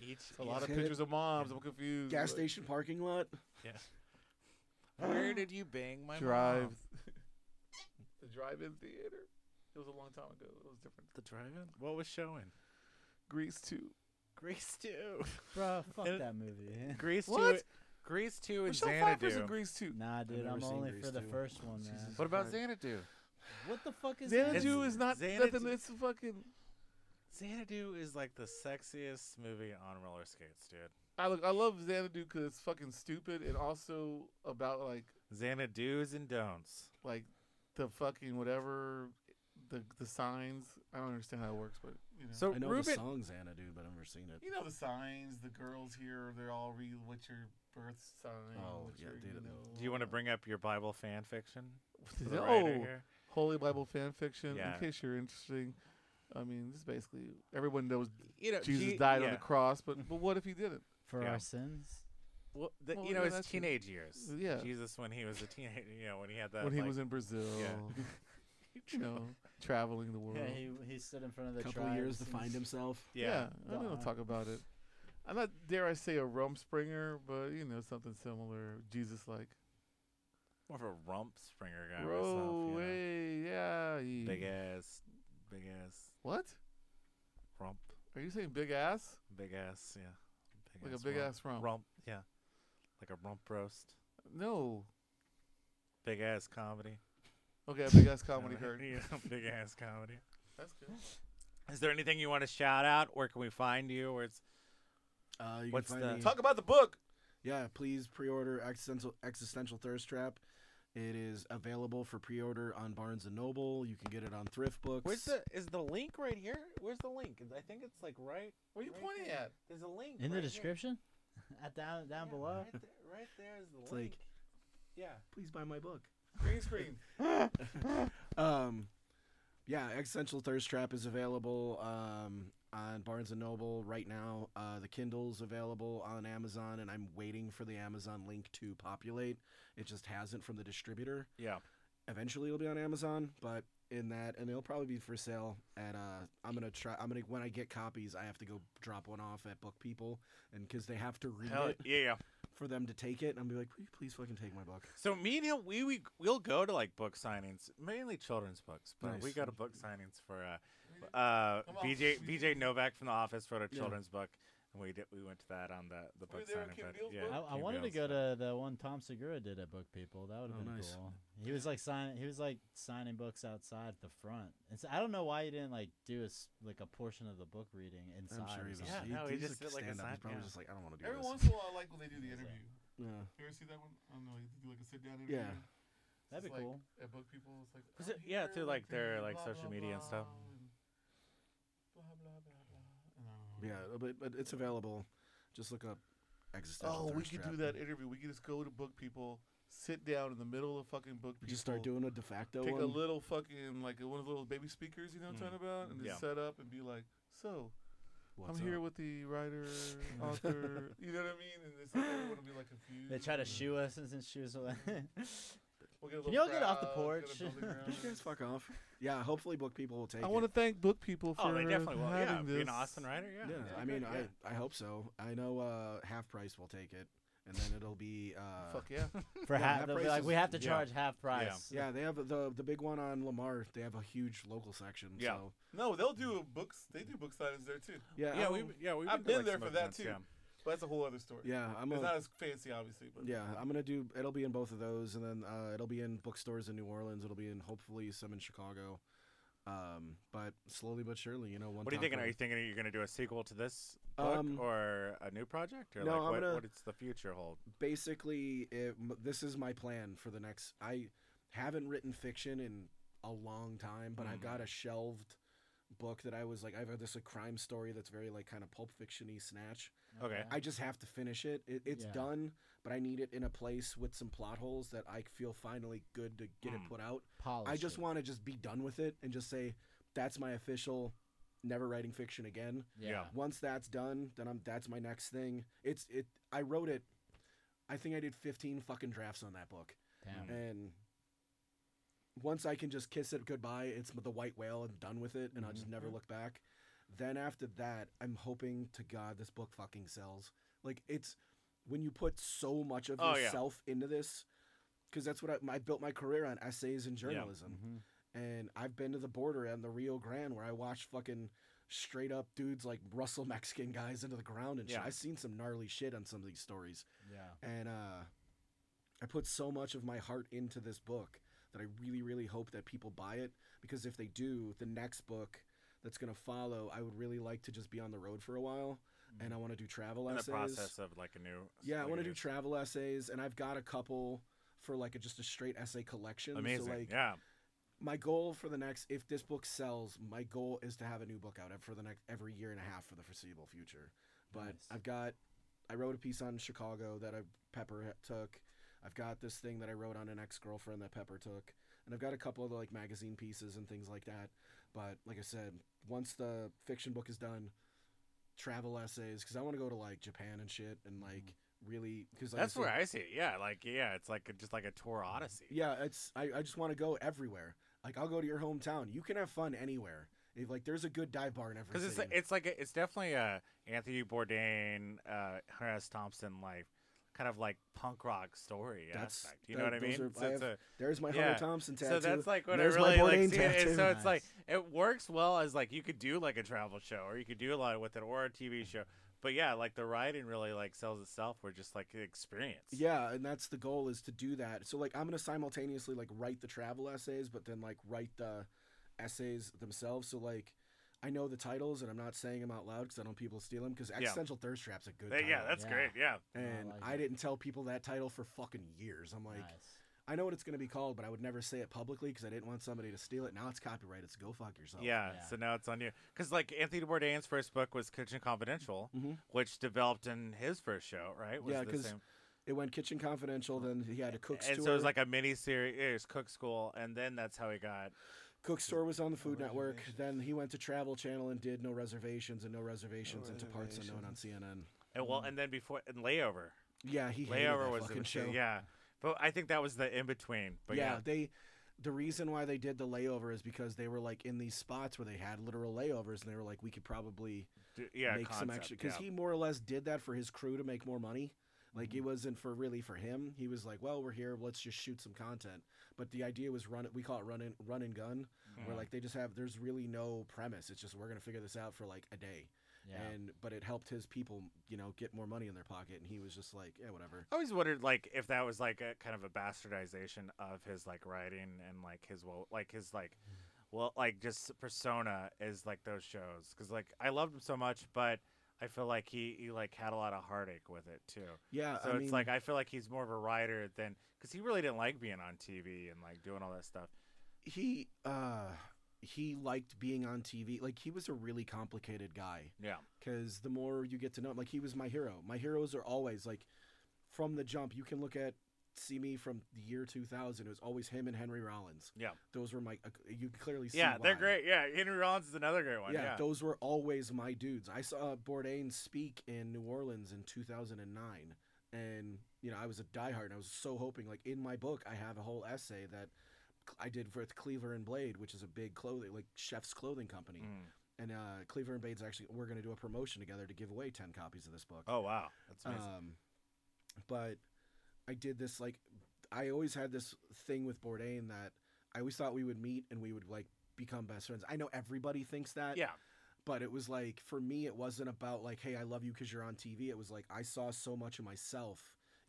[SPEAKER 1] Each
[SPEAKER 2] It's a lot of
[SPEAKER 3] Yeah.
[SPEAKER 2] pictures of moms. I'm confused.
[SPEAKER 3] gas
[SPEAKER 2] Like,
[SPEAKER 3] station parking lot
[SPEAKER 1] Where did you bang my
[SPEAKER 2] drive.
[SPEAKER 1] mom?
[SPEAKER 2] the drive-in theater. It was a long time ago. It was different.
[SPEAKER 1] The drive-in. What was showing?
[SPEAKER 2] Grease too.
[SPEAKER 1] Grease two.
[SPEAKER 4] Bro, fuck
[SPEAKER 1] And-
[SPEAKER 4] that movie.
[SPEAKER 1] Grease two.
[SPEAKER 2] What?
[SPEAKER 1] Grease two and
[SPEAKER 2] Michelle Pfeiffer's in
[SPEAKER 1] Xanadu.
[SPEAKER 2] Grease too.
[SPEAKER 4] nah, dude,
[SPEAKER 3] never
[SPEAKER 4] I'm
[SPEAKER 3] seen
[SPEAKER 4] only
[SPEAKER 3] Grease
[SPEAKER 4] for the
[SPEAKER 3] two.
[SPEAKER 4] first one,
[SPEAKER 2] Jesus
[SPEAKER 4] man.
[SPEAKER 1] What about
[SPEAKER 2] Christ.
[SPEAKER 1] Xanadu?
[SPEAKER 4] What the fuck is
[SPEAKER 2] Xanadu
[SPEAKER 4] that?
[SPEAKER 2] is not
[SPEAKER 1] Xanadu-
[SPEAKER 2] nothing. It's fucking.
[SPEAKER 1] Xanadu is like the sexiest movie on roller skates, dude.
[SPEAKER 2] I look. I love Xanadu because it's fucking stupid and also about like
[SPEAKER 1] Xanadu's and don'ts.
[SPEAKER 2] like the fucking whatever the the signs. I don't understand how it works, but you know.
[SPEAKER 1] So
[SPEAKER 3] i know the
[SPEAKER 1] Ruben,
[SPEAKER 3] song's anna dude but i've never seen it
[SPEAKER 2] you know the signs. The girls here. They're all read what your birth sign.
[SPEAKER 3] Oh,
[SPEAKER 2] what
[SPEAKER 3] yeah,
[SPEAKER 2] your,
[SPEAKER 3] they
[SPEAKER 2] you
[SPEAKER 3] didn't-
[SPEAKER 2] know,
[SPEAKER 1] do you want to bring up your Bible fan fiction? for the writer
[SPEAKER 2] oh,
[SPEAKER 1] here?
[SPEAKER 2] Holy Bible fan fiction.
[SPEAKER 1] Yeah.
[SPEAKER 2] In case you're interested, I mean, this is basically everyone knows
[SPEAKER 1] You know,
[SPEAKER 2] Jesus
[SPEAKER 1] he-
[SPEAKER 2] died
[SPEAKER 1] yeah.
[SPEAKER 2] on the cross, but but what if he didn't?
[SPEAKER 4] For
[SPEAKER 1] Yeah.
[SPEAKER 4] our sins?
[SPEAKER 1] Well, the,
[SPEAKER 2] Well,
[SPEAKER 1] you know,
[SPEAKER 2] yeah,
[SPEAKER 1] his
[SPEAKER 2] that's-
[SPEAKER 1] teenage years.
[SPEAKER 2] yeah.
[SPEAKER 1] Jesus when he was a teenager. You know, when he had that.
[SPEAKER 2] when he
[SPEAKER 1] Uh, like,
[SPEAKER 2] was in Brazil,
[SPEAKER 1] Yeah.
[SPEAKER 2] you know, traveling the world.
[SPEAKER 4] Yeah, he, he stood in front of the
[SPEAKER 3] a couple
[SPEAKER 4] tribes
[SPEAKER 3] years to
[SPEAKER 4] and
[SPEAKER 3] find
[SPEAKER 4] s-
[SPEAKER 3] himself
[SPEAKER 1] yeah.
[SPEAKER 2] I don't
[SPEAKER 4] Duh.
[SPEAKER 2] talk about it. I'm not dare I say a rump springer, but you know something similar, Jesus like.
[SPEAKER 1] more of a rump springer guy.
[SPEAKER 2] Row
[SPEAKER 1] myself, you
[SPEAKER 2] away, yeah.
[SPEAKER 1] know?
[SPEAKER 2] ye-
[SPEAKER 1] Big ass, big ass
[SPEAKER 2] What?
[SPEAKER 1] rump,
[SPEAKER 2] Are you saying big ass?
[SPEAKER 1] big ass, yeah, big
[SPEAKER 2] Like a big
[SPEAKER 1] rump.
[SPEAKER 2] ass rump?
[SPEAKER 1] rump, yeah, like a rump roast,
[SPEAKER 2] No.
[SPEAKER 1] big ass comedy,
[SPEAKER 2] Okay, a big ass comedy
[SPEAKER 1] hurt.
[SPEAKER 2] hurt.
[SPEAKER 1] big ass comedy.
[SPEAKER 2] That's good.
[SPEAKER 1] Is there anything you want to shout out? Where can we find you? Where it's
[SPEAKER 3] Uh, you
[SPEAKER 1] What's
[SPEAKER 3] can
[SPEAKER 1] the-
[SPEAKER 3] find me-
[SPEAKER 2] Talk about the book.
[SPEAKER 3] yeah, please pre-order Existential Existential Thirst Trap. It is available for pre-order on Barnes and Noble. You can get it on Thrift Books.
[SPEAKER 1] Where's the is the link right here? Where's the link? I think it's like right.
[SPEAKER 2] What are you
[SPEAKER 1] right
[SPEAKER 2] pointing
[SPEAKER 1] there.
[SPEAKER 2] at?
[SPEAKER 1] There's a link
[SPEAKER 4] in the
[SPEAKER 1] right here.
[SPEAKER 4] description, at down down
[SPEAKER 1] Yeah,
[SPEAKER 4] below.
[SPEAKER 1] Right, there- right there is the
[SPEAKER 3] It's
[SPEAKER 1] link.
[SPEAKER 3] like-
[SPEAKER 1] yeah.
[SPEAKER 3] Please buy my book.
[SPEAKER 2] Green screen.
[SPEAKER 3] Um, yeah, Existential Thirst Trap is available um, on Barnes and Noble right now. Uh, the Kindle's available on Amazon, and I'm waiting for the Amazon link to populate. It just hasn't from the distributor.
[SPEAKER 1] Yeah.
[SPEAKER 3] Eventually, it'll be on Amazon, but in that, and it'll probably be for sale at. Uh, I'm gonna try. I'm gonna when I get copies, I have to go drop one off at Book People, and because they have to read
[SPEAKER 1] Hell,
[SPEAKER 3] it
[SPEAKER 1] yeah, yeah.
[SPEAKER 3] for them to take it, and I'll be like, "Will you please fucking take my book?"
[SPEAKER 1] So me and him, we, we we'll go to like book signings, mainly children's books, but we
[SPEAKER 3] Nice.
[SPEAKER 1] go to book signings for uh, uh
[SPEAKER 2] Come on,
[SPEAKER 1] BJ
[SPEAKER 2] we-
[SPEAKER 1] BJ Novak from the office wrote a
[SPEAKER 3] Yeah.
[SPEAKER 1] children's book, and we did we went to that on the the
[SPEAKER 2] Were
[SPEAKER 1] book
[SPEAKER 2] you there at
[SPEAKER 1] signing.
[SPEAKER 2] Kim
[SPEAKER 1] but,
[SPEAKER 2] Beale's
[SPEAKER 1] yeah,
[SPEAKER 2] book?
[SPEAKER 4] I, I
[SPEAKER 1] Kim
[SPEAKER 4] wanted to
[SPEAKER 1] Beale's
[SPEAKER 4] go
[SPEAKER 1] stuff.
[SPEAKER 4] to the one Tom Segura did at Book People. That would have
[SPEAKER 3] Oh,
[SPEAKER 4] been
[SPEAKER 3] nice.
[SPEAKER 4] cool. He was like signing. He was like signing books outside the front. And so I don't know why he didn't like do a s- like a portion of the book reading inside.
[SPEAKER 3] I'm sure
[SPEAKER 4] or
[SPEAKER 3] he was.
[SPEAKER 4] something.
[SPEAKER 1] Yeah, no,
[SPEAKER 3] he,
[SPEAKER 1] he
[SPEAKER 3] he's
[SPEAKER 1] just
[SPEAKER 3] a
[SPEAKER 1] did, like, a
[SPEAKER 3] stand-up. He's
[SPEAKER 1] side-
[SPEAKER 3] probably
[SPEAKER 1] yeah.
[SPEAKER 3] just like, I don't want to do
[SPEAKER 2] Every
[SPEAKER 3] this.
[SPEAKER 2] once in a while, I like when they do the
[SPEAKER 4] He's like-
[SPEAKER 2] interview.
[SPEAKER 3] Yeah.
[SPEAKER 2] You ever see that one? I don't know. They do like a sit down interview.
[SPEAKER 3] Yeah.
[SPEAKER 2] It's
[SPEAKER 4] That'd be
[SPEAKER 2] like
[SPEAKER 4] cool.
[SPEAKER 2] At book people, it's like.
[SPEAKER 1] Was
[SPEAKER 2] "I'm
[SPEAKER 1] it- yeah,
[SPEAKER 2] here,
[SPEAKER 1] through, like, their,
[SPEAKER 2] today,
[SPEAKER 1] like,
[SPEAKER 2] blah,
[SPEAKER 1] social
[SPEAKER 2] blah,
[SPEAKER 1] media and stuff.
[SPEAKER 2] blah, and Blah blah blah blah. And I don't know.
[SPEAKER 3] Yeah, but, but it's available. Just look up existential.
[SPEAKER 2] Oh, we
[SPEAKER 3] thirst
[SPEAKER 2] could
[SPEAKER 3] trap.
[SPEAKER 2] do that interview. We could just go to book people, sit down in the middle of fucking book people.
[SPEAKER 3] Just start doing a de facto
[SPEAKER 2] Take
[SPEAKER 3] one.
[SPEAKER 2] a little fucking like one of those little baby speakers, you know what I'm
[SPEAKER 1] Mm.
[SPEAKER 2] talking about, and just
[SPEAKER 1] Yeah.
[SPEAKER 2] set up and be like, "So,
[SPEAKER 3] What's
[SPEAKER 2] I'm here
[SPEAKER 3] up?
[SPEAKER 2] with the writer, author, you know what I mean?" And it's like everyone will be like confused.
[SPEAKER 4] They try to
[SPEAKER 2] and
[SPEAKER 3] Mm.
[SPEAKER 4] shoe us and since shoes.
[SPEAKER 2] we'll get a little
[SPEAKER 4] Can y'all get off the
[SPEAKER 2] crowd, get a
[SPEAKER 4] porch?
[SPEAKER 2] building around.
[SPEAKER 3] You guys fuck off. Yeah, hopefully book people will take
[SPEAKER 2] I want
[SPEAKER 3] it.
[SPEAKER 2] to thank book people for
[SPEAKER 1] Oh, they definitely will. Yeah,
[SPEAKER 2] having
[SPEAKER 1] being
[SPEAKER 2] this.
[SPEAKER 1] an Austin writer. Yeah.
[SPEAKER 3] Yeah,
[SPEAKER 2] Yeah,
[SPEAKER 3] I
[SPEAKER 2] good,
[SPEAKER 3] mean,
[SPEAKER 2] yeah.
[SPEAKER 3] I I hope so. I know uh, half price will take it, and then it'll be uh,
[SPEAKER 2] Fuck yeah!
[SPEAKER 4] For
[SPEAKER 3] Yeah,
[SPEAKER 4] half,
[SPEAKER 3] half
[SPEAKER 4] they'll be
[SPEAKER 3] price
[SPEAKER 4] like,
[SPEAKER 3] is-
[SPEAKER 4] we have to
[SPEAKER 1] yeah.
[SPEAKER 4] charge half price.
[SPEAKER 3] yeah. They have the the big one on Lamar. They have a huge local section.
[SPEAKER 1] Yeah.
[SPEAKER 3] So,
[SPEAKER 2] No, they'll do books. They do book signings there too,
[SPEAKER 3] yeah.
[SPEAKER 1] Yeah,
[SPEAKER 3] I'm-
[SPEAKER 1] we yeah we've
[SPEAKER 2] I've
[SPEAKER 1] been, to,
[SPEAKER 2] been
[SPEAKER 1] like,
[SPEAKER 2] there
[SPEAKER 1] some
[SPEAKER 2] for
[SPEAKER 1] of
[SPEAKER 2] that
[SPEAKER 1] those,
[SPEAKER 2] too.
[SPEAKER 1] Yeah.
[SPEAKER 2] but that's a whole other story.
[SPEAKER 3] Yeah, I'm
[SPEAKER 2] it's
[SPEAKER 3] a-
[SPEAKER 2] not as fancy, obviously, but
[SPEAKER 3] Yeah, I'm gonna do. It'll be in both of those, and then uh, it'll be in bookstores in New Orleans. It'll be in hopefully some in Chicago. Um, but slowly but surely, you know. One
[SPEAKER 1] What are you
[SPEAKER 3] top
[SPEAKER 1] thinking?
[SPEAKER 3] for-
[SPEAKER 1] Are you thinking you're going to do a sequel to this book
[SPEAKER 3] Um,
[SPEAKER 1] or a new project or
[SPEAKER 3] no,
[SPEAKER 1] like
[SPEAKER 3] I'm
[SPEAKER 1] what
[SPEAKER 3] gonna-
[SPEAKER 1] what does the future hold?
[SPEAKER 3] Basically, it, m- this is my plan for the next. I haven't written fiction in a long time, but I've got a shelved book that I was like, I've got this like, crime story that's very like kind of pulp fictiony snatch.
[SPEAKER 1] Okay.
[SPEAKER 3] I just have to finish it. it it's
[SPEAKER 4] Yeah.
[SPEAKER 3] done, but I need it in a place with some plot holes that I feel finally good to get
[SPEAKER 1] Mm.
[SPEAKER 3] it put out.
[SPEAKER 4] Polish
[SPEAKER 3] I just
[SPEAKER 4] it.
[SPEAKER 3] want to just be done with it and just say that's my official never writing fiction again.
[SPEAKER 4] Yeah.
[SPEAKER 1] Yeah.
[SPEAKER 3] Once that's done, then I'm that's my next thing. It's it I wrote it I think I did 15 fucking drafts on that book.
[SPEAKER 1] Hmm.
[SPEAKER 4] Damn.
[SPEAKER 3] And once I can just kiss it goodbye, it's the white whale and done with it and I'll just
[SPEAKER 1] Mm-hmm.
[SPEAKER 3] never look back. Then after that, I'm hoping to god this book fucking sells. Like it's when you put so much of
[SPEAKER 1] Oh, yeah.
[SPEAKER 3] yourself into this cuz that's what I, I built my career on essays and journalism
[SPEAKER 4] Mhm.
[SPEAKER 3] and I've been to the border and the Rio Grande where I watched fucking straight up dudes like Russell Mexican guys into the ground and shit.
[SPEAKER 1] Yeah.
[SPEAKER 3] I've seen some gnarly shit on some of these stories.
[SPEAKER 4] Yeah.
[SPEAKER 3] And uh I put so much of my heart into this book that I really, really hope that people buy it because if they do, the next book that's gonna follow, I would really like to just be on the road for a while. And I want to do travel
[SPEAKER 1] In the
[SPEAKER 3] essays.
[SPEAKER 1] Mm-hmm. process of like a new
[SPEAKER 3] Yeah, I
[SPEAKER 1] like
[SPEAKER 3] want
[SPEAKER 1] a
[SPEAKER 3] to do
[SPEAKER 1] new-
[SPEAKER 3] travel essays, and I've got a couple for like a, just a straight essay collection.
[SPEAKER 1] amazing.
[SPEAKER 3] So like,
[SPEAKER 1] yeah.
[SPEAKER 3] my goal for the next if this book sells my goal is to have a new book out for the next every year and a half for the foreseeable future but
[SPEAKER 4] Nice.
[SPEAKER 3] i've got i wrote a piece on chicago that i pepper ha- took i've got this thing that i wrote on an ex-girlfriend that pepper took and i've got a couple of like magazine pieces and things like that but like i said once the fiction book is done travel essays because i want to go to like japan and shit and like really because like
[SPEAKER 1] Mm-hmm. That's
[SPEAKER 3] said-
[SPEAKER 1] where I see it. Yeah, like yeah, it's like a, just like a tour odyssey.
[SPEAKER 3] yeah, it's I, I just want to go everywhere. Like I'll go to your hometown. You can have fun anywhere. If like there's a good dive bar in every
[SPEAKER 1] because
[SPEAKER 3] city.
[SPEAKER 1] it's like- it's like a, it's definitely a Anthony Bourdain, uh, Hunter S. Thompson, like kind of like punk rock story
[SPEAKER 3] That's-
[SPEAKER 1] aspect. You know
[SPEAKER 3] that-
[SPEAKER 1] what I mean?
[SPEAKER 3] those are-
[SPEAKER 1] So
[SPEAKER 3] I
[SPEAKER 1] it's
[SPEAKER 3] have
[SPEAKER 1] a-
[SPEAKER 3] there's my
[SPEAKER 1] yeah.
[SPEAKER 3] Hunter Thompson
[SPEAKER 1] so
[SPEAKER 3] tattoo.
[SPEAKER 1] that's like what I
[SPEAKER 3] There's my
[SPEAKER 1] really like.
[SPEAKER 3] Bourdain
[SPEAKER 1] See, it,
[SPEAKER 3] tattoo.
[SPEAKER 1] so it's like
[SPEAKER 4] Nice.
[SPEAKER 1] it works well as like you could do like a travel show or you could do a lot with it or a TV show. But yeah, like the writing really like sells itself. We're just like the experience.
[SPEAKER 3] yeah, and that's the goal is to do that. So like I'm gonna simultaneously like write the travel essays, but then like write the essays themselves. So like I know the titles and I'm not saying them out loud because I don't people steal them. Because Existential Thirst Trap's a good.
[SPEAKER 1] They- yeah,
[SPEAKER 3] title.
[SPEAKER 1] that's
[SPEAKER 4] Yeah.
[SPEAKER 1] great. Yeah.
[SPEAKER 3] And
[SPEAKER 4] I like
[SPEAKER 3] I,
[SPEAKER 4] it.
[SPEAKER 3] didn't tell people that title for fucking years. I'm like,
[SPEAKER 4] nice.
[SPEAKER 3] I know what it's gonna be called, but I would never say it publicly because I didn't want somebody to steal it. Now it's copyrighted, so go fuck yourself.
[SPEAKER 1] yeah,
[SPEAKER 4] yeah.
[SPEAKER 1] So now it's on you. Because like Anthony Bourdain's first book was Kitchen Confidential,
[SPEAKER 3] Mhm.
[SPEAKER 1] which developed in his first show, right? Was
[SPEAKER 3] Yeah,
[SPEAKER 1] the
[SPEAKER 3] 'cause
[SPEAKER 1] same-
[SPEAKER 3] It went Kitchen Confidential, then he had a cook's
[SPEAKER 1] and
[SPEAKER 3] tour.
[SPEAKER 1] so it was like a mini series, it was Cook School, and then that's how he got.
[SPEAKER 3] Cook's Store was on the Food
[SPEAKER 2] No
[SPEAKER 3] Network.
[SPEAKER 2] Reservations.
[SPEAKER 3] Then he went to Travel Channel and did No Reservations and No Reservations
[SPEAKER 2] No
[SPEAKER 3] into Parts Unknown on CNN.
[SPEAKER 1] And well, and then before and layover,
[SPEAKER 3] Yeah, Mm-hmm. he hated
[SPEAKER 1] layover
[SPEAKER 3] that
[SPEAKER 1] was the
[SPEAKER 3] fucking show.
[SPEAKER 1] machine, Yeah, but I think that was the in between. But
[SPEAKER 3] yeah,
[SPEAKER 1] yeah,
[SPEAKER 3] they. The reason why they did the layover is because they were like in these spots where they had literal layovers, and they were like, we could probably
[SPEAKER 1] d- yeah,
[SPEAKER 3] make some
[SPEAKER 1] concept,
[SPEAKER 3] extra because
[SPEAKER 1] yeah.
[SPEAKER 3] he more or less did that for his crew to make more money. Like it wasn't for really for him. He was like, "Well, we're here. Let's just shoot some content." But the idea was run. We call it run and run and gun, where
[SPEAKER 1] Mhm.
[SPEAKER 3] like they just have. There's really no premise. It's just we're gonna figure this out for like a day.
[SPEAKER 4] Yeah.
[SPEAKER 3] And but it helped his people, you know, get more money in their pocket, and he was just like, "Yeah, whatever."
[SPEAKER 1] I always wondered like if that was like a kind of a bastardization of his like writing and like his well like his like well like just persona is like those shows because like I loved him so much but I feel like he, he like had a lot of heartache with it too
[SPEAKER 3] Yeah,
[SPEAKER 1] so
[SPEAKER 3] I
[SPEAKER 1] it's
[SPEAKER 3] mean,
[SPEAKER 1] like I feel like he's more of a writer than because he really didn't like being on TV and like doing all that stuff
[SPEAKER 3] he uh he liked being on TV. Like he was a really complicated guy.
[SPEAKER 1] yeah
[SPEAKER 3] because the more you get to know him, like he was my hero. My heroes are always like from the jump. You can look at see me from the year 2000. It was always him and Henry Rollins.
[SPEAKER 1] Yeah.
[SPEAKER 3] those were my. uh, You can clearly see.
[SPEAKER 1] yeah they're
[SPEAKER 3] why.
[SPEAKER 1] great yeah Henry Rollins is another great one
[SPEAKER 3] Yeah,
[SPEAKER 1] yeah
[SPEAKER 3] those were always my dudes. I saw Bourdain speak in New Orleans in 2009, and you know I was a diehard, and I was so hoping. Like in my book, I have a whole essay that I did with Cleaver and Blade, which is a big clothing, like chef's clothing company
[SPEAKER 1] Mm.
[SPEAKER 3] and uh, Cleaver and Bade's actually we're going to do a promotion together to give away ten copies of this book.
[SPEAKER 1] oh wow that's amazing
[SPEAKER 3] um, but I did this like I always had this thing with Bourdain that I always thought we would meet and we would like become best friends. I know everybody thinks that,
[SPEAKER 1] yeah
[SPEAKER 3] but it was like for me, it wasn't about like hey, I love you because you're on TV. It was like I saw so much of myself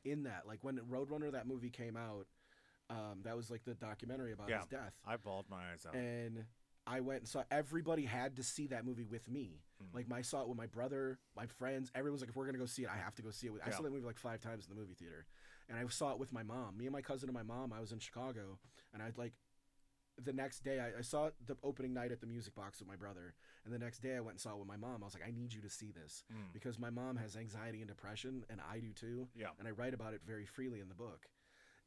[SPEAKER 3] in that. Like when Roadrunner that movie came out, um, that was like the documentary about
[SPEAKER 1] Yeah.
[SPEAKER 3] his death
[SPEAKER 1] I bawled my eyes out
[SPEAKER 3] and I went and saw everybody had to see that movie with me.
[SPEAKER 1] Mm.
[SPEAKER 3] Like my saw it with my brother, my friends. Everyone's like, if we're gonna go see it, I have to go see it. With I
[SPEAKER 1] Yeah.
[SPEAKER 3] saw that movie like five times in the movie theater, and I saw it with my mom. Me and my cousin and my mom. I was in Chicago, and I'd like the next day I, I saw it the opening night at the music box with my brother, and the next day I went and saw it with my mom. I was like, I need you to see this
[SPEAKER 1] Mm.
[SPEAKER 3] because my mom has anxiety and depression, and I do too
[SPEAKER 1] yeah
[SPEAKER 3] and I write about it very freely in the book.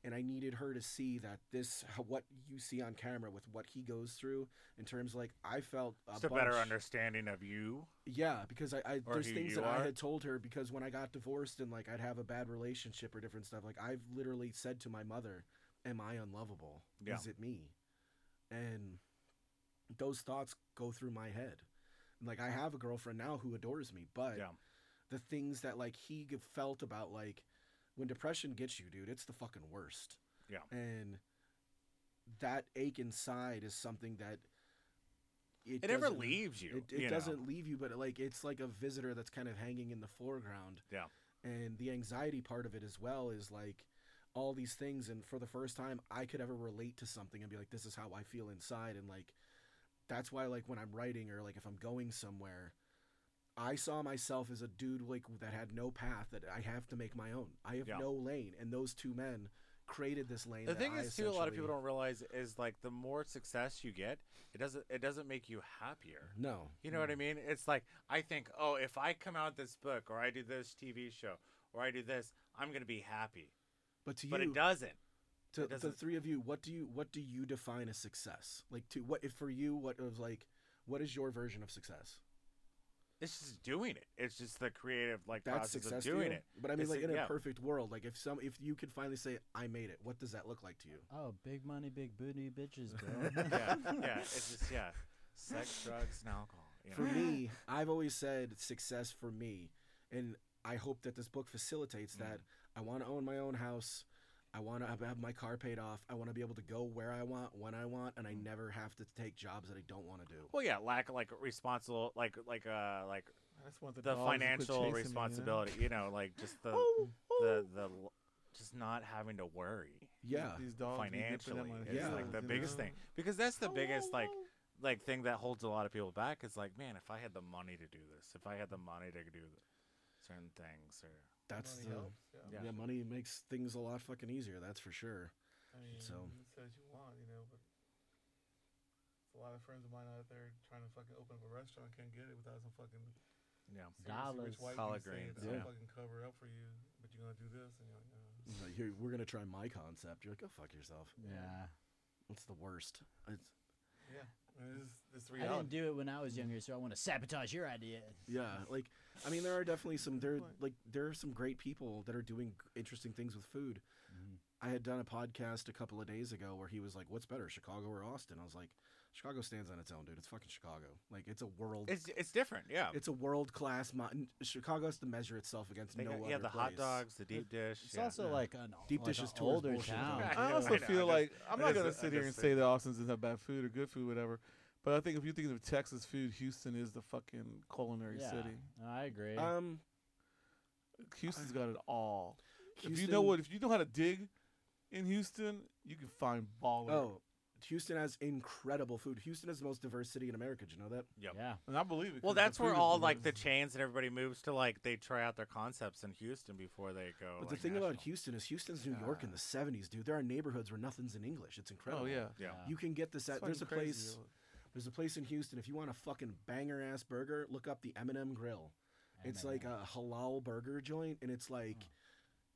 [SPEAKER 3] And I needed her to see that this, how- what you see on camera with what he goes through in terms like I felt a
[SPEAKER 1] just a better
[SPEAKER 3] bunch-
[SPEAKER 1] understanding of you
[SPEAKER 3] Yeah, because I, I
[SPEAKER 1] Or
[SPEAKER 3] there's
[SPEAKER 1] who
[SPEAKER 3] things
[SPEAKER 1] you
[SPEAKER 3] that
[SPEAKER 1] are.
[SPEAKER 3] I had told her because when I got divorced and like I'd have a bad relationship or different stuff, like I've literally said to my mother, "Am I unlovable?
[SPEAKER 1] Yeah.
[SPEAKER 3] Is it me?" And those thoughts go through my head. And, Like I have a girlfriend now who adores me, but
[SPEAKER 1] Yeah.
[SPEAKER 3] the things that like he g- felt about like when depression gets you, dude, it's the fucking worst.
[SPEAKER 1] Yeah.
[SPEAKER 3] And that ache inside is something that
[SPEAKER 1] it never
[SPEAKER 3] doesn't-
[SPEAKER 1] leaves you
[SPEAKER 3] it, it
[SPEAKER 1] you know?
[SPEAKER 3] doesn't leave you, but like it's like a visitor that's kind of hanging in the foreground.
[SPEAKER 1] Yeah.
[SPEAKER 3] And the anxiety part of it as well is like all these things, and for the first time, I could ever relate to something and be like, "This is how I feel inside," and like that's why like when I'm writing or like if I'm going somewhere, I saw myself as a dude like that had no path that I have to make my own. I have
[SPEAKER 1] Yeah.
[SPEAKER 3] no lane, and those two men created this lane.
[SPEAKER 1] the
[SPEAKER 3] that
[SPEAKER 1] thing
[SPEAKER 3] I
[SPEAKER 1] is too a lot of people
[SPEAKER 3] essentially-
[SPEAKER 1] don't realize is like the more success you get it doesn't it doesn't make you happier
[SPEAKER 3] No.
[SPEAKER 1] you know what i mean it's like i think oh if i come out this book or i do this tv show or i do this i'm gonna be happy
[SPEAKER 3] But to you,
[SPEAKER 1] but it doesn't
[SPEAKER 3] to
[SPEAKER 1] It
[SPEAKER 3] the
[SPEAKER 1] doesn't-
[SPEAKER 3] three of you what do you what do you define as success like to what if for you what of like what is your version of success
[SPEAKER 1] it's just doing it it's just the creative like
[SPEAKER 3] that's
[SPEAKER 1] process
[SPEAKER 3] success
[SPEAKER 1] of
[SPEAKER 3] to
[SPEAKER 1] doing
[SPEAKER 3] you?
[SPEAKER 1] it
[SPEAKER 3] but i mean
[SPEAKER 1] It's
[SPEAKER 3] like
[SPEAKER 1] a-
[SPEAKER 3] in
[SPEAKER 1] yeah.
[SPEAKER 3] a perfect world like if some if you could finally say i made it what does that look like to you
[SPEAKER 4] Oh, big money, big booty bitches, bro.
[SPEAKER 1] yeah yeah it's just yeah sex drugs and alcohol you know?
[SPEAKER 3] for me i've always said success for me and i hope that this book facilitates that
[SPEAKER 1] Mm.
[SPEAKER 3] i want to own my own house i want to have my car paid off i want to be able to go where i want when i want and i
[SPEAKER 1] Mm.
[SPEAKER 3] never have to take jobs that i don't want to do
[SPEAKER 1] well yeah lack of like responsible like like uh like
[SPEAKER 2] Oh, I just want
[SPEAKER 1] the,
[SPEAKER 2] dogs to quit
[SPEAKER 1] financial
[SPEAKER 2] chasing me, you know?
[SPEAKER 1] responsibility you know? like just the
[SPEAKER 2] Oh,
[SPEAKER 1] the
[SPEAKER 2] oh.
[SPEAKER 1] the l- just not having to worry
[SPEAKER 3] yeah
[SPEAKER 2] These dogs Oh, be nipping at
[SPEAKER 1] financially
[SPEAKER 2] my
[SPEAKER 1] is
[SPEAKER 3] Yeah.
[SPEAKER 2] heels,
[SPEAKER 1] like the
[SPEAKER 2] you
[SPEAKER 1] biggest
[SPEAKER 2] know?
[SPEAKER 1] thing because that's the biggest like like thing that holds a lot of people back is like, man, if I had the money to do this, if I had the money to do certain things, or
[SPEAKER 3] That's
[SPEAKER 5] Money
[SPEAKER 3] the
[SPEAKER 5] helps, yeah.
[SPEAKER 3] yeah.
[SPEAKER 1] Yeah.
[SPEAKER 3] Money makes things a lot fucking easier. That's for sure.
[SPEAKER 5] I mean,
[SPEAKER 3] So-
[SPEAKER 5] you say what you want, you know, but it's a lot of friends of mine out there trying to fucking open up a restaurant can't get it without some fucking
[SPEAKER 1] yeah,
[SPEAKER 5] seriously
[SPEAKER 4] Dollars.
[SPEAKER 5] rich white
[SPEAKER 1] Collard
[SPEAKER 5] dude saying,
[SPEAKER 1] greens,
[SPEAKER 5] I'll
[SPEAKER 3] yeah.
[SPEAKER 5] fucking cover up for you, but you're gonna do this, and you're like, uh,
[SPEAKER 3] It's like, Here, we're gonna try my concept. You're like, go fuck yourself.
[SPEAKER 4] Yeah.
[SPEAKER 3] It's the worst. It's,
[SPEAKER 5] yeah, I mean, this, this
[SPEAKER 4] I didn't
[SPEAKER 5] reality.
[SPEAKER 4] do it when I was younger, so I want to sabotage your idea.
[SPEAKER 3] yeah, like, I mean, there are definitely some there
[SPEAKER 5] point.
[SPEAKER 3] like there are some great people that are doing g- interesting things with food.
[SPEAKER 4] Mm-hmm.
[SPEAKER 3] I had done a podcast a couple of days ago where he was like, "What's better, Chicago or Austin?" I was like, "Chicago stands on its own, dude. It's fucking Chicago. Like, it's a world.
[SPEAKER 1] it's it's different. Yeah,
[SPEAKER 3] It's a world class. Mo- Chicago has to measure itself against
[SPEAKER 1] They
[SPEAKER 3] no
[SPEAKER 1] got-
[SPEAKER 3] other
[SPEAKER 1] yeah, the
[SPEAKER 3] place.
[SPEAKER 1] hot dogs, the deep dish.
[SPEAKER 4] It's
[SPEAKER 1] yeah.
[SPEAKER 4] also
[SPEAKER 3] yeah.
[SPEAKER 4] like an
[SPEAKER 3] Deep
[SPEAKER 4] like
[SPEAKER 3] dish
[SPEAKER 4] an
[SPEAKER 3] is towards
[SPEAKER 4] older
[SPEAKER 3] bullshit.
[SPEAKER 4] town.
[SPEAKER 1] Yeah.
[SPEAKER 2] I
[SPEAKER 1] know,
[SPEAKER 2] also
[SPEAKER 1] I know, I
[SPEAKER 2] feel
[SPEAKER 1] just-
[SPEAKER 2] like I'm
[SPEAKER 1] I
[SPEAKER 2] not
[SPEAKER 1] just-
[SPEAKER 2] gonna
[SPEAKER 1] I
[SPEAKER 2] sit here and
[SPEAKER 1] just
[SPEAKER 2] say
[SPEAKER 1] think-
[SPEAKER 2] that Austin doesn't have bad food or good food, whatever. But I think if you think of Texas food, Houston is the fucking culinary
[SPEAKER 4] Yeah.
[SPEAKER 2] city.
[SPEAKER 4] No, I agree.
[SPEAKER 3] Um,
[SPEAKER 2] Houston's got it all. if you know
[SPEAKER 3] Houston-
[SPEAKER 2] what, if you know how to dig in Houston, you can find baller.
[SPEAKER 3] Oh, Houston has incredible food. Houston is the most diverse city in America. Did you know that?
[SPEAKER 2] Oh,
[SPEAKER 1] Yep.
[SPEAKER 4] Yeah.
[SPEAKER 2] and I believe it.
[SPEAKER 1] Well,
[SPEAKER 2] 'cause the
[SPEAKER 1] that's where
[SPEAKER 2] food is
[SPEAKER 1] all like the
[SPEAKER 2] delicious.
[SPEAKER 1] chains and everybody moves to. Like they try out their concepts in Houston before they go.
[SPEAKER 3] But the
[SPEAKER 1] like,
[SPEAKER 3] thing about
[SPEAKER 1] national.
[SPEAKER 3] Houston is Houston's New York in the '70s, dude. There are neighborhoods where nothing's in English. It's incredible.
[SPEAKER 2] Oh yeah,
[SPEAKER 1] yeah,
[SPEAKER 4] Yeah.
[SPEAKER 3] You can get this
[SPEAKER 2] It's
[SPEAKER 3] at there's a
[SPEAKER 2] fucking crazy,
[SPEAKER 3] place
[SPEAKER 2] though.
[SPEAKER 3] there's a place in Houston if you want a fucking banger ass burger look up the M&M Grill. It's like
[SPEAKER 4] M&M.
[SPEAKER 3] a halal burger joint and it's like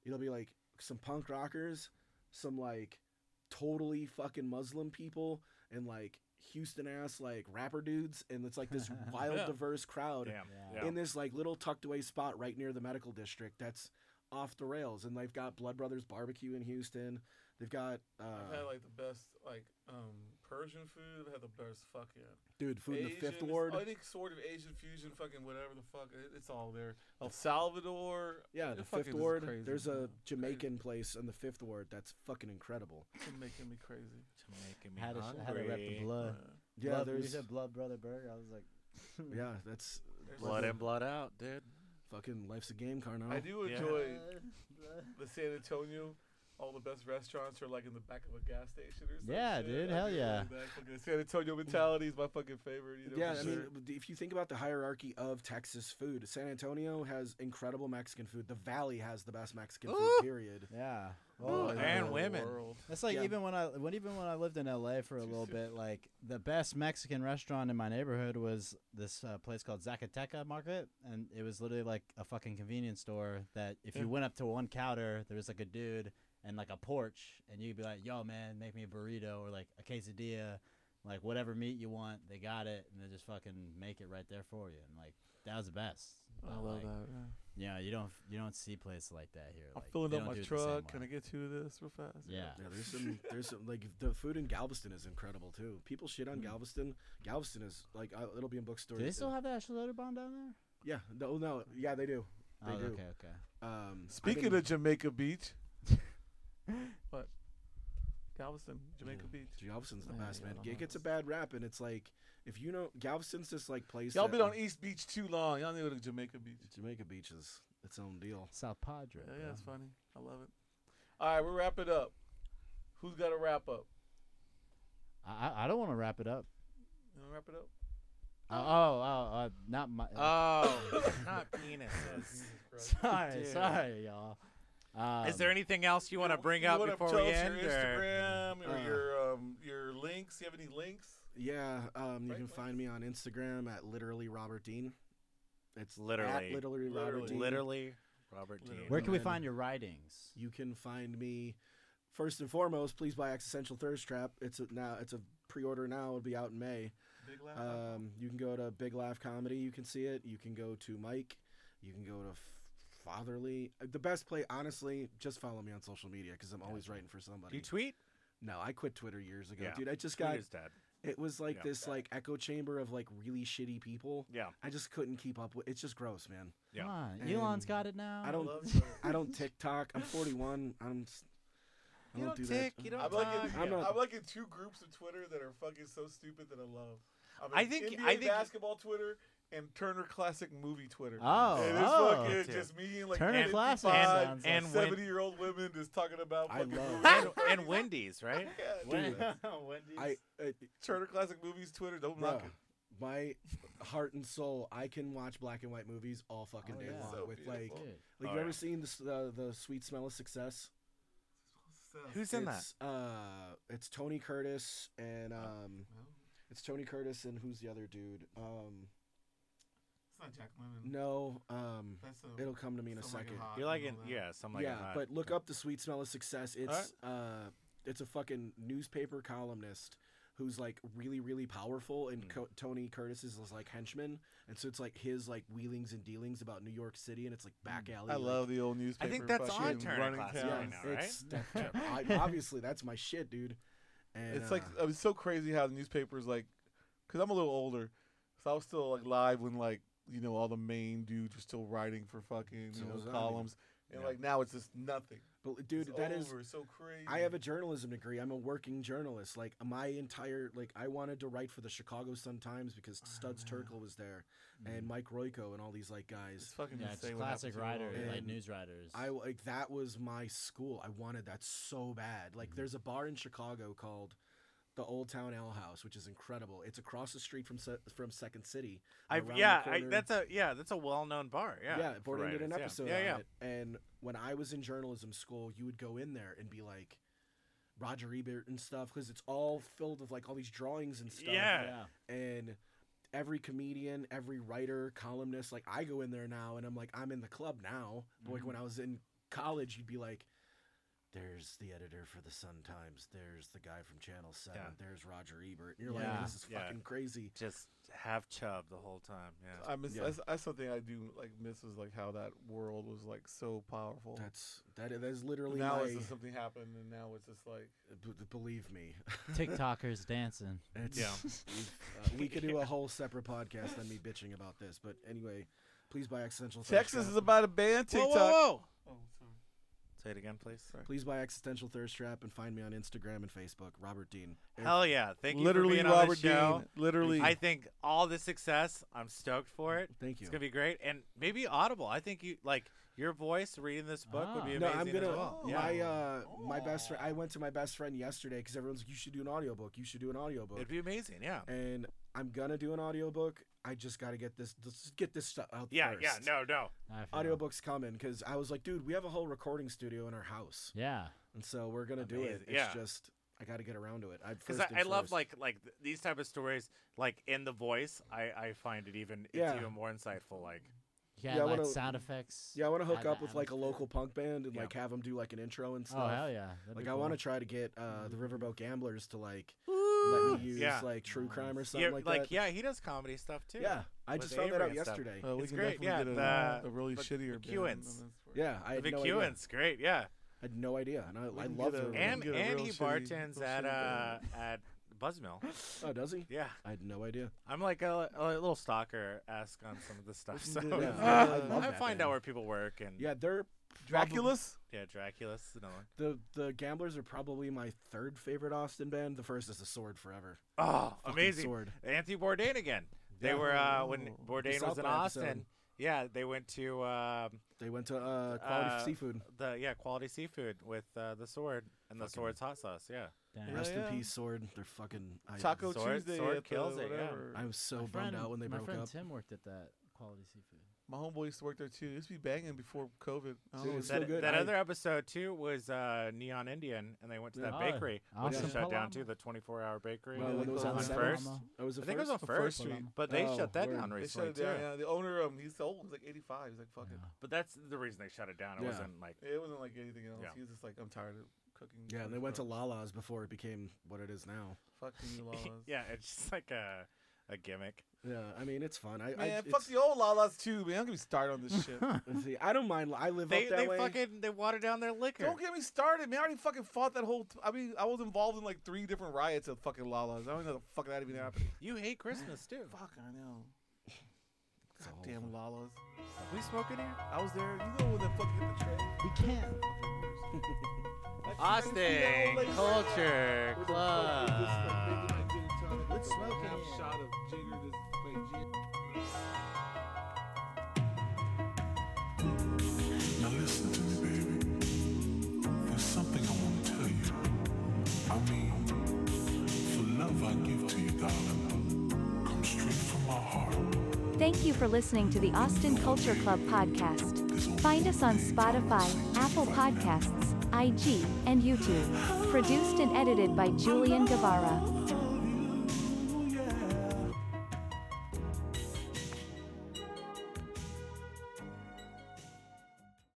[SPEAKER 3] it'll be like some punk rockers, some like totally fucking Muslim people and like Houston ass like rapper dudes and it's like this wild
[SPEAKER 2] Yeah.
[SPEAKER 3] diverse crowd
[SPEAKER 1] damn,
[SPEAKER 4] Yeah.
[SPEAKER 1] yeah.
[SPEAKER 3] in this like little tucked away spot right near the medical district that's off the rails and they've got Blood Brothers barbecue in Houston. They've got uh,
[SPEAKER 5] I've had like the best like um Persian food. I've had the best fucking
[SPEAKER 3] dude food in the
[SPEAKER 5] Asian,
[SPEAKER 3] Fifth
[SPEAKER 5] it's-
[SPEAKER 3] Ward.
[SPEAKER 5] Any sort of Asian fusion, fucking whatever the fuck, it, it's all there. El Salvador,
[SPEAKER 3] Yeah,
[SPEAKER 2] It
[SPEAKER 3] the
[SPEAKER 2] fucking
[SPEAKER 3] Fifth
[SPEAKER 2] is
[SPEAKER 3] Ward.
[SPEAKER 2] crazy.
[SPEAKER 3] There's
[SPEAKER 2] Yeah.
[SPEAKER 3] a Jamaican place in the Fifth Ward that's fucking incredible.
[SPEAKER 2] It's making me crazy.
[SPEAKER 1] Making me
[SPEAKER 4] How to,
[SPEAKER 1] hungry.
[SPEAKER 4] how to rep the blood.
[SPEAKER 5] Uh,
[SPEAKER 3] Yeah,
[SPEAKER 4] blood you
[SPEAKER 3] there's.
[SPEAKER 4] said blood brother burger. I was like,
[SPEAKER 3] Yeah, that's
[SPEAKER 5] there's
[SPEAKER 1] Blood
[SPEAKER 5] this-
[SPEAKER 1] in, blood out, dude.
[SPEAKER 3] fucking life's a game, Carnal.
[SPEAKER 5] I do
[SPEAKER 1] Yeah.
[SPEAKER 5] enjoy
[SPEAKER 4] blood.
[SPEAKER 5] the San Antonio. All the best restaurants are like in the back of a gas station or something.
[SPEAKER 4] Yeah, dude, hell yeah.
[SPEAKER 5] That fucking San Antonio mentality is my fucking favorite. You know,
[SPEAKER 3] Yeah,
[SPEAKER 5] for
[SPEAKER 3] I mean,
[SPEAKER 5] sure.
[SPEAKER 3] if you think about the hierarchy of Texas food, San Antonio has incredible Mexican food. The Valley has the best Mexican food. Period.
[SPEAKER 4] Yeah.
[SPEAKER 1] Ooh,
[SPEAKER 4] Oh,
[SPEAKER 1] and
[SPEAKER 4] yeah.
[SPEAKER 1] women.
[SPEAKER 4] That's like
[SPEAKER 3] Yeah.
[SPEAKER 4] even when I when even when I lived in LA for a little bit, like the best Mexican restaurant in my neighborhood was this uh, place called Zacateca Market, and it was literally like a fucking convenience store that if
[SPEAKER 2] Yeah.
[SPEAKER 4] you went up to one counter, there was like a dude and like a porch, and you'd be like, "Yo, man, make me a burrito or like a quesadilla, like whatever meat you want." They got it, and they just fucking make it right there for you, and like that was the best.
[SPEAKER 2] I
[SPEAKER 4] But,
[SPEAKER 2] love
[SPEAKER 4] like,
[SPEAKER 2] that. yeah.
[SPEAKER 4] Yeah, you don't you don't see places like that here.
[SPEAKER 2] I'm
[SPEAKER 4] like,
[SPEAKER 2] filling
[SPEAKER 4] they
[SPEAKER 2] up
[SPEAKER 4] don't
[SPEAKER 2] my
[SPEAKER 4] do it the same
[SPEAKER 2] truck. Can
[SPEAKER 4] way.
[SPEAKER 2] I get two of this real fast?
[SPEAKER 4] Yeah.
[SPEAKER 3] Yeah, there's some, there's some like the food in Galveston is incredible too. People shit on Galveston. Galveston is like uh, it'll be in bookstores.
[SPEAKER 4] Do they
[SPEAKER 3] in-
[SPEAKER 4] still have that Shaloda bomb down there?
[SPEAKER 3] yeah, no, no, yeah, they do. They
[SPEAKER 4] oh,
[SPEAKER 3] do.
[SPEAKER 4] Okay, okay.
[SPEAKER 3] Um, I've
[SPEAKER 2] Speaking
[SPEAKER 3] been-
[SPEAKER 2] of Jamaica Beach, what? Galveston, Jamaica
[SPEAKER 3] Yeah.
[SPEAKER 2] Beach.
[SPEAKER 3] Galveston's the
[SPEAKER 2] Yeah,
[SPEAKER 3] best,
[SPEAKER 2] yeah,
[SPEAKER 3] man.
[SPEAKER 2] I don't
[SPEAKER 3] It
[SPEAKER 2] know.
[SPEAKER 3] gets a bad rap, and it's like if you know Galveston's this like place.
[SPEAKER 2] Y'all
[SPEAKER 3] that,
[SPEAKER 2] been on E-
[SPEAKER 3] like,
[SPEAKER 2] East Beach too long. Y'all need to go to Jamaica Beach.
[SPEAKER 3] Jamaica Beach is its own deal.
[SPEAKER 4] South Padre.
[SPEAKER 2] Yeah, yeah, it's funny. I love it. All right, we'll wrap it up. Who's got to wrap up?
[SPEAKER 4] I, I don't want to wrap it up.
[SPEAKER 2] You wanna wrap it up?
[SPEAKER 4] Oh, oh, oh, uh, not my.
[SPEAKER 1] Oh, not penises.
[SPEAKER 4] sorry,
[SPEAKER 1] dude.
[SPEAKER 4] sorry, y'all. Um,
[SPEAKER 1] Is there anything else you want to bring
[SPEAKER 5] you
[SPEAKER 1] up
[SPEAKER 5] wanna
[SPEAKER 1] before
[SPEAKER 5] tell
[SPEAKER 1] we
[SPEAKER 5] us
[SPEAKER 1] end?
[SPEAKER 5] Your
[SPEAKER 1] Or?
[SPEAKER 5] Instagram or
[SPEAKER 3] Uh.
[SPEAKER 5] your um, your links. You have any links?
[SPEAKER 3] Yeah, um, you
[SPEAKER 5] Right
[SPEAKER 3] can
[SPEAKER 5] place.
[SPEAKER 3] find me on Instagram at literally Robert Dean. It's at
[SPEAKER 1] Literally.
[SPEAKER 3] literally Robert
[SPEAKER 5] Literally.
[SPEAKER 3] Dean.
[SPEAKER 1] Literally, Robert D.
[SPEAKER 5] Literally.
[SPEAKER 4] Where can we
[SPEAKER 3] Then-
[SPEAKER 4] find your writings?
[SPEAKER 3] You can find me first and foremost. Please buy Existential Thirst Trap. It's a, now it's a pre-order now. It'll be out in May.
[SPEAKER 5] Big laugh.
[SPEAKER 3] Um, you can go to Big Laugh Comedy. You can see it. You can go to Mike. You can go to F- Fatherly. The best play, honestly, just follow me on social media because I'm always writing for
[SPEAKER 1] Do
[SPEAKER 3] somebody.
[SPEAKER 1] you tweet?
[SPEAKER 3] no, I quit Twitter years ago,
[SPEAKER 1] Yeah.
[SPEAKER 3] dude. I just
[SPEAKER 1] Tweet
[SPEAKER 3] got
[SPEAKER 1] is dead.
[SPEAKER 3] it was like
[SPEAKER 1] Yeah.
[SPEAKER 3] this like echo chamber of like really shitty people.
[SPEAKER 1] Yeah.
[SPEAKER 3] I just couldn't keep up with. It's just gross, man.
[SPEAKER 1] Yeah.
[SPEAKER 4] Come on,
[SPEAKER 3] And
[SPEAKER 4] Elon's got it now.
[SPEAKER 3] I don't.
[SPEAKER 5] love that.
[SPEAKER 3] I don't TikTok. I'm 41. I'm. s- I
[SPEAKER 1] You
[SPEAKER 3] don't,
[SPEAKER 1] don't
[SPEAKER 3] do
[SPEAKER 1] tick.
[SPEAKER 3] that.
[SPEAKER 1] You don't
[SPEAKER 5] I'm like,
[SPEAKER 1] talk.
[SPEAKER 5] in,
[SPEAKER 3] I'm
[SPEAKER 5] I'm,
[SPEAKER 3] not-
[SPEAKER 5] like in two groups of Twitter that are fucking so stupid that I love. I'm
[SPEAKER 1] I
[SPEAKER 5] in
[SPEAKER 1] think-
[SPEAKER 5] NBA
[SPEAKER 1] I think-
[SPEAKER 5] basketball Twitter and Turner Classic movie Twitter.
[SPEAKER 4] Oh,
[SPEAKER 5] and it's
[SPEAKER 4] oh.
[SPEAKER 5] fucking
[SPEAKER 1] Too.
[SPEAKER 5] just me and like
[SPEAKER 4] Turner
[SPEAKER 5] and,
[SPEAKER 4] Classic
[SPEAKER 5] and,
[SPEAKER 4] sounds
[SPEAKER 1] like- And when-
[SPEAKER 5] seventy year old women just talking about
[SPEAKER 3] I
[SPEAKER 5] fucking
[SPEAKER 3] love-
[SPEAKER 5] movies.
[SPEAKER 1] and, and Wendy's, right?
[SPEAKER 5] Yeah,
[SPEAKER 3] Dude,
[SPEAKER 4] Wendy's.
[SPEAKER 3] I, I
[SPEAKER 2] Turner Classic Movies Twitter. Don't knock
[SPEAKER 3] Bruh,
[SPEAKER 2] it.
[SPEAKER 3] my heart and soul, I can watch black and white movies all fucking
[SPEAKER 4] Oh,
[SPEAKER 3] day
[SPEAKER 4] yeah.
[SPEAKER 3] long.
[SPEAKER 2] So
[SPEAKER 3] with like,
[SPEAKER 2] beautiful.
[SPEAKER 3] like you
[SPEAKER 4] Dude,
[SPEAKER 1] Oh,
[SPEAKER 3] ever
[SPEAKER 1] yeah.
[SPEAKER 3] seen the s- uh, the sweet smell of success?
[SPEAKER 5] Who's
[SPEAKER 1] Who's in that?
[SPEAKER 3] it's, Uh, it's Tony Curtis and um,
[SPEAKER 5] no?
[SPEAKER 3] it's Tony Curtis and who's the other dude? Um,
[SPEAKER 5] It's not Jack Lemmon.
[SPEAKER 3] no, um,
[SPEAKER 5] That's a,
[SPEAKER 3] it'll come to me in a
[SPEAKER 5] Some Like It
[SPEAKER 3] second.
[SPEAKER 5] Hot and
[SPEAKER 1] You're like
[SPEAKER 5] all
[SPEAKER 1] in
[SPEAKER 5] that.
[SPEAKER 1] yeah, something like
[SPEAKER 3] yeah,
[SPEAKER 1] that.
[SPEAKER 3] but look up the sweet smell of success. It's uh, it's a fucking newspaper columnist who's like really really powerful, and
[SPEAKER 1] Mm.
[SPEAKER 2] Hmm.
[SPEAKER 3] Co- Tony Curtis is like henchman, and so it's like his like wheelings and dealings about New York City, and it's like back alley.
[SPEAKER 2] Hmm. I
[SPEAKER 3] like,
[SPEAKER 2] love the old newspaper.
[SPEAKER 1] think that's
[SPEAKER 2] fucking
[SPEAKER 1] on Turner
[SPEAKER 2] running
[SPEAKER 1] Classic
[SPEAKER 2] towns.
[SPEAKER 1] right now, right?
[SPEAKER 3] It's that's ter- I, obviously that's my shit, dude. And
[SPEAKER 2] It's like
[SPEAKER 3] uh,
[SPEAKER 2] it was so crazy how the newspapers like, because I'm a little older, so I was still like live when like you know all the main dudes were still writing for fucking
[SPEAKER 3] So
[SPEAKER 2] you know
[SPEAKER 3] was I, dude.
[SPEAKER 2] columns, and
[SPEAKER 1] Yeah.
[SPEAKER 2] like now it's just nothing.
[SPEAKER 3] but dude,
[SPEAKER 2] it's
[SPEAKER 3] that is.
[SPEAKER 2] over. It's so crazy.
[SPEAKER 3] I have a journalism degree. I'm a working journalist. Like my entire like I wanted to write for the Chicago Sun Times because
[SPEAKER 5] Oh,
[SPEAKER 2] Ah.
[SPEAKER 3] Studs
[SPEAKER 5] man.
[SPEAKER 3] Terkel was there
[SPEAKER 4] mm.
[SPEAKER 2] Hmm.
[SPEAKER 3] and Mike Royko and all these
[SPEAKER 2] It's
[SPEAKER 3] like guys.
[SPEAKER 2] fucking
[SPEAKER 4] yeah, it's
[SPEAKER 2] insane. what
[SPEAKER 4] classic
[SPEAKER 2] happened to
[SPEAKER 4] writer,
[SPEAKER 2] the world.
[SPEAKER 4] like
[SPEAKER 3] And
[SPEAKER 4] news writers.
[SPEAKER 3] I like that was my school. I wanted that so bad. Like
[SPEAKER 1] Mm-hmm.
[SPEAKER 4] Mhm.
[SPEAKER 3] there's a bar in Chicago called the Old Town Ale House, which is incredible. It's across the street from se- from Second City.
[SPEAKER 1] I
[SPEAKER 3] around the
[SPEAKER 1] yeah, I,
[SPEAKER 3] corner.
[SPEAKER 1] that's a yeah, that's a well-known bar. Yeah,
[SPEAKER 3] yeah,
[SPEAKER 1] for
[SPEAKER 3] Borden did an
[SPEAKER 1] writers, yeah.
[SPEAKER 3] episode
[SPEAKER 1] Yeah, yeah.
[SPEAKER 3] on it. And when I was in journalism school, you would go in there and be like Roger Ebert and stuff because it's all filled with like all these drawings and stuff.
[SPEAKER 1] Yeah.
[SPEAKER 4] yeah.
[SPEAKER 3] And every comedian, every writer, columnist, like I go in there now and I'm like, I'm in the club now. But like when I was in college, you'd be like, there's the editor for the Sun Times. There's the guy from Channel 7.
[SPEAKER 1] Yeah.
[SPEAKER 3] There's Roger Ebert. And you're
[SPEAKER 4] Yeah.
[SPEAKER 3] like, this is
[SPEAKER 1] Yeah.
[SPEAKER 3] fucking crazy.
[SPEAKER 1] Just have chub the whole time. Yeah.
[SPEAKER 2] I miss
[SPEAKER 3] Yeah.
[SPEAKER 2] that's, that's something I do like miss is like how that world was like so powerful.
[SPEAKER 3] That's that. That is literally
[SPEAKER 2] now
[SPEAKER 3] my,
[SPEAKER 2] it's just something happened, and now it's just like
[SPEAKER 3] b- believe me.
[SPEAKER 4] TikTokers dancing.
[SPEAKER 3] It's,
[SPEAKER 1] Yeah.
[SPEAKER 3] we've, uh, we could do a whole separate podcast on me bitching about this, but anyway, please buy existential. Thirst
[SPEAKER 2] Texas
[SPEAKER 3] Trap.
[SPEAKER 2] is about to ban TikTok.
[SPEAKER 5] Oh, sorry.
[SPEAKER 1] Say it again, please.
[SPEAKER 3] Please buy existential thirst trap and find me on Instagram and Facebook, Robert Dean.
[SPEAKER 1] Hell yeah! Thank you
[SPEAKER 2] Literally,
[SPEAKER 1] for being on the
[SPEAKER 2] Robert
[SPEAKER 1] show.
[SPEAKER 2] Dean. Literally,
[SPEAKER 1] I think all the success. I'm stoked for it.
[SPEAKER 3] Thank you.
[SPEAKER 1] It's gonna be great, and maybe Audible. I think you like your voice reading this book would be amazing
[SPEAKER 4] Ah.
[SPEAKER 3] no, I'm gonna.
[SPEAKER 1] as well. Yeah,
[SPEAKER 3] My uh,
[SPEAKER 4] Oh.
[SPEAKER 3] my best friend.
[SPEAKER 5] Aw.
[SPEAKER 3] I went to my best friend yesterday because everyone's like, "You should do an audiobook. You should do an audiobook."
[SPEAKER 1] it'd be amazing. Yeah,
[SPEAKER 3] and I'm gonna do an audiobook. I just gotta get this. Let's get this stuff out
[SPEAKER 1] yeah,
[SPEAKER 3] first.
[SPEAKER 1] yeah. No, no.
[SPEAKER 4] I feel.
[SPEAKER 3] Audiobook's coming because I was like, dude, we have a whole recording studio in our house,
[SPEAKER 4] Yeah.
[SPEAKER 3] and so we're gonna do it.
[SPEAKER 1] Amazing.
[SPEAKER 3] It's
[SPEAKER 1] Yeah.
[SPEAKER 3] just I gotta get around to it. I
[SPEAKER 1] because
[SPEAKER 3] first and
[SPEAKER 1] I, I love
[SPEAKER 3] first.
[SPEAKER 1] like like th- these type of stories like in the voice I I find it even
[SPEAKER 3] Yeah.
[SPEAKER 1] it's even more insightful like
[SPEAKER 4] You
[SPEAKER 3] Yeah, I
[SPEAKER 4] yeah, like
[SPEAKER 3] wanna-
[SPEAKER 4] sound effects.
[SPEAKER 3] Yeah, I want to hook
[SPEAKER 4] Add
[SPEAKER 3] up
[SPEAKER 4] the
[SPEAKER 3] with like a
[SPEAKER 4] atmosphere.
[SPEAKER 3] local punk band and
[SPEAKER 1] Yeah.
[SPEAKER 3] like have them do like an intro and stuff.
[SPEAKER 4] Oh hell yeah! That'd
[SPEAKER 3] Like
[SPEAKER 4] be
[SPEAKER 3] I
[SPEAKER 4] cool.
[SPEAKER 3] want to try to get uh, the Riverboat Gamblers to like let me use
[SPEAKER 1] Yeah.
[SPEAKER 3] like true crime or
[SPEAKER 4] Nice.
[SPEAKER 3] something
[SPEAKER 1] yeah
[SPEAKER 3] like, that.
[SPEAKER 1] yeah he does comedy stuff too
[SPEAKER 3] Yeah, I
[SPEAKER 1] With
[SPEAKER 3] just found
[SPEAKER 1] Avery
[SPEAKER 3] that out
[SPEAKER 1] and stuff.
[SPEAKER 3] yesterday.
[SPEAKER 2] Well, Oh, we
[SPEAKER 1] It's
[SPEAKER 2] can
[SPEAKER 1] great,
[SPEAKER 2] definitely
[SPEAKER 1] yeah,
[SPEAKER 2] get a,
[SPEAKER 1] the-
[SPEAKER 2] a really
[SPEAKER 1] but
[SPEAKER 2] shittier
[SPEAKER 1] McEwen's.
[SPEAKER 2] band.
[SPEAKER 3] yeah, I
[SPEAKER 1] the
[SPEAKER 3] had no idea.
[SPEAKER 1] McEwen's great yeah
[SPEAKER 3] I had no idea, and I,
[SPEAKER 2] We
[SPEAKER 3] I
[SPEAKER 2] can
[SPEAKER 3] love
[SPEAKER 2] get
[SPEAKER 3] the
[SPEAKER 2] a-
[SPEAKER 3] Riverboat.
[SPEAKER 1] and
[SPEAKER 2] get a
[SPEAKER 1] and
[SPEAKER 2] real
[SPEAKER 1] he
[SPEAKER 2] shitty-
[SPEAKER 1] bartends
[SPEAKER 2] real
[SPEAKER 1] at uh
[SPEAKER 2] shitty
[SPEAKER 1] at Buzzmill
[SPEAKER 3] oh, does he?
[SPEAKER 1] yeah
[SPEAKER 3] I had no idea.
[SPEAKER 1] I'm like a, a little stalker ask on some of the stuff so
[SPEAKER 2] Yeah.
[SPEAKER 3] Yeah,
[SPEAKER 2] Uh,
[SPEAKER 3] I, I love
[SPEAKER 1] I
[SPEAKER 3] that
[SPEAKER 1] find
[SPEAKER 3] band.
[SPEAKER 1] out where people work and
[SPEAKER 3] Yeah, they're
[SPEAKER 2] Dracula's.
[SPEAKER 1] yeah Dracula's another one.
[SPEAKER 3] the the Gamblers are probably my third favorite Austin band. The first is the Sword Forever.
[SPEAKER 1] oh
[SPEAKER 3] Fucking
[SPEAKER 1] amazing
[SPEAKER 3] Sword.
[SPEAKER 1] Anthony Bourdain again. They
[SPEAKER 3] Yeah.
[SPEAKER 1] were uh, when
[SPEAKER 2] Oh.
[SPEAKER 1] Bourdain
[SPEAKER 3] South
[SPEAKER 1] was in
[SPEAKER 3] by episode.
[SPEAKER 1] Austin. Yeah, they went to um,
[SPEAKER 3] They went to uh, Quality
[SPEAKER 1] Uh,
[SPEAKER 3] Seafood.
[SPEAKER 1] the yeah quality seafood with uh, the sword and the sword's hot sauce. Yeah,
[SPEAKER 4] Damn.
[SPEAKER 2] Yeah,
[SPEAKER 3] Rest
[SPEAKER 2] yeah.
[SPEAKER 3] in peace, Sword. They're fucking. I,
[SPEAKER 2] Taco
[SPEAKER 1] Sword-
[SPEAKER 2] Tuesday
[SPEAKER 1] Sword
[SPEAKER 2] at the
[SPEAKER 1] kills it, yeah.
[SPEAKER 2] whatever.
[SPEAKER 3] I was so
[SPEAKER 4] My
[SPEAKER 3] bummed
[SPEAKER 4] friend-
[SPEAKER 3] out when they
[SPEAKER 4] my
[SPEAKER 3] broke
[SPEAKER 4] friend
[SPEAKER 3] up.
[SPEAKER 4] Tim worked at that quality seafood.
[SPEAKER 2] My homeboy used to work there too. It used to be banging before COVID. I don't
[SPEAKER 3] Dude,
[SPEAKER 2] know
[SPEAKER 3] it's
[SPEAKER 2] what-
[SPEAKER 1] that,
[SPEAKER 3] so good.
[SPEAKER 1] that
[SPEAKER 3] I-
[SPEAKER 1] other episode too was uh, Neon Indian, and they went to that
[SPEAKER 4] Oh,
[SPEAKER 1] bakery, which
[SPEAKER 4] awesome.
[SPEAKER 1] is shut down
[SPEAKER 4] Paloma.
[SPEAKER 1] too. The 24-hour bakery
[SPEAKER 3] Well,
[SPEAKER 1] that
[SPEAKER 3] when it
[SPEAKER 1] was
[SPEAKER 3] was on
[SPEAKER 1] on
[SPEAKER 3] Seventh.
[SPEAKER 1] first.
[SPEAKER 4] Paloma.
[SPEAKER 3] I was. the
[SPEAKER 1] I think it was
[SPEAKER 3] first?
[SPEAKER 1] on First
[SPEAKER 2] First
[SPEAKER 1] Street,
[SPEAKER 2] Street.
[SPEAKER 1] but they
[SPEAKER 3] Oh,
[SPEAKER 1] shut that
[SPEAKER 3] word.
[SPEAKER 1] down
[SPEAKER 2] They
[SPEAKER 1] recently
[SPEAKER 2] shut it down.
[SPEAKER 1] too.
[SPEAKER 2] Yeah, the owner, um, he's old. He's like 85. He's like, fuck it.
[SPEAKER 4] Yeah.
[SPEAKER 1] But that's the reason they shut it down. It
[SPEAKER 3] Yeah.
[SPEAKER 1] wasn't like
[SPEAKER 2] It wasn't like anything else.
[SPEAKER 1] Yeah.
[SPEAKER 2] He was just like, I'm tired of cooking.
[SPEAKER 3] Yeah, and they went to Lala's before it became what it is now.
[SPEAKER 2] fucking new lalas.
[SPEAKER 1] yeah, it's just like a a gimmick.
[SPEAKER 3] Yeah, I mean it's fun. I
[SPEAKER 2] Man,
[SPEAKER 3] I,
[SPEAKER 2] fuck
[SPEAKER 3] it's-
[SPEAKER 2] the old lalas too, man. Don't get me started on this shit.
[SPEAKER 3] see, I don't mind. I live
[SPEAKER 1] They
[SPEAKER 3] up that
[SPEAKER 1] they
[SPEAKER 3] way.
[SPEAKER 1] fucking they watered down their liquor.
[SPEAKER 2] Don't get me started, man. I already fucking fought that whole. T- I mean, I was involved in like three different riots at fucking lalas. I don't know the fuck that even happened.
[SPEAKER 1] you hate Christmas too.
[SPEAKER 2] Fuck, I know.
[SPEAKER 3] It's a whole
[SPEAKER 2] Goddamn
[SPEAKER 3] thing.
[SPEAKER 2] lalas.
[SPEAKER 1] We smoking here.
[SPEAKER 2] I was there. You know when they fucking hit the train.
[SPEAKER 4] We can't.
[SPEAKER 1] Austin Culture Club.
[SPEAKER 4] Let's smoke it in.
[SPEAKER 5] Shot of Jigger, this wait, Jigger.
[SPEAKER 6] Now listen to me, baby. There's something I want to tell you. I mean, for love I I give to you, darling, comes straight from my heart.
[SPEAKER 7] Thank you for listening to the Austin Culture Club podcast. Find us on Spotify, Apple Podcasts, IG, and YouTube. Produced and edited by Julian Guevara.